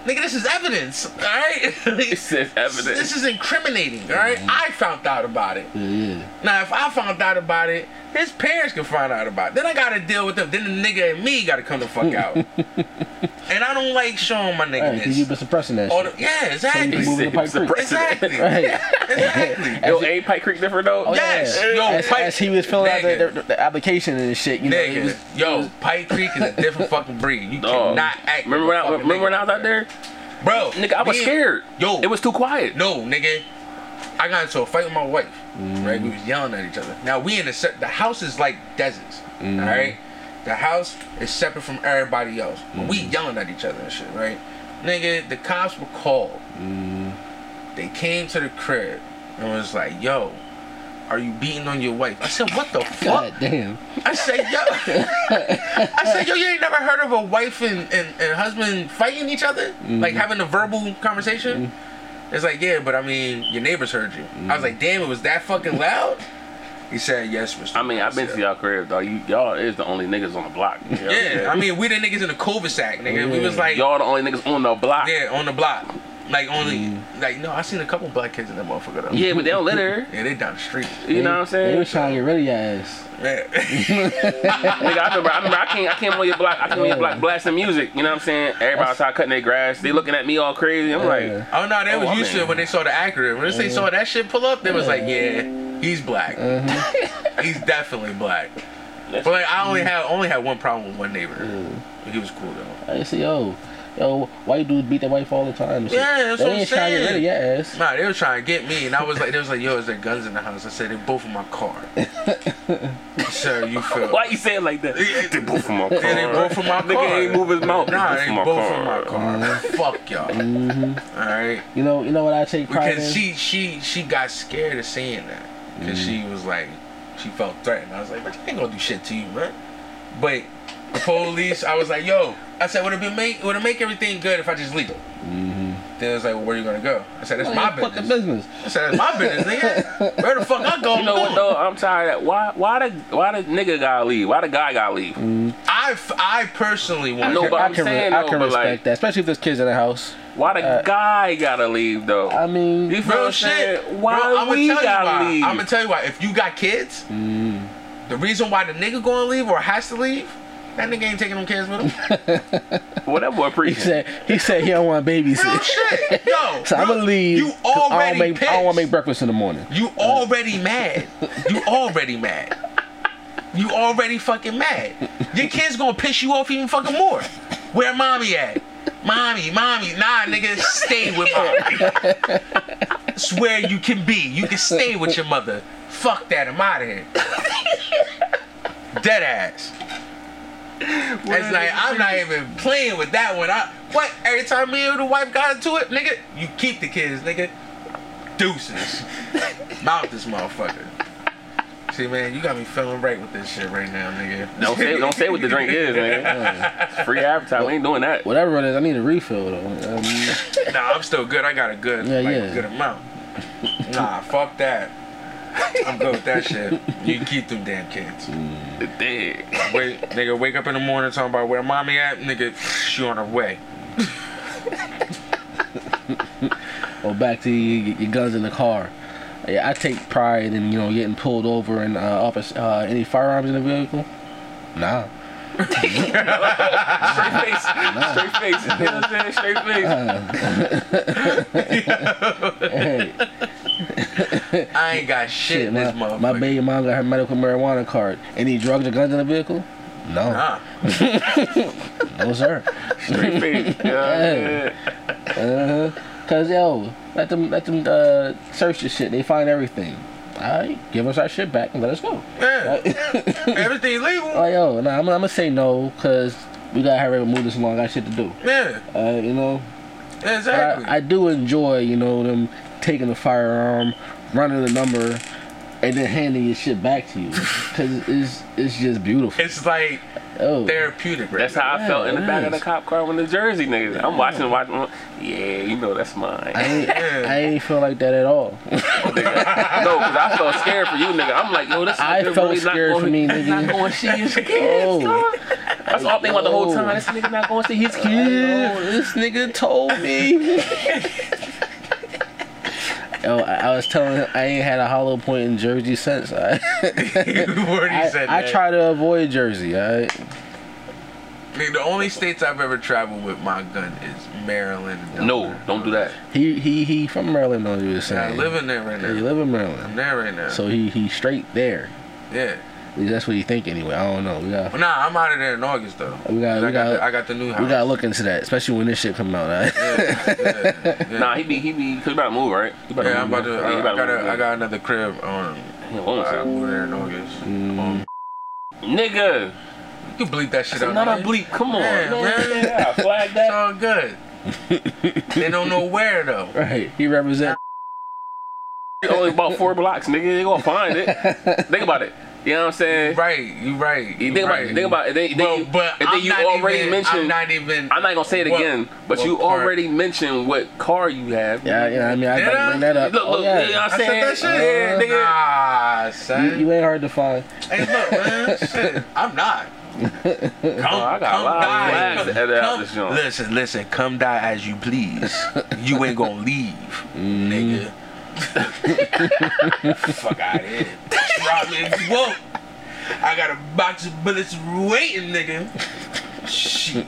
Speaker 3: nigga, this is evidence, all right. (laughs)
Speaker 1: This is evidence. Mm-hmm.
Speaker 3: This is incriminating, all right? I found out about it.
Speaker 5: Yeah,
Speaker 3: Now, if I found out about it, his parents can find out about it. Then I gotta deal with them. Then the nigga and me gotta come the fuck
Speaker 1: (laughs)
Speaker 3: out. and I don't like showing my nigga
Speaker 5: right,
Speaker 3: this.
Speaker 5: you've been suppressing that.
Speaker 3: All
Speaker 5: Shit.
Speaker 3: the- yeah,
Speaker 5: you
Speaker 3: exactly.
Speaker 5: can move
Speaker 1: Said
Speaker 5: to Pike
Speaker 1: he's the
Speaker 5: Creek.
Speaker 1: president. (laughs)
Speaker 5: (laughs)
Speaker 3: Exactly.
Speaker 5: Right.
Speaker 3: (laughs) exactly.
Speaker 1: Yo, ain't Pike Creek different though?
Speaker 5: Oh,
Speaker 3: Yes, yo,
Speaker 5: as,
Speaker 3: Pike-
Speaker 5: as he was filling out the,
Speaker 3: Nigga.
Speaker 5: the, the application and shit, you know, he
Speaker 3: Nigga,
Speaker 5: was-
Speaker 3: yo, Pike Creek is a different fucking breed.
Speaker 1: (laughs)
Speaker 3: You
Speaker 1: Dog.
Speaker 3: cannot act.
Speaker 1: Remember when I remember when I was out there,
Speaker 3: bro?
Speaker 1: nigga? I was
Speaker 3: me and-
Speaker 1: scared.
Speaker 3: Yo,
Speaker 1: it was too quiet.
Speaker 3: no, nigga. I got into a fight with my wife. Right, we was yelling at each other. Now we in the se- the house is like deserts. All right, the house is separate from everybody else. But we yelling at each other and shit. Right, nigga. The cops were called. They came to the crib and was like, "Yo, are you beating on your wife?" I said, "What the fuck?"
Speaker 5: God damn.
Speaker 3: I said, yo, I said, yo, you ain't never heard of a wife and, and, and husband fighting each other? Like having a verbal conversation? Mm-hmm. It's like, yeah, but I mean, your neighbors heard you. I was like, damn, it was that fucking loud? Mm-hmm. He said, "Yes, Mr."
Speaker 1: I mean, I've been to y'all crib, dog. You, y'all is the only niggas on the block. You know what I'm
Speaker 3: (laughs) Yeah,
Speaker 1: saying?
Speaker 3: I mean, we the niggas in the cul-de-sac, nigga. We was like,
Speaker 1: y'all the only niggas on the block.
Speaker 3: yeah, on the block, like only, like no, I seen a couple black kids in that motherfucker though.
Speaker 1: Yeah, but they don't litter.
Speaker 3: yeah, they down the street.
Speaker 1: You know what I'm
Speaker 5: They
Speaker 1: saying?
Speaker 5: was trying to get rid of your ass.
Speaker 1: (laughs)
Speaker 3: Yeah.
Speaker 1: Nigga, I remember, I remember, I came, I came on your block, I came on your block blasting music. You know what I'm saying? Everybody outside cutting their grass. They looking at me all crazy. I'm
Speaker 5: Yeah.
Speaker 1: like,
Speaker 3: oh no, they
Speaker 1: Oh,
Speaker 3: was
Speaker 1: I'm Mm-hmm.
Speaker 3: used to
Speaker 1: in.
Speaker 3: it when they saw the Acura. When they saw that shit pull up, they was like, yeah, he's black.
Speaker 1: Mm-hmm.
Speaker 3: he's definitely black. But like, I only had only had one problem with one neighbor.
Speaker 1: Mm-hmm.
Speaker 3: But He was cool though.
Speaker 5: I say, yo, yo, white dudes beat their wife all the time. and shit.
Speaker 3: Yeah, that's
Speaker 5: they
Speaker 3: what I'm
Speaker 5: ain't trying to get rid of
Speaker 3: saying.
Speaker 5: your ass.
Speaker 3: Nah, they was trying to get me, and I was like, they was like, yo, is there guns in the house? I said, they both in my
Speaker 1: (laughs)
Speaker 3: car. Sir, you (laughs) feel?
Speaker 1: why you saying like that?
Speaker 3: (laughs)
Speaker 1: (laughs) They both from my car.
Speaker 3: Yeah, they both from my car.
Speaker 1: Nigga ain't move his mouth.
Speaker 3: Nah,
Speaker 1: they
Speaker 3: they
Speaker 1: both from
Speaker 3: both
Speaker 1: my
Speaker 3: from
Speaker 1: car.
Speaker 3: my car. Fuck y'all.
Speaker 1: Mm-hmm.
Speaker 3: All right,
Speaker 5: You know, you know what I take pride
Speaker 3: because
Speaker 5: in?
Speaker 3: she she she got scared of saying that because she was like she felt threatened. I was like, but you ain't gonna do shit to you, man. But the police, I was like, yo, I said, would it be make would it make everything good if I just leave? Mm-hmm. Then it was like, well, where you gonna go? I said, that's
Speaker 1: Oh,
Speaker 5: It's
Speaker 3: my
Speaker 5: fucking
Speaker 3: business.
Speaker 5: business.
Speaker 3: I said, that's my business, nigga. Where the fuck I go?
Speaker 1: You know what though? I'm tired. Of that. Why? Why the? Why the nigga gotta leave? Why the guy gotta leave?
Speaker 3: I f- I personally want.
Speaker 1: No,
Speaker 5: I
Speaker 1: but
Speaker 5: can- I
Speaker 1: I'm
Speaker 5: can, re-
Speaker 1: saying
Speaker 5: I
Speaker 1: though,
Speaker 5: can
Speaker 1: but,
Speaker 5: respect
Speaker 1: like-
Speaker 5: that, especially if there's kids in the house.
Speaker 1: Why the
Speaker 5: Uh,
Speaker 1: guy gotta leave though?
Speaker 5: I mean,
Speaker 1: you feel what
Speaker 3: (laughs) Real
Speaker 1: I'm saying?
Speaker 3: shit.
Speaker 1: Why
Speaker 3: I'ma
Speaker 1: we gotta leave?
Speaker 3: I'm gonna tell you why. If you got kids, the reason why the nigga gonna leave or has to leave, that nigga ain't taking them kids with him.
Speaker 1: Well, that boy
Speaker 5: (laughs) he
Speaker 1: preaching.
Speaker 5: said he said he don't want (laughs)
Speaker 3: Real
Speaker 5: babysit.
Speaker 3: shit, yo.
Speaker 5: So I'm
Speaker 3: real-
Speaker 5: gonna leave.
Speaker 3: You
Speaker 5: 'cause I don't,
Speaker 3: already
Speaker 5: make, I don't
Speaker 3: pissed.
Speaker 5: want to make breakfast in the morning.
Speaker 3: You already mad. You already mad. You already fucking mad. Your kid's gonna piss you off even fucking more. Where mommy at? Mommy, mommy, nah, nigga, stay with mommy. It's where you can be. You can stay with your mother. Fuck that, I'm out of here. Dead ass. It's like I'm not even playing with that one. I what every time me and the wife got into it, nigga, you keep the kids, nigga. Deuces. Mouth this motherfucker. See man, you got me feeling right with this shit right now, nigga.
Speaker 1: Don't say, don't say what the drink is, nigga. It's free advertising. We ain't doing that.
Speaker 5: Whatever it is, I need a refill though. Um,
Speaker 3: Nah, I'm still good. I got a good
Speaker 5: Yeah,
Speaker 3: like,
Speaker 5: yeah.
Speaker 3: good amount. Nah, fuck that. I'm good with that shit. You keep them damn kids.
Speaker 1: Dead.
Speaker 3: Wait, nigga, wake up in the morning talking about where mommy at, nigga, she on her way.
Speaker 5: or back to your, your guns in the car. Yeah, I take pride in you know getting pulled over and uh, up as- uh, any firearms in the vehicle. Nah, (laughs)
Speaker 1: Straight face. Straight face. You know what I'm saying? Straight face.
Speaker 5: hey,
Speaker 3: I ain't got shit,
Speaker 5: shit,
Speaker 3: in this
Speaker 5: my,
Speaker 3: motherfucker.
Speaker 5: my baby mom got her medical marijuana card. Any drugs or guns in the vehicle? No,
Speaker 3: Nah.
Speaker 5: no
Speaker 3: (laughs)
Speaker 5: sir.
Speaker 1: Straight face. You know what I'm saying?
Speaker 5: Uh huh. Cause yo, let them let them uh, search this shit. They find everything. All right, give us our shit back and let us go. (laughs)
Speaker 3: Yeah. Everything legal.
Speaker 5: Like yo, nah, I'm, I'm gonna say no because we gotta hurry up and move this along. I got shit to do.
Speaker 3: Yeah,
Speaker 5: Uh, you know,
Speaker 3: exactly.
Speaker 5: I, I do enjoy, you know, them taking the firearm, running the number, and then handing your shit back
Speaker 3: (laughs)
Speaker 5: to you because it's it's just beautiful.
Speaker 3: it's like
Speaker 5: oh,
Speaker 3: therapeutic. Right
Speaker 1: That's
Speaker 3: (laughs)
Speaker 1: how I felt in the back of the
Speaker 5: Nice.
Speaker 1: cop car when the Jersey niggas. I'm watching, watching. Yeah, you know that's mine.
Speaker 5: I ain't, I ain't feel like that at
Speaker 3: (laughs)
Speaker 5: all.
Speaker 1: (laughs) No, because I felt scared for you, nigga. I'm like, yo, this
Speaker 5: I
Speaker 1: nigga
Speaker 5: felt
Speaker 1: really
Speaker 5: scared
Speaker 1: not
Speaker 5: for me,
Speaker 1: going,
Speaker 5: nigga.
Speaker 1: Not going to see his kids.
Speaker 5: Oh,
Speaker 1: dog. That's all I think about the whole time. This nigga not going to see his kids.
Speaker 5: yo, this nigga told
Speaker 3: (laughs)
Speaker 5: me. Yo, I, I was telling him I ain't had a hollow point in Jersey since. I,
Speaker 3: now. Word he
Speaker 5: I,
Speaker 3: said
Speaker 5: I
Speaker 3: that.
Speaker 5: try to avoid Jersey. I,
Speaker 3: Nigga, the only states I've ever traveled with my gun is Maryland. and
Speaker 1: No,
Speaker 3: Delaware.
Speaker 1: don't do that.
Speaker 5: he he he from Maryland, though. You were
Speaker 3: I
Speaker 5: saying
Speaker 3: live in there right now.
Speaker 5: He live in Maryland.
Speaker 3: I'm there right now.
Speaker 5: So he he straight there.
Speaker 3: yeah.
Speaker 5: At least That's what he think anyway. I don't know. We got
Speaker 3: Well, nah, I'm out of there in August though.
Speaker 5: We got-
Speaker 3: 'Cause
Speaker 5: we
Speaker 3: I, got
Speaker 5: got-
Speaker 3: the, I got the new house.
Speaker 5: we gotta look into that, especially when this shit come out. alright?
Speaker 3: Yeah.
Speaker 1: Nah, he be, he be, cause he about to move, right? He
Speaker 3: Yeah, I'm
Speaker 1: move,
Speaker 3: about to.
Speaker 1: right? He
Speaker 3: I, I
Speaker 1: about
Speaker 3: got
Speaker 1: to
Speaker 3: a,
Speaker 1: move.
Speaker 3: I uh, got another crib on.
Speaker 1: Yeah, what was
Speaker 3: I
Speaker 1: that?
Speaker 3: moved there in August. Um,
Speaker 1: Nigga,
Speaker 3: you can bleep that shit out.
Speaker 1: not a
Speaker 3: nigga.
Speaker 1: bleep. Come on,
Speaker 3: Yeah,
Speaker 1: man.
Speaker 3: man.
Speaker 1: Yeah, flag
Speaker 3: It's
Speaker 1: that.
Speaker 3: all good. they don't know where though.
Speaker 5: (laughs) right. He represent. (laughs)
Speaker 1: You only bought four blocks, nigga. They gonna find it. Think about it. You know what I'm saying?
Speaker 3: Right, you right.
Speaker 1: You think about,
Speaker 3: right.
Speaker 1: think about, it, then, then
Speaker 3: Well,
Speaker 1: you,
Speaker 3: but
Speaker 1: and then
Speaker 3: I'm
Speaker 1: you
Speaker 3: not
Speaker 1: already
Speaker 3: even-
Speaker 1: mentioned.
Speaker 3: I'm not even.
Speaker 1: I'm not gonna say it
Speaker 3: Well-
Speaker 1: again, but
Speaker 3: well,
Speaker 1: you
Speaker 3: part-
Speaker 1: already mentioned what car you have.
Speaker 5: Yeah, yeah. I mean, I
Speaker 3: Did
Speaker 5: gotta
Speaker 3: I?
Speaker 5: bring that up.
Speaker 1: Look,
Speaker 5: Oh,
Speaker 1: look,
Speaker 5: yeah.
Speaker 1: you know what I'm
Speaker 3: I
Speaker 1: saying?
Speaker 3: said that shit.
Speaker 1: Yeah, nigga.
Speaker 3: Nah,
Speaker 5: You,
Speaker 3: son.
Speaker 5: you ain't hard to find. (laughs)
Speaker 3: hey, look, man. Shit, I'm
Speaker 1: (laughs)
Speaker 3: not. Come,
Speaker 1: Oh, I got a
Speaker 3: come
Speaker 1: lot of
Speaker 3: die.
Speaker 1: flags to edit out
Speaker 3: Come-
Speaker 1: this joint.
Speaker 3: listen, listen. Come die as you please. You
Speaker 1: (laughs)
Speaker 3: ain't gonna leave,
Speaker 1: Mm-hmm.
Speaker 3: nigga. Fuck out of here. Drop me if you want. I got a box of bullets waiting, nigga.
Speaker 1: (laughs)
Speaker 3: Shit.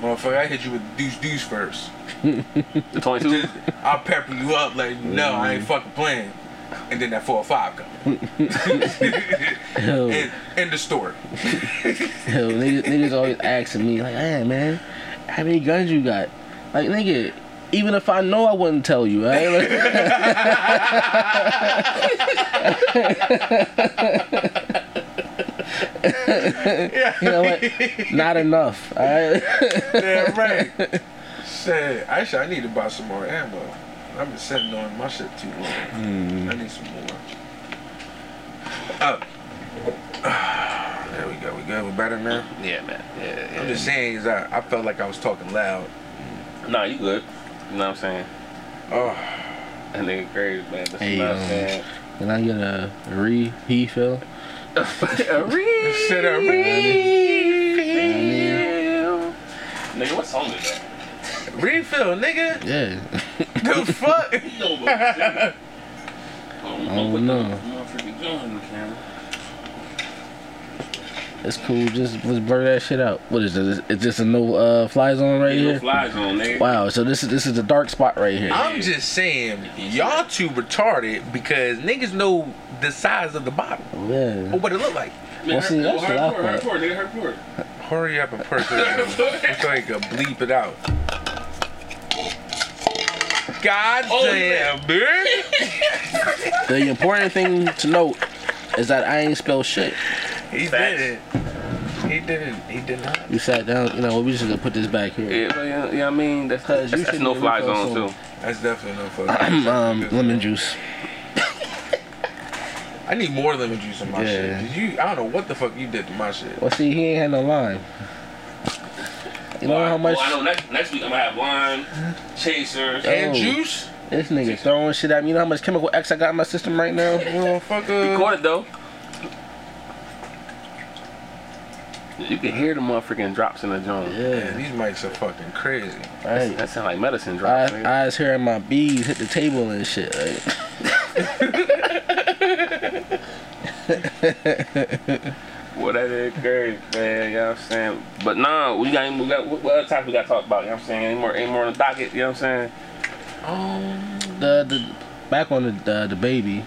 Speaker 3: Motherfucker, I hit you with deuce deuce first.
Speaker 1: The 22.
Speaker 3: I'll pepper you up like, no, I ain't fucking playing. And then that 405 come.
Speaker 5: Hell,
Speaker 3: End, end the story.
Speaker 5: hell, niggas, niggas always asking me like, "Hey, man, how many guns you got?" Like, nigga, even if I know, I wouldn't tell you. Right?
Speaker 3: (laughs)
Speaker 5: Like, (laughs) you know what? Not enough. All right?
Speaker 3: Yeah, right. Shit, actually, I need to buy some more ammo. I've been sitting on my shit too long. I need some more. Oh. (sighs) There we go. We good. We better now.
Speaker 1: yeah, man. Yeah,
Speaker 3: I'm
Speaker 1: yeah.
Speaker 3: just saying, 'cause I, I felt like I was talking loud.
Speaker 1: Nah, you good. You know what I'm saying?
Speaker 3: Oh,
Speaker 1: That nigga crazy, man. That's
Speaker 5: Hey,
Speaker 1: what I'm
Speaker 5: um,
Speaker 1: saying.
Speaker 5: And I get a re he feel.
Speaker 3: (laughs) shit, I really-
Speaker 1: Nigga, what song is that?
Speaker 3: refill, nigga.
Speaker 5: Yeah. (laughs)
Speaker 3: The (laughs) fuck?
Speaker 1: No, but I
Speaker 5: Oh, no. It's cool. Just let's blur that shit out. What is this? Is this a no uh, fly zone right here?
Speaker 1: Flies on, nigga.
Speaker 5: Wow. So this is this is the dark spot right here.
Speaker 3: I'm just saying, y'all too retarded because niggas know the size of the bottle
Speaker 5: Yeah.
Speaker 3: or what it look like.
Speaker 1: Man,
Speaker 5: Well, see,
Speaker 1: her-
Speaker 5: that's
Speaker 1: her
Speaker 5: the laugh
Speaker 1: poor, her
Speaker 5: part.
Speaker 1: poor, nigga, her poor.
Speaker 3: Hurry up and purchase (laughs) it. So you can bleep it out. God damn, bitch.
Speaker 5: The important thing to note is that I ain't spell shit.
Speaker 3: He did it. He didn't. He did not.
Speaker 5: We sat down. You know, we just gonna put this back here. (clears throat)
Speaker 1: Yeah, but yeah, yeah, I mean, that's,
Speaker 5: Cause
Speaker 1: that's,
Speaker 5: you
Speaker 1: that's
Speaker 5: shouldn't
Speaker 1: no
Speaker 5: even
Speaker 1: fly
Speaker 5: feel
Speaker 1: zone,
Speaker 5: so-
Speaker 1: too.
Speaker 3: That's definitely no
Speaker 5: (clears throat)
Speaker 3: fucking.
Speaker 5: um, lemon juice.
Speaker 3: I need more lemon juice in my
Speaker 5: Yeah.
Speaker 3: shit. Did you? I don't know what the fuck you did to my shit.
Speaker 5: Well, see, he ain't had no lime. You know how much
Speaker 1: Oh, I know. Next, next week, I'm gonna have wine, chasers.
Speaker 3: And
Speaker 5: Oh.
Speaker 3: juice,
Speaker 5: this nigga throwing shit at me. You know how much chemical X I got in my system right now.
Speaker 1: You
Speaker 3: motherfucker.
Speaker 1: caught it though. You can hear the motherfucking drops in the joint.
Speaker 3: Man,
Speaker 5: Yeah.
Speaker 3: these mics are fucking crazy.
Speaker 5: Right.
Speaker 1: That sound like medicine drops. nigga.
Speaker 5: I, I was hearing my bees hit the table and shit. Like,
Speaker 1: Well, that is crazy, man. You know what I'm saying? But nah, we got, we got what, what other topics we got to talk about? You know what I'm saying? Any more, any more on the docket? You know what I'm saying?
Speaker 3: Oh.
Speaker 5: the, the back on the the, the baby,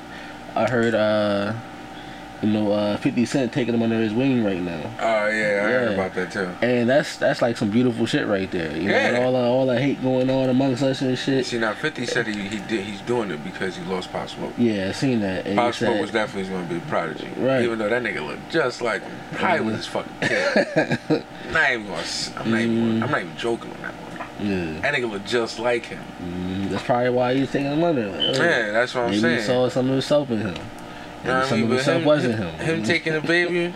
Speaker 5: I heard uh, you know, uh, 50 Cent taking him under his wing right now,
Speaker 3: Oh yeah, I heard
Speaker 5: Yeah.
Speaker 3: about that too.
Speaker 5: and that's that's like some beautiful shit right there. You know,
Speaker 3: Yeah.
Speaker 5: all the, all the hate going on amongst us and shit.
Speaker 3: See now, Fifty said he, he did. He's doing it because he lost Pop Smoke.
Speaker 5: Yeah, I seen that. And he
Speaker 3: Pop Smoke
Speaker 5: said-
Speaker 3: was definitely going to be a prodigy.
Speaker 5: Right.
Speaker 3: Even though that nigga looked just like him. Probably was
Speaker 5: (laughs)
Speaker 3: his fucking kid. not even gonna, s- I'm, not
Speaker 5: Mm-hmm.
Speaker 3: even gonna, I'm not even joking on that one.
Speaker 5: yeah,
Speaker 3: That nigga looked just like him.
Speaker 5: mm, that's probably why he's taking him under. Like, oh,
Speaker 3: Yeah, that's what I'm
Speaker 5: maybe
Speaker 3: saying.
Speaker 5: he saw some of himself in him.
Speaker 3: You know what I
Speaker 5: some
Speaker 3: mean?
Speaker 5: of
Speaker 3: But
Speaker 5: himself wasn't him. Mm-hmm.
Speaker 3: Him taking the baby,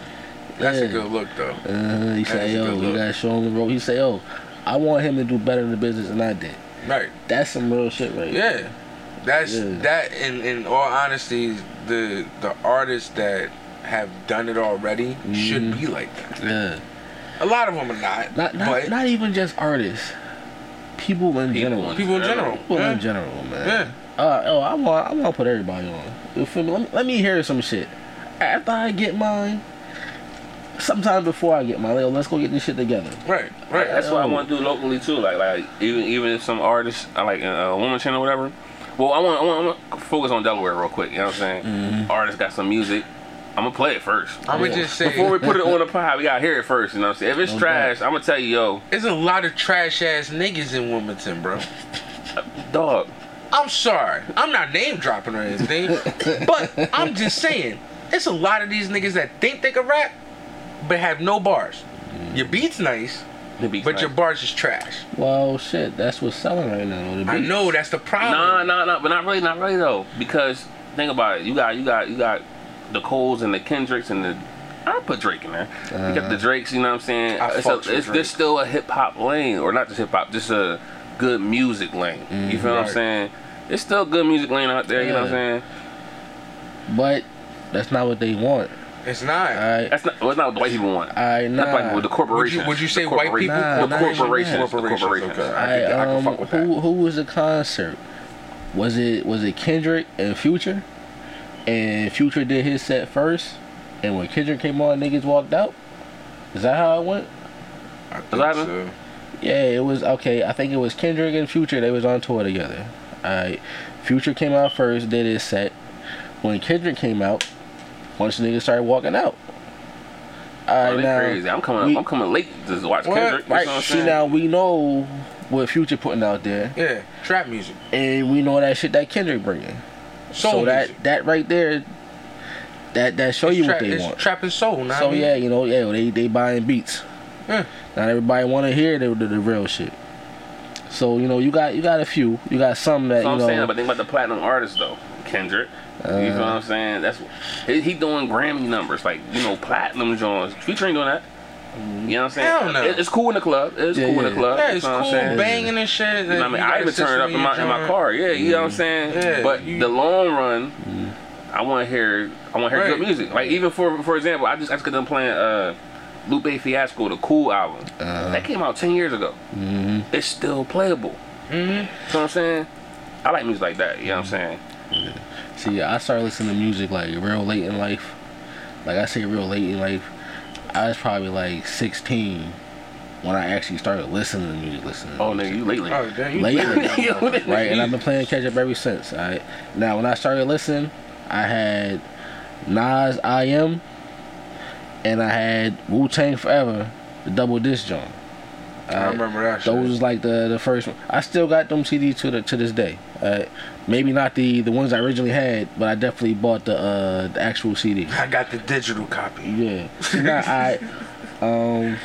Speaker 3: that's a
Speaker 5: Yeah.
Speaker 3: good look though.
Speaker 5: Uh, he
Speaker 3: That's
Speaker 5: said,
Speaker 3: a
Speaker 5: "Yo,
Speaker 3: good
Speaker 5: we
Speaker 3: look.
Speaker 5: gotta show him the rope." He said, "Yo, I want him to do better in the business than I did."
Speaker 3: Right.
Speaker 5: That's some real shit, right? there.
Speaker 3: Yeah. That's
Speaker 5: Yeah.
Speaker 3: that in in all honesty, the the artists that have done it already should be like that.
Speaker 5: Yeah.
Speaker 3: A lot of them are not.
Speaker 5: Mm-hmm. Not not,
Speaker 3: but
Speaker 5: not even just artists. People in general.
Speaker 1: in-
Speaker 3: people in general.
Speaker 5: People
Speaker 3: Yeah.
Speaker 5: in general, man.
Speaker 3: Yeah.
Speaker 5: Uh, oh, I want I want to put everybody on. You feel me? Let, me? let me hear some shit. After I get mine, sometime before I get mine, like, let's go get this shit together.
Speaker 3: Right, right.
Speaker 1: That's
Speaker 5: Um,
Speaker 1: what I want to do locally too. Like, like even even if some artists, uh, like uh, a woman channel, or whatever. Well, I want I want to focus on Delaware real quick. You know what I'm saying?
Speaker 5: Mm-hmm.
Speaker 1: Artists got some music. I'm gonna play it first.
Speaker 3: I'm gonna just say
Speaker 1: Before we put it on the pod, we gotta hear it first. You know what I'm saying? If it's
Speaker 5: No
Speaker 1: trash, I'm gonna tell you, yo,
Speaker 3: There's a lot of trash ass niggas in Wilmington, bro.
Speaker 1: dog.
Speaker 3: I'm sorry. I'm not name dropping or anything, but I'm just saying, it's a lot of these niggas that think they can rap, but have no bars. Your beat's nice,
Speaker 1: the beat's
Speaker 3: but
Speaker 1: nice.
Speaker 3: your bars is trash.
Speaker 5: Well, shit, that's what's selling right now. The
Speaker 3: I
Speaker 5: beat.
Speaker 3: know that's the problem.
Speaker 1: Nah, nah, nah, but not really, not really though, because think about it. You got you got you got the Coles and the Kendricks and the I put Drake in there. You got the Drakes. You know what I'm saying?
Speaker 3: Uh-huh. I
Speaker 1: it's
Speaker 3: fucks with
Speaker 1: a, it's,
Speaker 3: Drake.
Speaker 1: there's still a hip hop lane, or not just hip hop, just a good music lane. You feel what I'm
Speaker 3: Right.
Speaker 1: saying? It's still good music lane out there. You know what I'm saying?
Speaker 5: But that's not what they want.
Speaker 3: It's not.
Speaker 5: All right.
Speaker 1: That's not well, it's not what the white people want.
Speaker 5: I
Speaker 1: Not black
Speaker 5: nah.
Speaker 1: people, the corporation.
Speaker 3: Uh, would you say white people?
Speaker 1: the
Speaker 5: Nah, nah, yeah, yeah.
Speaker 1: corporations. The
Speaker 3: Corporations,
Speaker 1: corporations.
Speaker 3: okay.
Speaker 5: I,
Speaker 3: I can
Speaker 5: um,
Speaker 3: fuck with
Speaker 5: who who was the concert? Was it was it Kendrick and Future? And Future did his set first, and when Kendrick came on, niggas walked out. Is that how it went?
Speaker 3: I
Speaker 1: Does that happen?
Speaker 5: Yeah, it was okay. I think it was Kendrick and Future. They was on tour together. Alright, Future came out first, did his set. When Kendrick came out, once niggas started walking out.
Speaker 1: Oh,
Speaker 5: Alright,
Speaker 1: they
Speaker 5: now
Speaker 1: crazy. I'm coming.
Speaker 5: we-
Speaker 1: I'm coming late to watch
Speaker 3: What?
Speaker 1: Kendrick. You know
Speaker 5: right.
Speaker 1: what I'm
Speaker 5: See
Speaker 1: saying?
Speaker 5: now we know what Future putting out there,
Speaker 3: Yeah, trap music,
Speaker 5: and we know that shit that Kendrick bringing.
Speaker 3: soul
Speaker 5: so that
Speaker 3: music.
Speaker 5: that right there, that that show you
Speaker 3: It's
Speaker 5: what
Speaker 3: trap-
Speaker 5: they
Speaker 3: it's
Speaker 5: want.
Speaker 3: Trap and soul. Know
Speaker 5: so
Speaker 3: what I mean?
Speaker 5: yeah, you know, yeah, they they buying beats.
Speaker 3: Yeah.
Speaker 5: Not everybody want to hear the, the the real shit. So you know, you got you got a few, you got some that
Speaker 1: That's what
Speaker 5: you
Speaker 1: I'm
Speaker 5: know. Uh.
Speaker 1: saying. But think about the platinum artists though, Kendrick. you feel what I'm saying? That's he, he doing Grammy numbers, like you know, platinum joints. Future ain't doing that. You know what I'm saying?
Speaker 3: Hell no.
Speaker 1: It- it's cool in the club. It's
Speaker 5: Yeah,
Speaker 1: cool
Speaker 5: yeah.
Speaker 1: in the club.
Speaker 3: Yeah,
Speaker 1: you
Speaker 3: it's
Speaker 1: feel what I'm
Speaker 3: cool
Speaker 1: saying?
Speaker 3: banging and shit.
Speaker 1: You know what I mean, I even turn it up in my in my car. Yeah, Mm. you know what I'm saying.
Speaker 3: Yeah,
Speaker 1: but
Speaker 3: you-
Speaker 1: the long run, I want to hear I want to hear
Speaker 3: Right.
Speaker 1: good music. Like even for for example, I just I just got done playing uh, Lupe Fiasco, the Cool album. That came out ten years ago. It's still playable. Mm-hmm. So I'm saying, I like music like that. You know what I'm saying?
Speaker 5: See, I started listening to music like real late in life. Like I say, real late in life. I was probably like 16 when I actually started listening to music. Listening. to
Speaker 1: Oh
Speaker 5: music.
Speaker 1: nigga, you lately.
Speaker 3: Oh damn, you (laughs)
Speaker 5: lately,
Speaker 1: You know what I mean?
Speaker 5: right? And I've been playing catch up ever since. All right. Now, when I started listening, I had Nas I Am, and I had Wu Tang Forever, the double disc joint.
Speaker 3: I remember that shit.
Speaker 5: uh, Those was like the the first one. I still got them CDs to the to this day. All right. Maybe not the the ones I originally had, but I definitely bought the uh the actual CD.
Speaker 3: I got the digital copy.
Speaker 5: Yeah. So now I um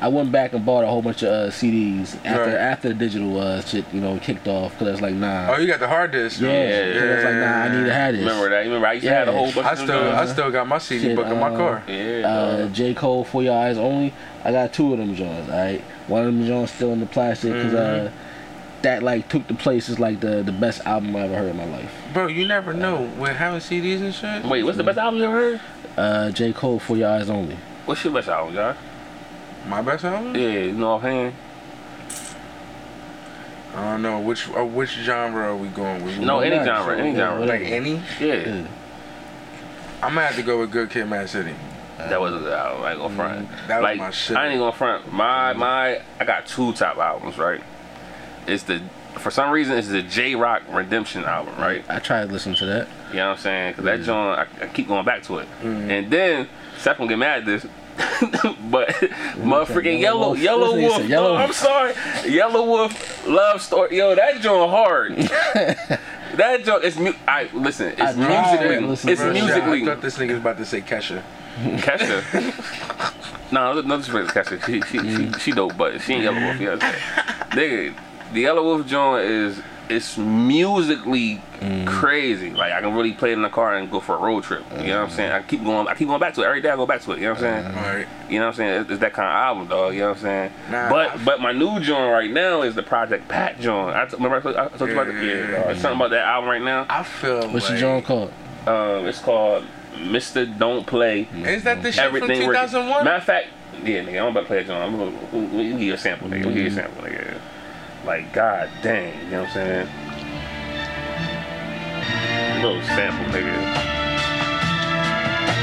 Speaker 5: I went back and bought a whole bunch of uh, CDs after
Speaker 3: Right.
Speaker 5: after the digital uh, shit you know kicked off because I was like nah
Speaker 3: Oh, you got the hard disk.
Speaker 5: yeah,
Speaker 1: Yeah.
Speaker 5: yeah. it's like nah I need to have this
Speaker 1: Remember that? Remember I used to have a
Speaker 5: Yeah.
Speaker 1: whole bunch
Speaker 3: I
Speaker 1: of them
Speaker 3: still, I
Speaker 1: joints?
Speaker 3: still got my CD
Speaker 5: Shit,
Speaker 3: book in my
Speaker 5: uh,
Speaker 3: car.
Speaker 1: Yeah.
Speaker 5: uh,
Speaker 1: dog.
Speaker 5: J Cole for your eyes only I got two of them joints alright one of them joints still in the plastic because uh that like took the place as like the the best album I ever heard in my life
Speaker 3: Bro, you never know. With having CDs and shit.
Speaker 1: Wait, what's the best album you ever heard?
Speaker 5: uh J Cole for your eyes only
Speaker 1: What's your best album, John?
Speaker 3: My best album?
Speaker 1: Yeah, you know offhand.
Speaker 3: I don't know which uh, which genre are we going with.
Speaker 1: No, any
Speaker 5: nice.
Speaker 1: genre, any
Speaker 5: Yeah,
Speaker 1: genre.
Speaker 5: whatever.
Speaker 3: like any.
Speaker 1: Yeah,
Speaker 3: I'm gonna have to go with Good Kid, Mad City.
Speaker 1: that was a good album. I ain't gonna front.
Speaker 3: That was
Speaker 1: like
Speaker 3: my shit.
Speaker 1: I ain't gonna front. My my, I got two top albums, right? It's the for some reason it's the J Rock Redemption album, right?
Speaker 5: I tried to listen to that
Speaker 1: You know what I'm saying? Cause that joint, I, I keep going back to it. And then Seth gonna get mad at this, (laughs) but motherfucking
Speaker 5: Yellow
Speaker 1: Yellow
Speaker 5: Wolf?
Speaker 1: Yellow
Speaker 5: This nigga
Speaker 1: Wolf,
Speaker 5: said Yellow
Speaker 1: oh, I'm sorry, Yellow
Speaker 5: Wolf.
Speaker 1: Wolf Love Story. Yo, that joint hard. that joint is mu- I listen. It's
Speaker 5: I tried to listen
Speaker 1: musically. It's
Speaker 5: to that.
Speaker 1: musically.
Speaker 3: I thought this nigga was about to say Kesha.
Speaker 1: Kesha. no, no disrespect to Kesha. She, she, she, she dope, but she ain't Yellow Wolf. You know what I'm
Speaker 3: (laughs)
Speaker 1: saying? Nigga, the Yellow Wolf joint is it's musically crazy. Like I can really play it in the car and go for a road trip. You know what I'm saying? I keep going. I keep going back to it every day. I go back to it. You know what I'm saying?
Speaker 3: All right.
Speaker 1: You know what I'm saying? It's, it's that kind of album, dog. You know what I'm saying?
Speaker 3: Nah,
Speaker 1: but
Speaker 3: I've-
Speaker 1: but my new joint right now is the Project Pat joint. I t- remember I told, I told you about the,
Speaker 3: Yeah,
Speaker 1: yeah,
Speaker 3: yeah,
Speaker 1: dog. something about that album right now.
Speaker 3: I feel.
Speaker 5: what's
Speaker 3: like,
Speaker 5: the joint called
Speaker 1: Um, it's called Mr. Don't Play.
Speaker 3: Is that the shit
Speaker 1: everything.
Speaker 3: from
Speaker 1: working.
Speaker 3: 2001?
Speaker 1: Matter of fact, yeah, nigga, I'm about to play a joint. I'm gonna we- we- we give you a sample, nigga. We give you a sample, nigga. Like, god dang, you know what I'm saying? Little sample, nigga.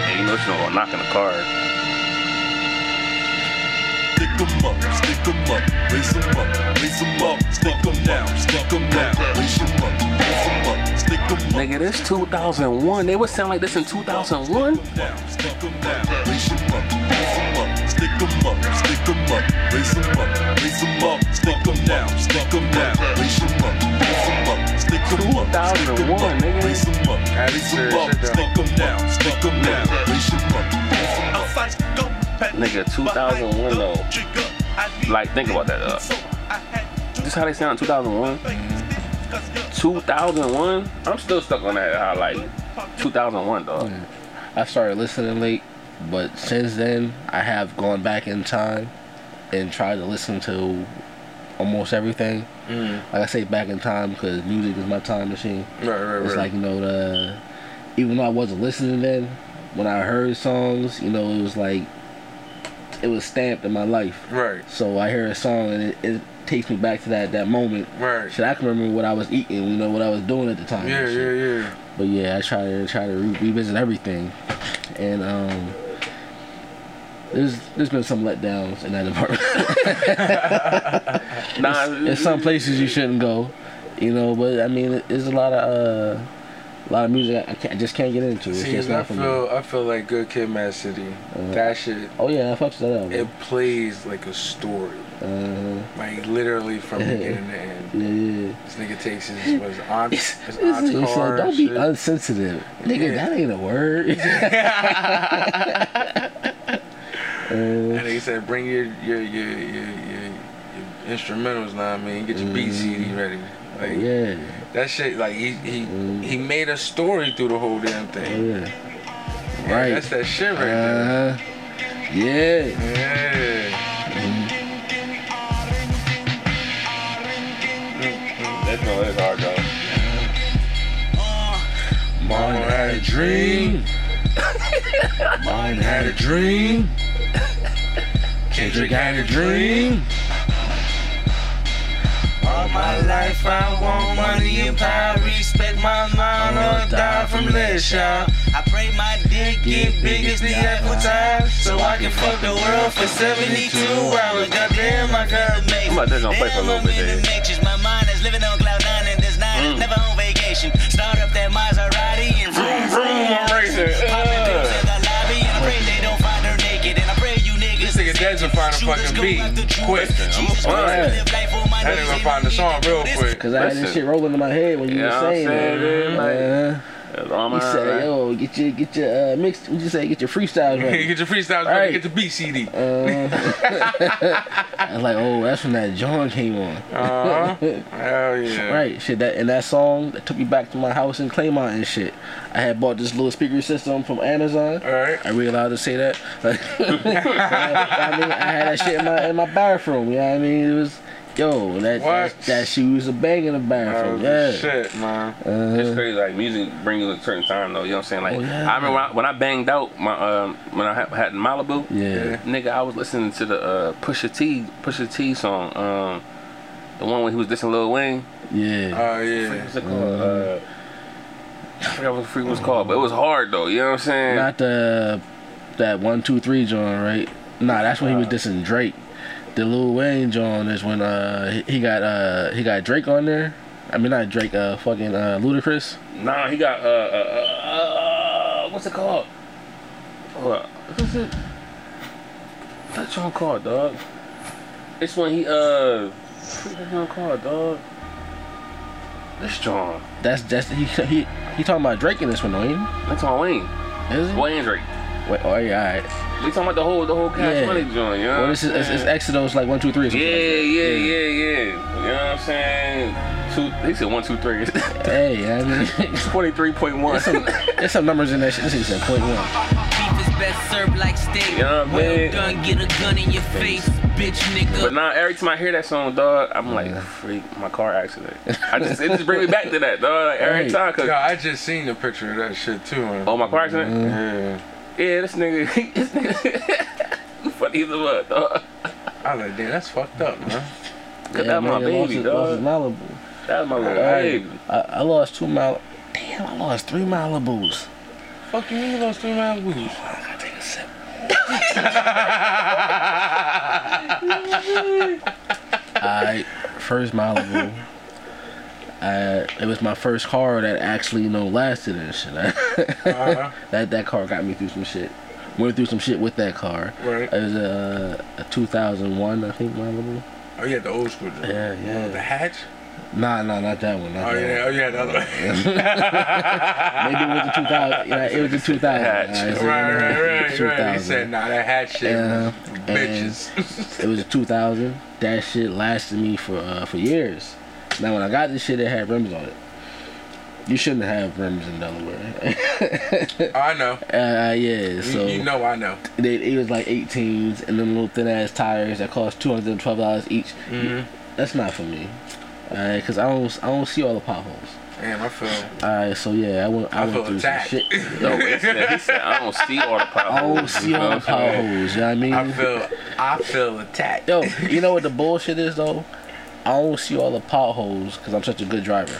Speaker 1: And you know she's gonna knock in the car.
Speaker 7: Stick 'em up, stick 'em up, raise 'em up, raise 'em up, stick 'em down, stick 'em down, raise 'em up, raise 'em up, stick 'em up,
Speaker 1: Nigga, this 2001. They would sound like this in 2001.
Speaker 7: down, stick 'em down, raise 'em up, raise 'em up, stick 'em up, stick 'em up, raise 'em up, raise 'em up, stick 'em down, stick 'em down, raise 'em up, raise 'em up, stick 'em up, stick 'em
Speaker 1: 2001,
Speaker 7: up,
Speaker 1: nigga.
Speaker 7: raise 'em up, raise 'em up, stick 'em down, stick 'em down, raise 'em up, raise 'em up.
Speaker 1: Nigga, 2001 though. Like, think about that, uh, This how they sound in 2001. 2001. I'm still stuck on that highlight. 2001, dog.
Speaker 5: I started listening late, but since then I have gone back in time and tried to listen to almost everything.
Speaker 3: Mm.
Speaker 5: Like I say, back in time because music is my time machine.
Speaker 3: Right, right,
Speaker 5: It's
Speaker 3: right.
Speaker 5: like you know the even though I wasn't listening then, when I heard songs, you know it was like it was stamped in my life.
Speaker 3: right,
Speaker 5: So I hear a song and it, it takes me back to that that moment.
Speaker 3: right.
Speaker 5: Shit, I can remember what I was eating, you know what I was doing at the time. and
Speaker 3: Yeah,
Speaker 5: shit.
Speaker 3: yeah, yeah.
Speaker 5: But yeah, I try to try to re- revisit everything, and um, there's there's been some letdowns in that department. (laughs)
Speaker 1: Nah,
Speaker 5: There's some places you shouldn't go, you know. But I mean, there's a lot of uh, a lot of music I, can't, I just can't get into. It's
Speaker 3: See,
Speaker 5: just
Speaker 3: I
Speaker 5: not for me.
Speaker 3: feel I feel like Good Kid, Mad City. That shit,
Speaker 5: Oh yeah, I fucked that up.
Speaker 3: it plays like a story,
Speaker 5: Uh,
Speaker 3: like literally
Speaker 5: (laughs)
Speaker 3: from beginning to end.
Speaker 5: yeah, yeah.
Speaker 3: This nigga takes his was
Speaker 5: (laughs)
Speaker 3: aunt, his
Speaker 5: This
Speaker 3: aunt's
Speaker 5: nigga
Speaker 3: car.
Speaker 5: said,
Speaker 3: and
Speaker 5: "Don't be
Speaker 3: shit."
Speaker 5: unsensitive, nigga.
Speaker 3: Yeah.
Speaker 5: That ain't a word."
Speaker 3: (laughs)
Speaker 5: (laughs) Uh,
Speaker 3: And they said, bring your your your your, your, your instrumentals now, I mean, get your beat CD ready. Like
Speaker 5: Mm-hmm. yeah, Mm-hmm.
Speaker 3: that shit, like he he he made a story through the whole damn thing.
Speaker 5: yeah.
Speaker 3: Yeah,
Speaker 5: Right.
Speaker 3: that's that shit right there.
Speaker 5: Uh, yeah.
Speaker 3: Yeah.
Speaker 1: That joint is hard, dog.
Speaker 3: Mom had a
Speaker 8: (laughs)
Speaker 3: dream. Mom had a dream. Kendrick had a dream. All my life I want money and power. Respect my mind or die from less, y'all.
Speaker 8: I pray my dick
Speaker 3: Get big as the apple time, so I can fuck the world for 72 hours. Goddamn, I got a
Speaker 1: I'm about to gonna play for a little bit
Speaker 8: in
Speaker 1: there.
Speaker 8: the matrix. My mind is living on cloud nine and this nine is never on vacation. Start up that Maserati and vroom vroom.
Speaker 1: I'm racing.
Speaker 8: Popping pills
Speaker 1: Uh,
Speaker 8: in the lobby and I pray they don't find her naked. And I pray you niggas.
Speaker 3: This nigga Dez will find a
Speaker 8: Shooters
Speaker 3: fucking
Speaker 8: go
Speaker 3: beat
Speaker 8: like the Jews.
Speaker 3: quick.
Speaker 1: I'ma
Speaker 8: Jesus
Speaker 1: find
Speaker 8: Christ,
Speaker 1: it.
Speaker 8: live life on my
Speaker 3: I didn't
Speaker 8: knees.
Speaker 3: even
Speaker 8: Ain't
Speaker 3: find the
Speaker 8: no
Speaker 3: song
Speaker 8: need to
Speaker 3: real
Speaker 8: do this.
Speaker 3: quick.
Speaker 5: Cause I had
Speaker 1: Listen.
Speaker 5: this shit rolling in my head when you
Speaker 1: Yeah,
Speaker 5: were
Speaker 1: I'm
Speaker 5: saying
Speaker 1: saying,
Speaker 5: that.
Speaker 1: man, like-
Speaker 5: Uh,
Speaker 1: that's all
Speaker 5: He
Speaker 1: my
Speaker 5: said,
Speaker 1: right.
Speaker 5: "Yo, get your get your uh, mix. What you say? Get your freestyles
Speaker 1: (laughs)
Speaker 5: ready."
Speaker 3: (laughs) get your freestyles
Speaker 5: Alright.
Speaker 3: ready, get the beat CD.
Speaker 5: I was like, "Oh, that's when that John came on,
Speaker 3: Uh-huh. Hell yeah.
Speaker 5: right? Shit, that and that song that took me back to my house in Claymont and shit. I had bought this little speaker system from Amazon.
Speaker 3: Alright.
Speaker 5: Are we allowed to say that? (laughs) I, mean, I had that shit in my in my bathroom. You know what I mean? It was, yo, that
Speaker 3: What?
Speaker 5: that, that shit was a bang in the
Speaker 3: Oh,
Speaker 5: bathroom. yeah.
Speaker 3: Shit, man.
Speaker 1: It's crazy, like music brings you a certain time though. You know what I'm saying? Like
Speaker 5: Oh, yeah.
Speaker 1: I remember when I, when I banged out my um when I had, had Malibu.
Speaker 5: Yeah.
Speaker 1: Nigga, I was listening to the uh, Pusha T Pusha T song. Um, the one when he was dissing Lil Wayne.
Speaker 5: Yeah.
Speaker 3: Oh, yeah.
Speaker 1: What's it called?
Speaker 5: Mm-hmm.
Speaker 1: Uh, I forgot what the freak was called, but it was hard though. You know what I'm saying?
Speaker 5: Not the that one two three John, right? Nah, that's when he
Speaker 3: Uh.
Speaker 5: was dissing Drake. The Lil Wayne John is when uh he- he got uh he got Drake on there. I mean not Drake, uh fucking uh Ludacris.
Speaker 1: nah, he got uh, uh, uh, uh what's it called? What? What's it? That John called dog. It's when he uh, that John called dog. This John.
Speaker 5: That's that's he he he talking about Drake in this one, though, ain't he?
Speaker 1: That's on Wayne.
Speaker 5: Is he?
Speaker 1: Wayne Drake.
Speaker 5: Wait, oh yeah, alright.
Speaker 1: We talking about the whole the whole cash
Speaker 5: Yeah.
Speaker 1: money joint. You know
Speaker 5: Well,
Speaker 1: what
Speaker 5: this
Speaker 1: I'm
Speaker 5: is it's, it's
Speaker 1: saying?
Speaker 5: Exodus like one two three. Or something
Speaker 1: yeah,
Speaker 5: like
Speaker 1: yeah, yeah, yeah. You know what I'm saying? Two. He said one, two, three. (laughs)
Speaker 5: that. Hey, I mean,
Speaker 1: Twenty-three point one.
Speaker 5: (laughs) there's some numbers in that shit. This is at point one.
Speaker 8: Beef is best served like steak.
Speaker 1: Yeah,
Speaker 8: well
Speaker 1: man.
Speaker 8: done, get a gun in your face, bitch nigga.
Speaker 1: But now every time I hear that song, dog, I'm like, freak, my car accident. (laughs) I just it just bring me back to that, dog. Like, every
Speaker 5: Right.
Speaker 1: time, cause
Speaker 3: Yo, I just seen the picture of that shit, too, man.
Speaker 1: oh my car accident.
Speaker 3: Yeah.
Speaker 5: Mm-hmm.
Speaker 1: Yeah, this nigga, (laughs) this nigga, (laughs) funny as a mug, dog.
Speaker 3: I was like, damn, that's fucked up, man.
Speaker 1: Cause that my
Speaker 5: nigga lost
Speaker 1: baby,
Speaker 5: his- lost
Speaker 1: dog.
Speaker 5: his Malibu.
Speaker 1: That my little
Speaker 5: Right.
Speaker 1: baby.
Speaker 5: I, I lost two Mal. Damn, I lost three Malibus.
Speaker 3: Fuck you mean you lost three man woos?
Speaker 5: (laughs) I first Malibu. I, it was my first car that actually you know lasted and shit. (laughs)
Speaker 3: Uh-huh.
Speaker 5: that that car got me through some shit. Went through some shit with that car.
Speaker 3: Right.
Speaker 5: It was a, a 2001, I think Malibu.
Speaker 3: Oh, yeah, the old school. joint.
Speaker 5: Yeah, yeah.
Speaker 3: The hatch?
Speaker 5: Nah, nah, not that one. Not
Speaker 3: Oh,
Speaker 5: that
Speaker 3: yeah, oh, yeah, the other
Speaker 5: One. Maybe it was the 2000. Yeah, it was the 2000.
Speaker 1: Hatch.
Speaker 5: Alright,
Speaker 3: (laughs)
Speaker 5: so, you
Speaker 3: Right,
Speaker 5: know, it
Speaker 3: right,
Speaker 5: was
Speaker 3: right, right.
Speaker 5: 2000.
Speaker 3: He said, nah, that hat shit.
Speaker 5: Yeah,
Speaker 3: bitches.
Speaker 5: It was a 2000. That shit lasted me for uh, for years. Now when I got this shit, it had rims on it. You shouldn't have rims in (laughs) Delaware.
Speaker 3: (laughs)
Speaker 5: (laughs)
Speaker 3: I know.
Speaker 5: uh, yeah,
Speaker 3: You-
Speaker 5: so
Speaker 3: you know I know.
Speaker 5: they, it was like 18s and them little thin ass tires that cost two hundred and twelve dollars each.
Speaker 3: Mm-hmm.
Speaker 5: That's not for me. Alright, cause I don't I don't see all the potholes.
Speaker 3: Damn, I feel.
Speaker 5: Alright, so yeah, I went I,
Speaker 3: I
Speaker 5: went
Speaker 3: feel
Speaker 5: through
Speaker 3: attacked.
Speaker 5: some shit.
Speaker 3: (laughs)
Speaker 1: No, he said, he said, I don't see all the
Speaker 5: I
Speaker 1: potholes.
Speaker 5: don't see
Speaker 1: you
Speaker 5: all
Speaker 1: know what
Speaker 5: the
Speaker 1: I'm saying?
Speaker 5: potholes. You know what I mean? (laughs)
Speaker 3: I feel. I feel attacked.
Speaker 5: Yo, you know what the bullshit is though? I don't see all the potholes because I'm such a good driver.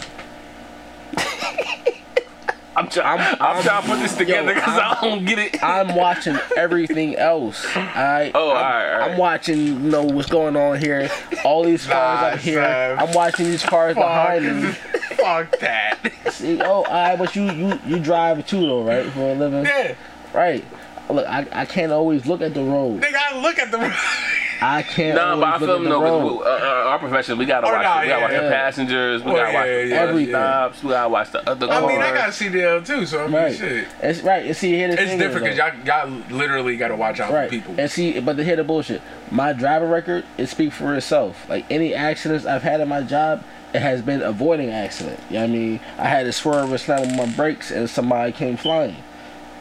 Speaker 1: I'm, try- I'm, trying to put this together because I don't get it.
Speaker 5: I'm watching everything else. I,
Speaker 1: Oh,
Speaker 5: I'm,
Speaker 1: alright, alright.
Speaker 5: I'm watching, you know, what's going on here. All these cars
Speaker 3: Nah,
Speaker 5: up here.
Speaker 3: son.
Speaker 5: I'm watching these cars behind me.
Speaker 3: (laughs) Fuck that. (laughs)
Speaker 5: See, oh, I but you you you drive too though, right? For a living,
Speaker 3: Yeah,
Speaker 5: right? Look, I, I can't always look at the road.
Speaker 3: they gotta look at the. (laughs)
Speaker 5: (laughs) I can't
Speaker 1: No,
Speaker 5: always
Speaker 1: but I
Speaker 5: look
Speaker 1: feel
Speaker 5: at
Speaker 1: him
Speaker 5: the
Speaker 1: though,
Speaker 5: road.
Speaker 1: because uh, uh, our profession, we gotta
Speaker 3: Oh,
Speaker 1: watch.
Speaker 3: nah,
Speaker 1: the, we gotta watch
Speaker 3: yeah.
Speaker 1: the passengers. We
Speaker 3: Oh,
Speaker 1: gotta watch
Speaker 3: yeah,
Speaker 1: the
Speaker 3: yeah,
Speaker 1: bus
Speaker 5: yeah.
Speaker 1: stops. We gotta watch the other
Speaker 3: I
Speaker 1: cars.
Speaker 3: mean, I got CDL too, so I mean,
Speaker 5: Right.
Speaker 3: shit.
Speaker 5: It's right. And see, here the
Speaker 3: It's
Speaker 5: thing
Speaker 3: different
Speaker 5: is,
Speaker 3: because
Speaker 5: though.
Speaker 3: y'all, y'all literally gotta watch out
Speaker 5: Right.
Speaker 3: for people.
Speaker 5: And see, but the hear the bullshit. My driver record, it speaks for itself. Like any accidents I've had at my job, it has been avoiding accident. You know what I mean? I had a swerve and slam on my brakes and somebody came flying.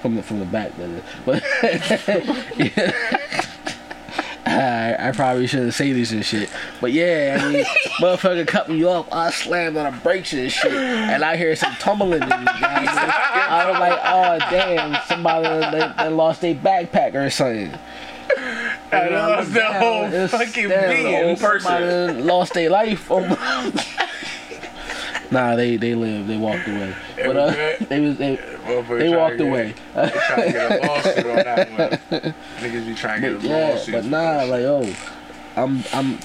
Speaker 5: From the from the back that is. But (laughs) I, I probably shouldn't say this and shit. But yeah, I mean motherfucker cut me off, I slammed on the brakes and shit. And I hear some tumbling in me, you know what I mean? I was like, oh damn, somebody done, done lost their backpack or something.
Speaker 3: I (laughs) lost the
Speaker 5: Damn,
Speaker 3: whole
Speaker 5: it's-
Speaker 3: fucking
Speaker 5: damn,
Speaker 3: being.
Speaker 5: old
Speaker 1: person.
Speaker 5: somebody done Lost their life. Oh, (laughs) nah, they they lived. They walked away. But uh,
Speaker 3: Everybody-
Speaker 5: they was they,
Speaker 3: Motherfucker
Speaker 5: they
Speaker 3: tryna
Speaker 5: walked
Speaker 3: get-
Speaker 5: away.
Speaker 3: they trying to get
Speaker 5: (laughs)
Speaker 3: a lawsuit on that one. Niggas be trying to get a
Speaker 5: yeah,
Speaker 3: lawsuit.
Speaker 5: but
Speaker 3: for
Speaker 5: nah,
Speaker 3: that
Speaker 5: like oh, I'm I'm.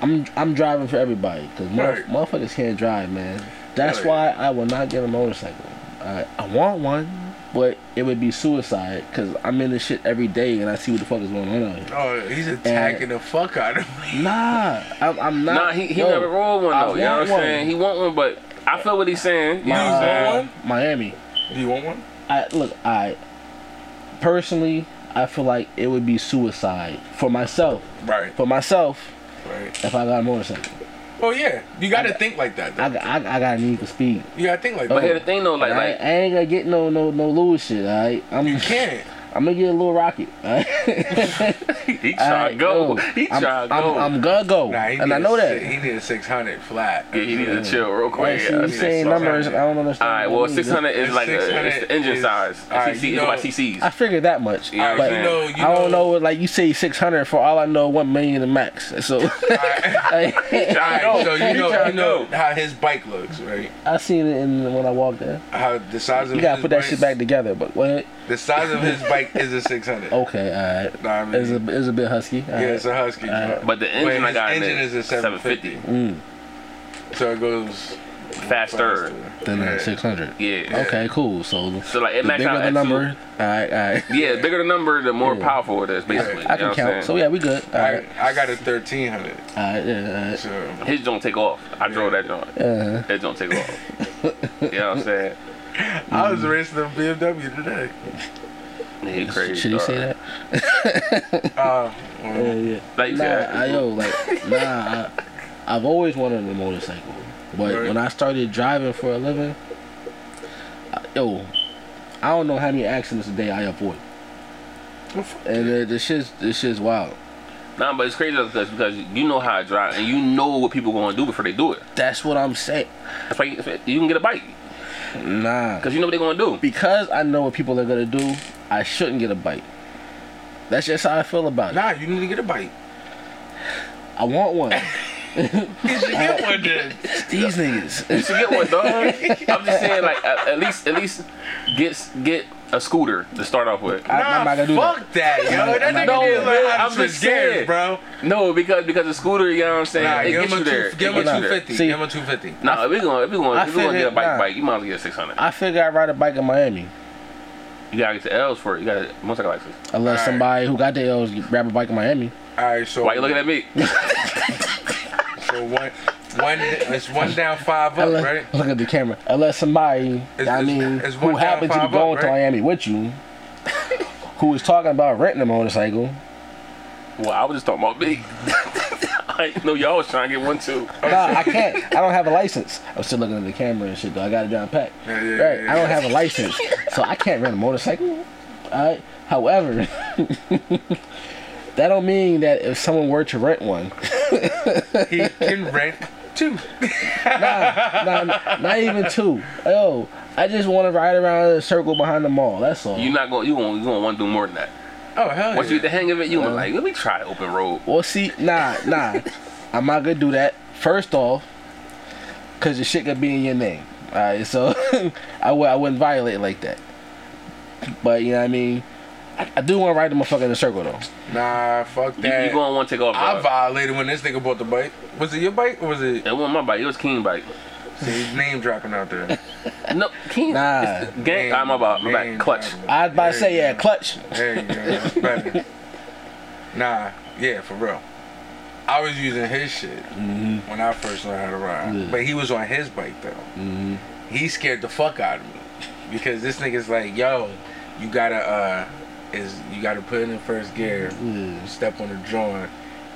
Speaker 5: I'm I'm driving for everybody because
Speaker 3: Right.
Speaker 5: motherfuckers can't drive, man. That's
Speaker 3: Right.
Speaker 5: why I will not get a motorcycle. I, I want one, but it would be suicide because I'm in this shit every day and I see what the fuck is going on out here.
Speaker 3: shit. Oh, he's attacking the fuck out of me.
Speaker 5: Nah, I'm, I'm not.
Speaker 1: Nah, he, he
Speaker 5: yo,
Speaker 1: never rolled one
Speaker 5: I
Speaker 1: though. You know
Speaker 5: want
Speaker 1: what I'm saying?
Speaker 5: one.
Speaker 1: He want one, but I feel what he's saying. You know what I'm
Speaker 5: Uh,
Speaker 1: saying?
Speaker 3: one?
Speaker 5: Miami.
Speaker 3: Do you want one?
Speaker 5: I look. I personally, I feel like it would be suicide for myself.
Speaker 3: Right,
Speaker 5: For myself,
Speaker 3: right.
Speaker 5: if I got a motorcycle,
Speaker 3: Oh yeah, you gotta think like that. Though.
Speaker 5: I, I, I got an equal speed.
Speaker 3: You gotta think like
Speaker 1: But
Speaker 3: that.
Speaker 1: here the thing though, like,
Speaker 5: I,
Speaker 1: like
Speaker 5: I ain't gonna get no no no lose shit. All right, I'm
Speaker 3: You can't.
Speaker 5: I'm gonna get a little rocket. All right?
Speaker 1: he (laughs) try to go. He
Speaker 5: Oh, I'm,
Speaker 1: try to
Speaker 5: I'm-
Speaker 1: go.
Speaker 5: I'm gonna go,
Speaker 3: Nah, he
Speaker 5: and I
Speaker 3: need
Speaker 5: know
Speaker 3: a
Speaker 5: that.
Speaker 3: si- he need a six hundred flat.
Speaker 1: Yeah, he need to chill real
Speaker 5: Like,
Speaker 1: quick.
Speaker 5: see,
Speaker 1: Yeah,
Speaker 5: you
Speaker 1: that's-
Speaker 5: saying
Speaker 3: that's-
Speaker 5: numbers, I don't understand.
Speaker 1: all right,
Speaker 5: what
Speaker 1: well,
Speaker 5: that means.
Speaker 1: 600 is
Speaker 3: The
Speaker 1: like a,
Speaker 3: 600
Speaker 1: it's the engine
Speaker 3: is-
Speaker 1: size.
Speaker 3: all right,
Speaker 1: It's
Speaker 3: you
Speaker 1: CC, it's my
Speaker 3: know-
Speaker 1: CCs.
Speaker 5: I figured that much.
Speaker 1: You know what I'm
Speaker 5: but
Speaker 1: saying?
Speaker 3: You know, you
Speaker 5: I don't
Speaker 3: know.
Speaker 5: know. Like you say, six hundred. For all I know, one million the max. So like,
Speaker 3: All right, so you know,
Speaker 1: tryna
Speaker 3: you know
Speaker 1: go.
Speaker 3: how his bike looks, right?
Speaker 5: (laughs) I seen it in when I walked there.
Speaker 3: How the size of
Speaker 5: You gotta
Speaker 3: his
Speaker 5: put that
Speaker 3: bike-
Speaker 5: shit back together. But what?
Speaker 3: The size
Speaker 5: (laughs)
Speaker 3: of his bike is a six hundred.
Speaker 5: Okay, all right.
Speaker 3: Nah, I mean-
Speaker 5: Oh, It's a it's a bit husky. all
Speaker 3: Yeah,
Speaker 5: right.
Speaker 3: it's a Husky. truck.
Speaker 1: But the engine I
Speaker 3: his
Speaker 1: got in
Speaker 3: engine
Speaker 1: it
Speaker 3: is a 750.
Speaker 5: Hmm.
Speaker 3: So it goes
Speaker 1: faster.
Speaker 5: Then uh, six hundred.
Speaker 1: Yeah.
Speaker 5: Okay, cool. So
Speaker 1: So like it
Speaker 5: the
Speaker 1: maxed
Speaker 5: bigger
Speaker 1: out
Speaker 5: the
Speaker 1: at
Speaker 5: number. All right, all
Speaker 3: (laughs)
Speaker 5: right.
Speaker 1: two. Yeah, bigger the number, the more powerful it is. Basically,
Speaker 5: I
Speaker 1: you know what
Speaker 5: can
Speaker 1: I'm saying?
Speaker 5: count. So yeah, we good. All
Speaker 3: I,
Speaker 5: right,
Speaker 3: I got a thirteen hundred.
Speaker 5: all right, yeah,
Speaker 3: So
Speaker 1: His don't take off. I drove that joint. That don't take
Speaker 5: (laughs)
Speaker 1: off. you know what I'm saying?
Speaker 3: I
Speaker 5: Hmm.
Speaker 3: was racing a BMW today.
Speaker 1: He
Speaker 5: all right.
Speaker 1: crazy.
Speaker 5: Should you
Speaker 1: dog.
Speaker 5: say that?
Speaker 3: Uh,
Speaker 5: Yeah, yeah.
Speaker 1: Like you
Speaker 5: Nah,
Speaker 1: said,
Speaker 5: I, yo, like nah. I, I've always wanted a motorcycle, but
Speaker 3: Right.
Speaker 5: when I started driving for a living, I, yo, I don't know how many accidents a day I avoid, and uh, this shit's this shit's wild.
Speaker 1: nah, but it's crazy because because you know how I drive and you know what people gonna do before they do it.
Speaker 5: That's what I'm saying.
Speaker 1: That's why you, you can get a bike
Speaker 5: Nah,
Speaker 1: because you know what they're gonna do.
Speaker 5: because I know what people are gonna do. I shouldn't get a bike. That's just how I feel about it.
Speaker 3: nah, you need to get a bike. (laughs)
Speaker 5: I want one.
Speaker 3: You should get one then.
Speaker 5: These niggas.
Speaker 1: You should get one,
Speaker 3: (laughs)
Speaker 1: dog. I'm just saying, like at, at least at least get get a scooter to start off with.
Speaker 5: I-
Speaker 3: Nah,
Speaker 5: I'm not gonna do that.
Speaker 3: fuck that,
Speaker 5: I'm
Speaker 3: yo.
Speaker 5: not-
Speaker 3: That
Speaker 5: I'm not
Speaker 3: nigga
Speaker 5: gonna
Speaker 3: didn't
Speaker 5: do
Speaker 3: learn
Speaker 1: that.
Speaker 3: how
Speaker 1: I'm
Speaker 3: to
Speaker 1: just
Speaker 3: switch gears,
Speaker 1: saying.
Speaker 3: bro.
Speaker 1: No, because because a scooter, you know what I'm saying.
Speaker 3: Nah,
Speaker 1: it
Speaker 3: give
Speaker 1: gets
Speaker 3: him
Speaker 1: you
Speaker 3: a
Speaker 1: there.
Speaker 3: two, give
Speaker 1: It
Speaker 3: him a
Speaker 1: gets
Speaker 3: two
Speaker 1: you there.
Speaker 3: fifty.
Speaker 5: See-
Speaker 3: Give him a two fifty.
Speaker 1: Nah, if we gonna if we gonna
Speaker 5: I
Speaker 1: if we gonna
Speaker 5: figured-
Speaker 1: get a bike
Speaker 5: nah.
Speaker 1: bike, you might as well get a 600.
Speaker 5: I figure I'd ride a bike in Miami.
Speaker 1: You gotta get the L's for it. You gotta motorcycle license.
Speaker 5: Unless
Speaker 3: Alright.
Speaker 5: somebody who got their L's grab a bike in Miami.
Speaker 3: All right, so
Speaker 1: Why you looking at me?
Speaker 3: so one, one, it's one down, five up,
Speaker 5: Unless, (laughs)
Speaker 3: right?
Speaker 5: Look at the camera. Unless somebody,
Speaker 3: It's-
Speaker 5: I
Speaker 3: it's-
Speaker 5: mean,
Speaker 3: it's
Speaker 5: who
Speaker 3: one down,
Speaker 5: happened to be
Speaker 3: five up,
Speaker 5: going to
Speaker 3: right?
Speaker 5: Miami with you, who was talking about renting a motorcycle.
Speaker 1: Well, I was just talking about me. (laughs) I didn't know y'all was trying to get one too.
Speaker 5: Nah, I can't. I don't have a license. I'm still looking at the camera and shit though. I got it down pat.
Speaker 3: Yeah, yeah,
Speaker 5: right.
Speaker 3: yeah,
Speaker 5: I don't
Speaker 3: yeah.
Speaker 5: have a license, so I can't rent a motorcycle. Alright. However, (laughs) that don't mean that if someone were to rent one,
Speaker 3: He can rent two.
Speaker 5: nah, nah, not even two. Yo, I just want to ride around in a circle behind the mall. That's all.
Speaker 1: You not going you gonna you gonna want to do more than that.
Speaker 3: Oh hell
Speaker 1: Once you
Speaker 3: yeah.
Speaker 1: get the hang of it, you gonna be like, let me try the open road.
Speaker 5: Well, see, nah, nah. I'm not gonna do that. First off, cause the shit could be in your name. All right, so (laughs) I w- I wouldn't violate like that. But you know what I mean. I, I do want to ride the motherfucker in a circle though.
Speaker 3: Nah, fuck
Speaker 1: You,
Speaker 3: that.
Speaker 1: you gonna want to take off.
Speaker 3: I
Speaker 1: dog.
Speaker 3: violated when this nigga bought the bike. Was it your bike or was it?
Speaker 1: It wasn't my bike. It was King bike.
Speaker 3: See, his name dropping out there.
Speaker 1: No, King.
Speaker 5: Nah.
Speaker 1: It's the gang. I'm about my
Speaker 3: Name
Speaker 1: back. Clutch.
Speaker 3: dropping.
Speaker 5: I'd about to
Speaker 3: There
Speaker 5: say
Speaker 3: you
Speaker 5: yeah,
Speaker 3: go.
Speaker 5: clutch.
Speaker 3: There you
Speaker 5: (laughs)
Speaker 3: go. That's better. Nah, yeah, for real. I was using his shit when I first learned how to ride,
Speaker 5: Mm-hmm. Yeah. Mm-hmm.
Speaker 3: but he was on his bike though. He scared the fuck out of me because this nigga's like, yo, you gotta uh, is you gotta put it in first gear,
Speaker 5: Yeah.
Speaker 3: step on the joint,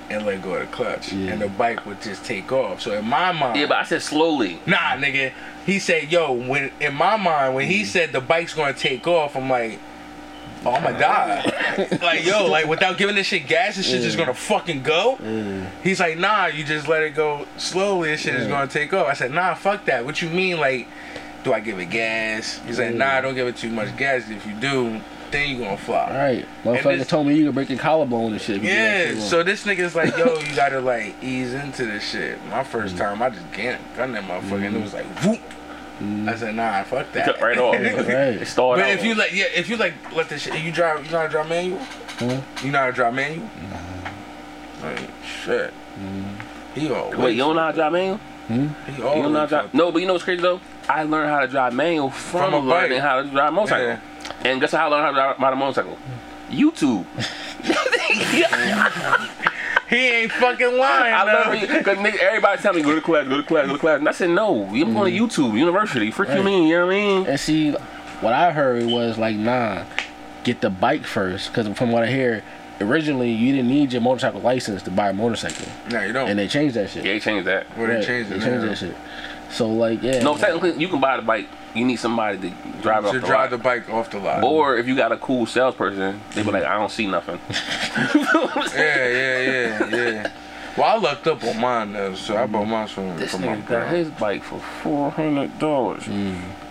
Speaker 3: and let go of the clutch,
Speaker 5: Yeah.
Speaker 3: and the bike would just take off. So in my mind,
Speaker 1: Yeah, but I said slowly.
Speaker 3: nah, nigga. He said, "Yo, when in my mind, when he said the bike's gonna take off, I'm like, oh, I'm gonna die. like, yo, like without giving this shit gas, this shit just gonna fucking go." He's like, "Nah, you just let it go slowly. This shit is gonna take off." I said, "Nah, fuck that. What you mean, like?" Do I give it gas? He's like, nah, don't give it too much gas. If you do, then you gonna fly.
Speaker 5: All right,
Speaker 3: And
Speaker 5: motherfucker
Speaker 3: this-
Speaker 5: told me you could break your collarbone and shit. if you do that
Speaker 3: Yeah,
Speaker 5: shit wrong.
Speaker 3: so this nigga's like, yo, you gotta like ease into this shit. My 1st
Speaker 1: Mm.
Speaker 3: time, I just gun gun that motherfucker, and it was like, whoop. I said, nah, fuck that.
Speaker 1: Mm. Cut
Speaker 3: (laughs)
Speaker 1: right off.
Speaker 5: Right.
Speaker 1: It started
Speaker 3: But
Speaker 1: out.
Speaker 3: if you like, yeah, if you like, let this shit. You drive, you know how to drive manual. You know how to drive manual. Like shit. He all
Speaker 1: Mm-hmm. Wait, you don't know how to drive manual?
Speaker 3: He
Speaker 1: You
Speaker 3: all
Speaker 1: don't know how to drive? No, but you know what's crazy though? I learned how to drive manual from,
Speaker 3: Oh, From a bike.
Speaker 1: learning how to drive a motorcycle.
Speaker 3: Yeah.
Speaker 1: And guess how I learned how to drive ride a motorcycle? YouTube.
Speaker 3: He ain't fucking lying.
Speaker 1: I
Speaker 3: though.
Speaker 1: learned because everybody tell me go to class, go to class, go to class, and I said no. I'm going
Speaker 3: Mm.
Speaker 1: to YouTube, university. Frick you mean? You know what I mean?
Speaker 5: And see, what I heard was like, nah, get the bike first, because from what I hear, originally you didn't need your motorcycle license to buy a motorcycle,
Speaker 3: No, you don't.
Speaker 5: and they changed that shit.
Speaker 1: Yeah, they changed that.
Speaker 3: Well, they
Speaker 5: Right,
Speaker 3: changed it.
Speaker 5: They changed
Speaker 3: now.
Speaker 5: that shit. So like, yeah.
Speaker 1: No,
Speaker 5: like,
Speaker 1: technically you can buy the bike. You need somebody to drive it off
Speaker 3: To
Speaker 1: the lot.
Speaker 3: drive the bike off the lot.
Speaker 1: or if you got a cool salesperson, they be like, I don't see nothing.
Speaker 3: Yeah, yeah, yeah, yeah. Well, I looked up on mine though, so I bought mine from,
Speaker 1: This
Speaker 3: from my
Speaker 1: nigga got
Speaker 3: girl.
Speaker 1: his bike Mm. for four hundred dollars.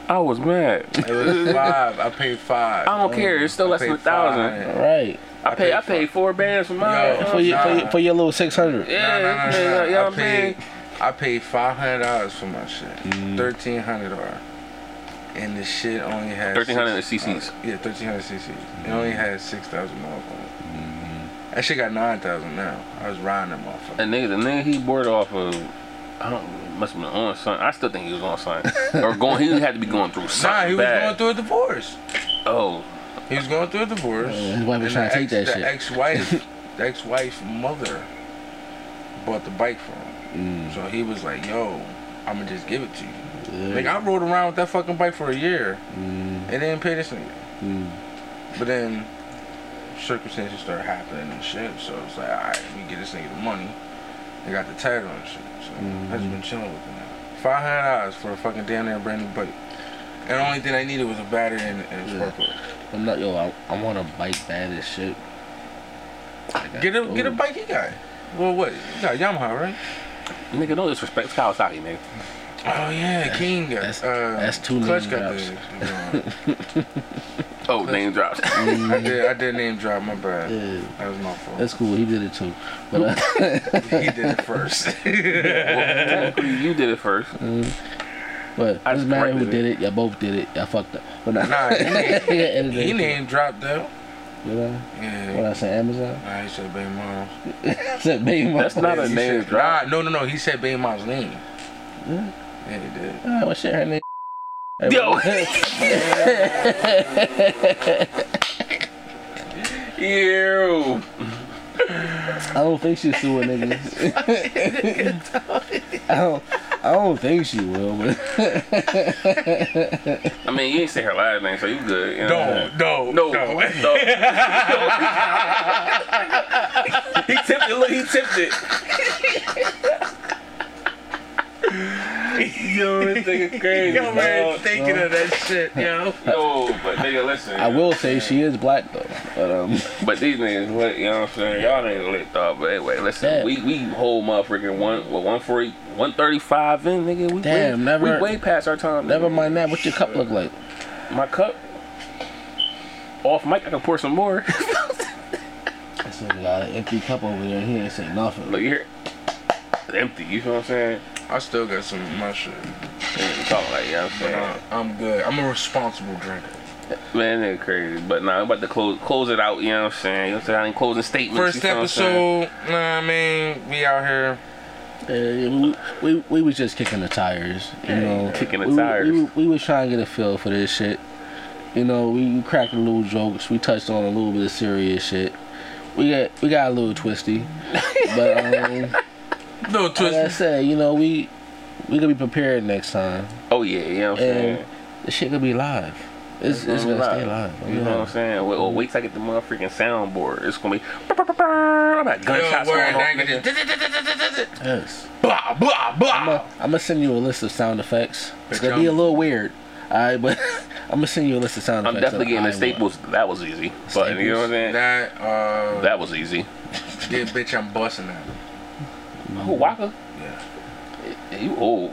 Speaker 1: I was mad.
Speaker 3: It was five. I paid five.
Speaker 1: I don't care. It's still less than a
Speaker 3: paid five.
Speaker 1: thousand.
Speaker 5: Right.
Speaker 1: I paid. I
Speaker 3: paid
Speaker 1: paid four bands for mine.
Speaker 3: Yo,
Speaker 5: For your, for, your,
Speaker 3: Nah.
Speaker 5: for your little six hundred.
Speaker 3: Nah, nah,
Speaker 1: Yeah,
Speaker 3: nah,
Speaker 1: this nigga,
Speaker 3: nah.
Speaker 1: you know
Speaker 3: I
Speaker 1: what I'm saying?
Speaker 3: paid, I paid five hundred dollars for my shit. Thirteen hundred dollars. And the shit only had
Speaker 1: 1300
Speaker 3: six-
Speaker 1: CCs.
Speaker 3: uh, yeah, thirteen hundred CCs. It only had six thousand miles on it. That shit got nine thousand now. I was riding that motherfucker.
Speaker 1: And nigga, the nigga he boarded off of, I don't must have been on something. I still think he was on something.
Speaker 3: (laughs)
Speaker 1: or going, he had to be going through something.
Speaker 3: Nah, he was going
Speaker 1: bad.
Speaker 3: through a divorce.
Speaker 1: Oh,
Speaker 3: He was going through a divorce.
Speaker 5: Yeah, his wife was
Speaker 3: and
Speaker 5: tryna take
Speaker 3: the
Speaker 5: that shit.
Speaker 3: ex, The ex-wife,
Speaker 5: (laughs)
Speaker 3: the ex-wife's mother, bought the bike for
Speaker 5: Mm.
Speaker 3: him. So he was like, "Yo, I'ma just give it to you." Like I rode around with that fucking bike for a year,
Speaker 5: Mm,
Speaker 3: and they didn't pay this nigga. But then circumstances started happening and shit. So it's like, all right, we get this nigga the money. They got the title and shit. So I
Speaker 5: Mm-hmm.
Speaker 3: just been chilling with it now. Five hundred dollars for a fucking damn near brand new bike. And the only thing I needed was a battery and, and a
Speaker 5: Yeah.
Speaker 3: spark plug.
Speaker 5: I'm not yo. I, I want a bike bad as shit. I got
Speaker 3: Get a get a
Speaker 5: those.
Speaker 3: bike you got. Well, what? You got Yamaha, right?
Speaker 1: nigga, no disrespect. It's Kawasaki, nigga.
Speaker 3: Oh yeah, King got.
Speaker 5: that's-
Speaker 3: uh,
Speaker 5: that's two
Speaker 3: Clutch
Speaker 5: name
Speaker 3: got
Speaker 5: drops.
Speaker 3: the.
Speaker 1: Oh, name drops.
Speaker 3: (laughs) I did. I did name drop. My bad.
Speaker 5: Yeah.
Speaker 3: That was my fault.
Speaker 5: That's cool. He did it too. But uh,
Speaker 3: he did
Speaker 5: (laughs)
Speaker 3: it first. (laughs)
Speaker 1: Technically, you did it first.
Speaker 5: but
Speaker 1: I
Speaker 5: doesn't matter who
Speaker 1: corrected
Speaker 5: did it. Y'all both did it. Y'all fucked up. But nah.
Speaker 3: Nah, he named-
Speaker 5: (laughs) Yeah, edited
Speaker 3: he
Speaker 5: it.
Speaker 3: name dropped though.
Speaker 5: You know? What
Speaker 3: Yeah.
Speaker 5: I said, Amazon. (laughs)
Speaker 3: Nah, he said Bay Mom.
Speaker 5: I said, baby,
Speaker 1: That's not a
Speaker 3: He
Speaker 1: name
Speaker 3: said-
Speaker 1: drop.
Speaker 3: Nah, no, no, no. He said Bay Mom's name. Yeah, he did.
Speaker 5: Ah, what shit her name?
Speaker 1: Yo. Ew. (laughs)
Speaker 5: (laughs) I don't think she's suing niggas. I don't. I don't think she will, but
Speaker 1: I mean, you ain't say her last name, so you good. You
Speaker 3: No,
Speaker 1: know?
Speaker 3: no,
Speaker 1: No,
Speaker 3: Uh, no. (laughs)
Speaker 1: no, he tipped it. Look, he tipped it. yo, this nigga crazy.
Speaker 3: Yo, man,
Speaker 1: dog.
Speaker 3: thinking of that shit, yo.
Speaker 1: Yo, but nigga, listen.
Speaker 5: I will say she is black though. But um,
Speaker 1: But these niggas lit, you know what I'm saying? Y'all niggas lit dog. But anyway, listen,
Speaker 5: Damn.
Speaker 1: we we whole motherfucking one well, one forty one thirty five in nigga. We
Speaker 5: Damn,
Speaker 1: way,
Speaker 5: never-
Speaker 1: we way past our time.
Speaker 5: never
Speaker 1: nigga.
Speaker 5: mind that. What your cup look like?
Speaker 1: My cup off mic, I can pour some more. (laughs)
Speaker 5: I said we got an empty cup over there. and He ain't say nothing.
Speaker 1: Look here. It's empty, you know what I'm saying?
Speaker 3: I still got some of my shit.
Speaker 1: Niggas Talk like, you know what I'm
Speaker 3: But
Speaker 1: saying?
Speaker 3: uh, I'm good. I'm a responsible drinker.
Speaker 1: Man, nigga crazy. But nah, I'm about to close close it out, you know what I'm saying? You know what I'm saying? I ain't closing statements.
Speaker 3: First
Speaker 1: you know what I'm saying?
Speaker 3: episode, know what I mean? We out here.
Speaker 5: Yeah, we, we we was just kicking the tires, you know.
Speaker 1: Kicking the
Speaker 5: We- we-
Speaker 1: tires.
Speaker 5: We, we, was trying to get a feel for this shit. You know, we cracked a little jokes. We touched on a little bit of serious shit. We got we got a
Speaker 1: (laughs)
Speaker 5: little twisty, but um,
Speaker 3: Little
Speaker 5: like I
Speaker 3: twist.
Speaker 5: said, you know, we we gonna be prepared next time.
Speaker 1: Oh yeah, you know what I'm saying?
Speaker 5: And this shit gonna be live. It's, it's gonna stay live.
Speaker 1: You know what I'm saying? Wait, well, wait till I get the motherfucking soundboard. It's gonna be. I'm at
Speaker 3: Yo,
Speaker 1: gunshots
Speaker 3: word,
Speaker 1: going
Speaker 3: now
Speaker 1: off.
Speaker 3: you
Speaker 1: nigga.
Speaker 3: just-
Speaker 5: Yes.
Speaker 3: Blah, blah,
Speaker 5: I'm
Speaker 3: blah.
Speaker 5: gonna send you a list of sound effects. It's
Speaker 3: Bitch,
Speaker 5: gonna be a
Speaker 3: I'm-
Speaker 5: little weird, alright, but (laughs) I'm gonna send you a list of sound
Speaker 1: I'm
Speaker 5: effects.
Speaker 1: definitely
Speaker 5: that
Speaker 1: getting
Speaker 5: I
Speaker 1: the
Speaker 5: want.
Speaker 1: staples. That was easy. But you know what I'm saying? That,
Speaker 3: That, uh,
Speaker 1: was easy.
Speaker 3: yeah, bitch, I'm busting that.
Speaker 5: Mm-hmm.
Speaker 1: Who Waka?
Speaker 3: Yeah.
Speaker 1: Yeah, You old.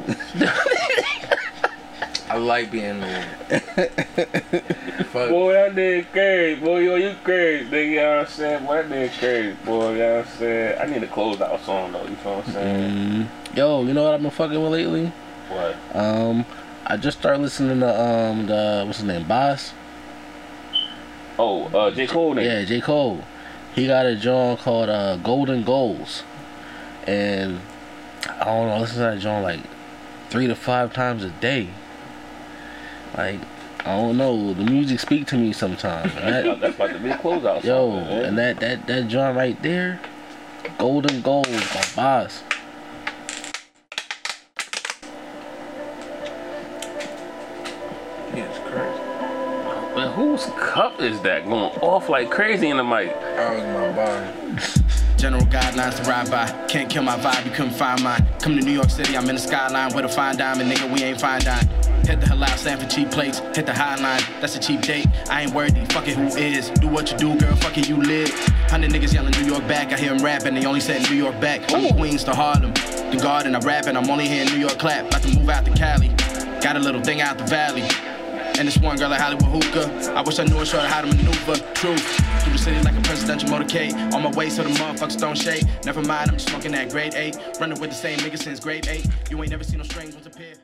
Speaker 3: I like being old.
Speaker 1: (laughs)
Speaker 3: Fuck.
Speaker 1: that nigga crazy. Boy, yo, you crazy, nigga. You know what I'm saying? Boy, that nigga crazy, boy. You know what I'm saying? I need a close out song, though. You know what I'm saying?
Speaker 5: Mm-hmm. Yo, you know what I've been fucking with lately?
Speaker 1: What?
Speaker 5: Um, I just started listening to um the what's his name, Boss.
Speaker 1: Oh, uh, J. Cole nigga.
Speaker 5: Yeah, J Cole. He got a joint called uh, Golden Goals, and I don't know. I listen to that joint like three to five times a day. Like I don't know, the music speak to me sometimes.
Speaker 1: That's (laughs) about-
Speaker 5: That,
Speaker 1: Uh, That's about to be a close out song.
Speaker 5: yo,
Speaker 1: man.
Speaker 5: and that that that joint right there, Golden Goals by Boss.
Speaker 3: Yeah, it's crazy.
Speaker 1: Man, whose cup is that going off like crazy in the mic?
Speaker 3: That was my body.
Speaker 9: General guidelines to ride by. Can't kill my vibe, you couldn't find mine. Come to New York City, I'm in the skyline with a fine diamond, nigga, we ain't fine dime. Hit the halal, stand for cheap plates. Hit the high line, that's a cheap date. I ain't worthy, fuck it, who is? Do what you do, girl, fuck it, you live. Hundred niggas yelling New York back, I hear 'em rapping, they only said New York back. I'm Queens to Harlem, the garden, I rapping, I'm only here in New York clap. About to move out to Cali, got a little thing out the valley. And this one girl at Hollywood hookah. I wish I knew a shorter how to maneuver. Truth. Through the city like a presidential motorcade. On my way so the motherfuckers don't shake. Never mind, I'm just smoking that grade eight. Running with the same nigga since grade eight. You ain't never seen no strings once appear.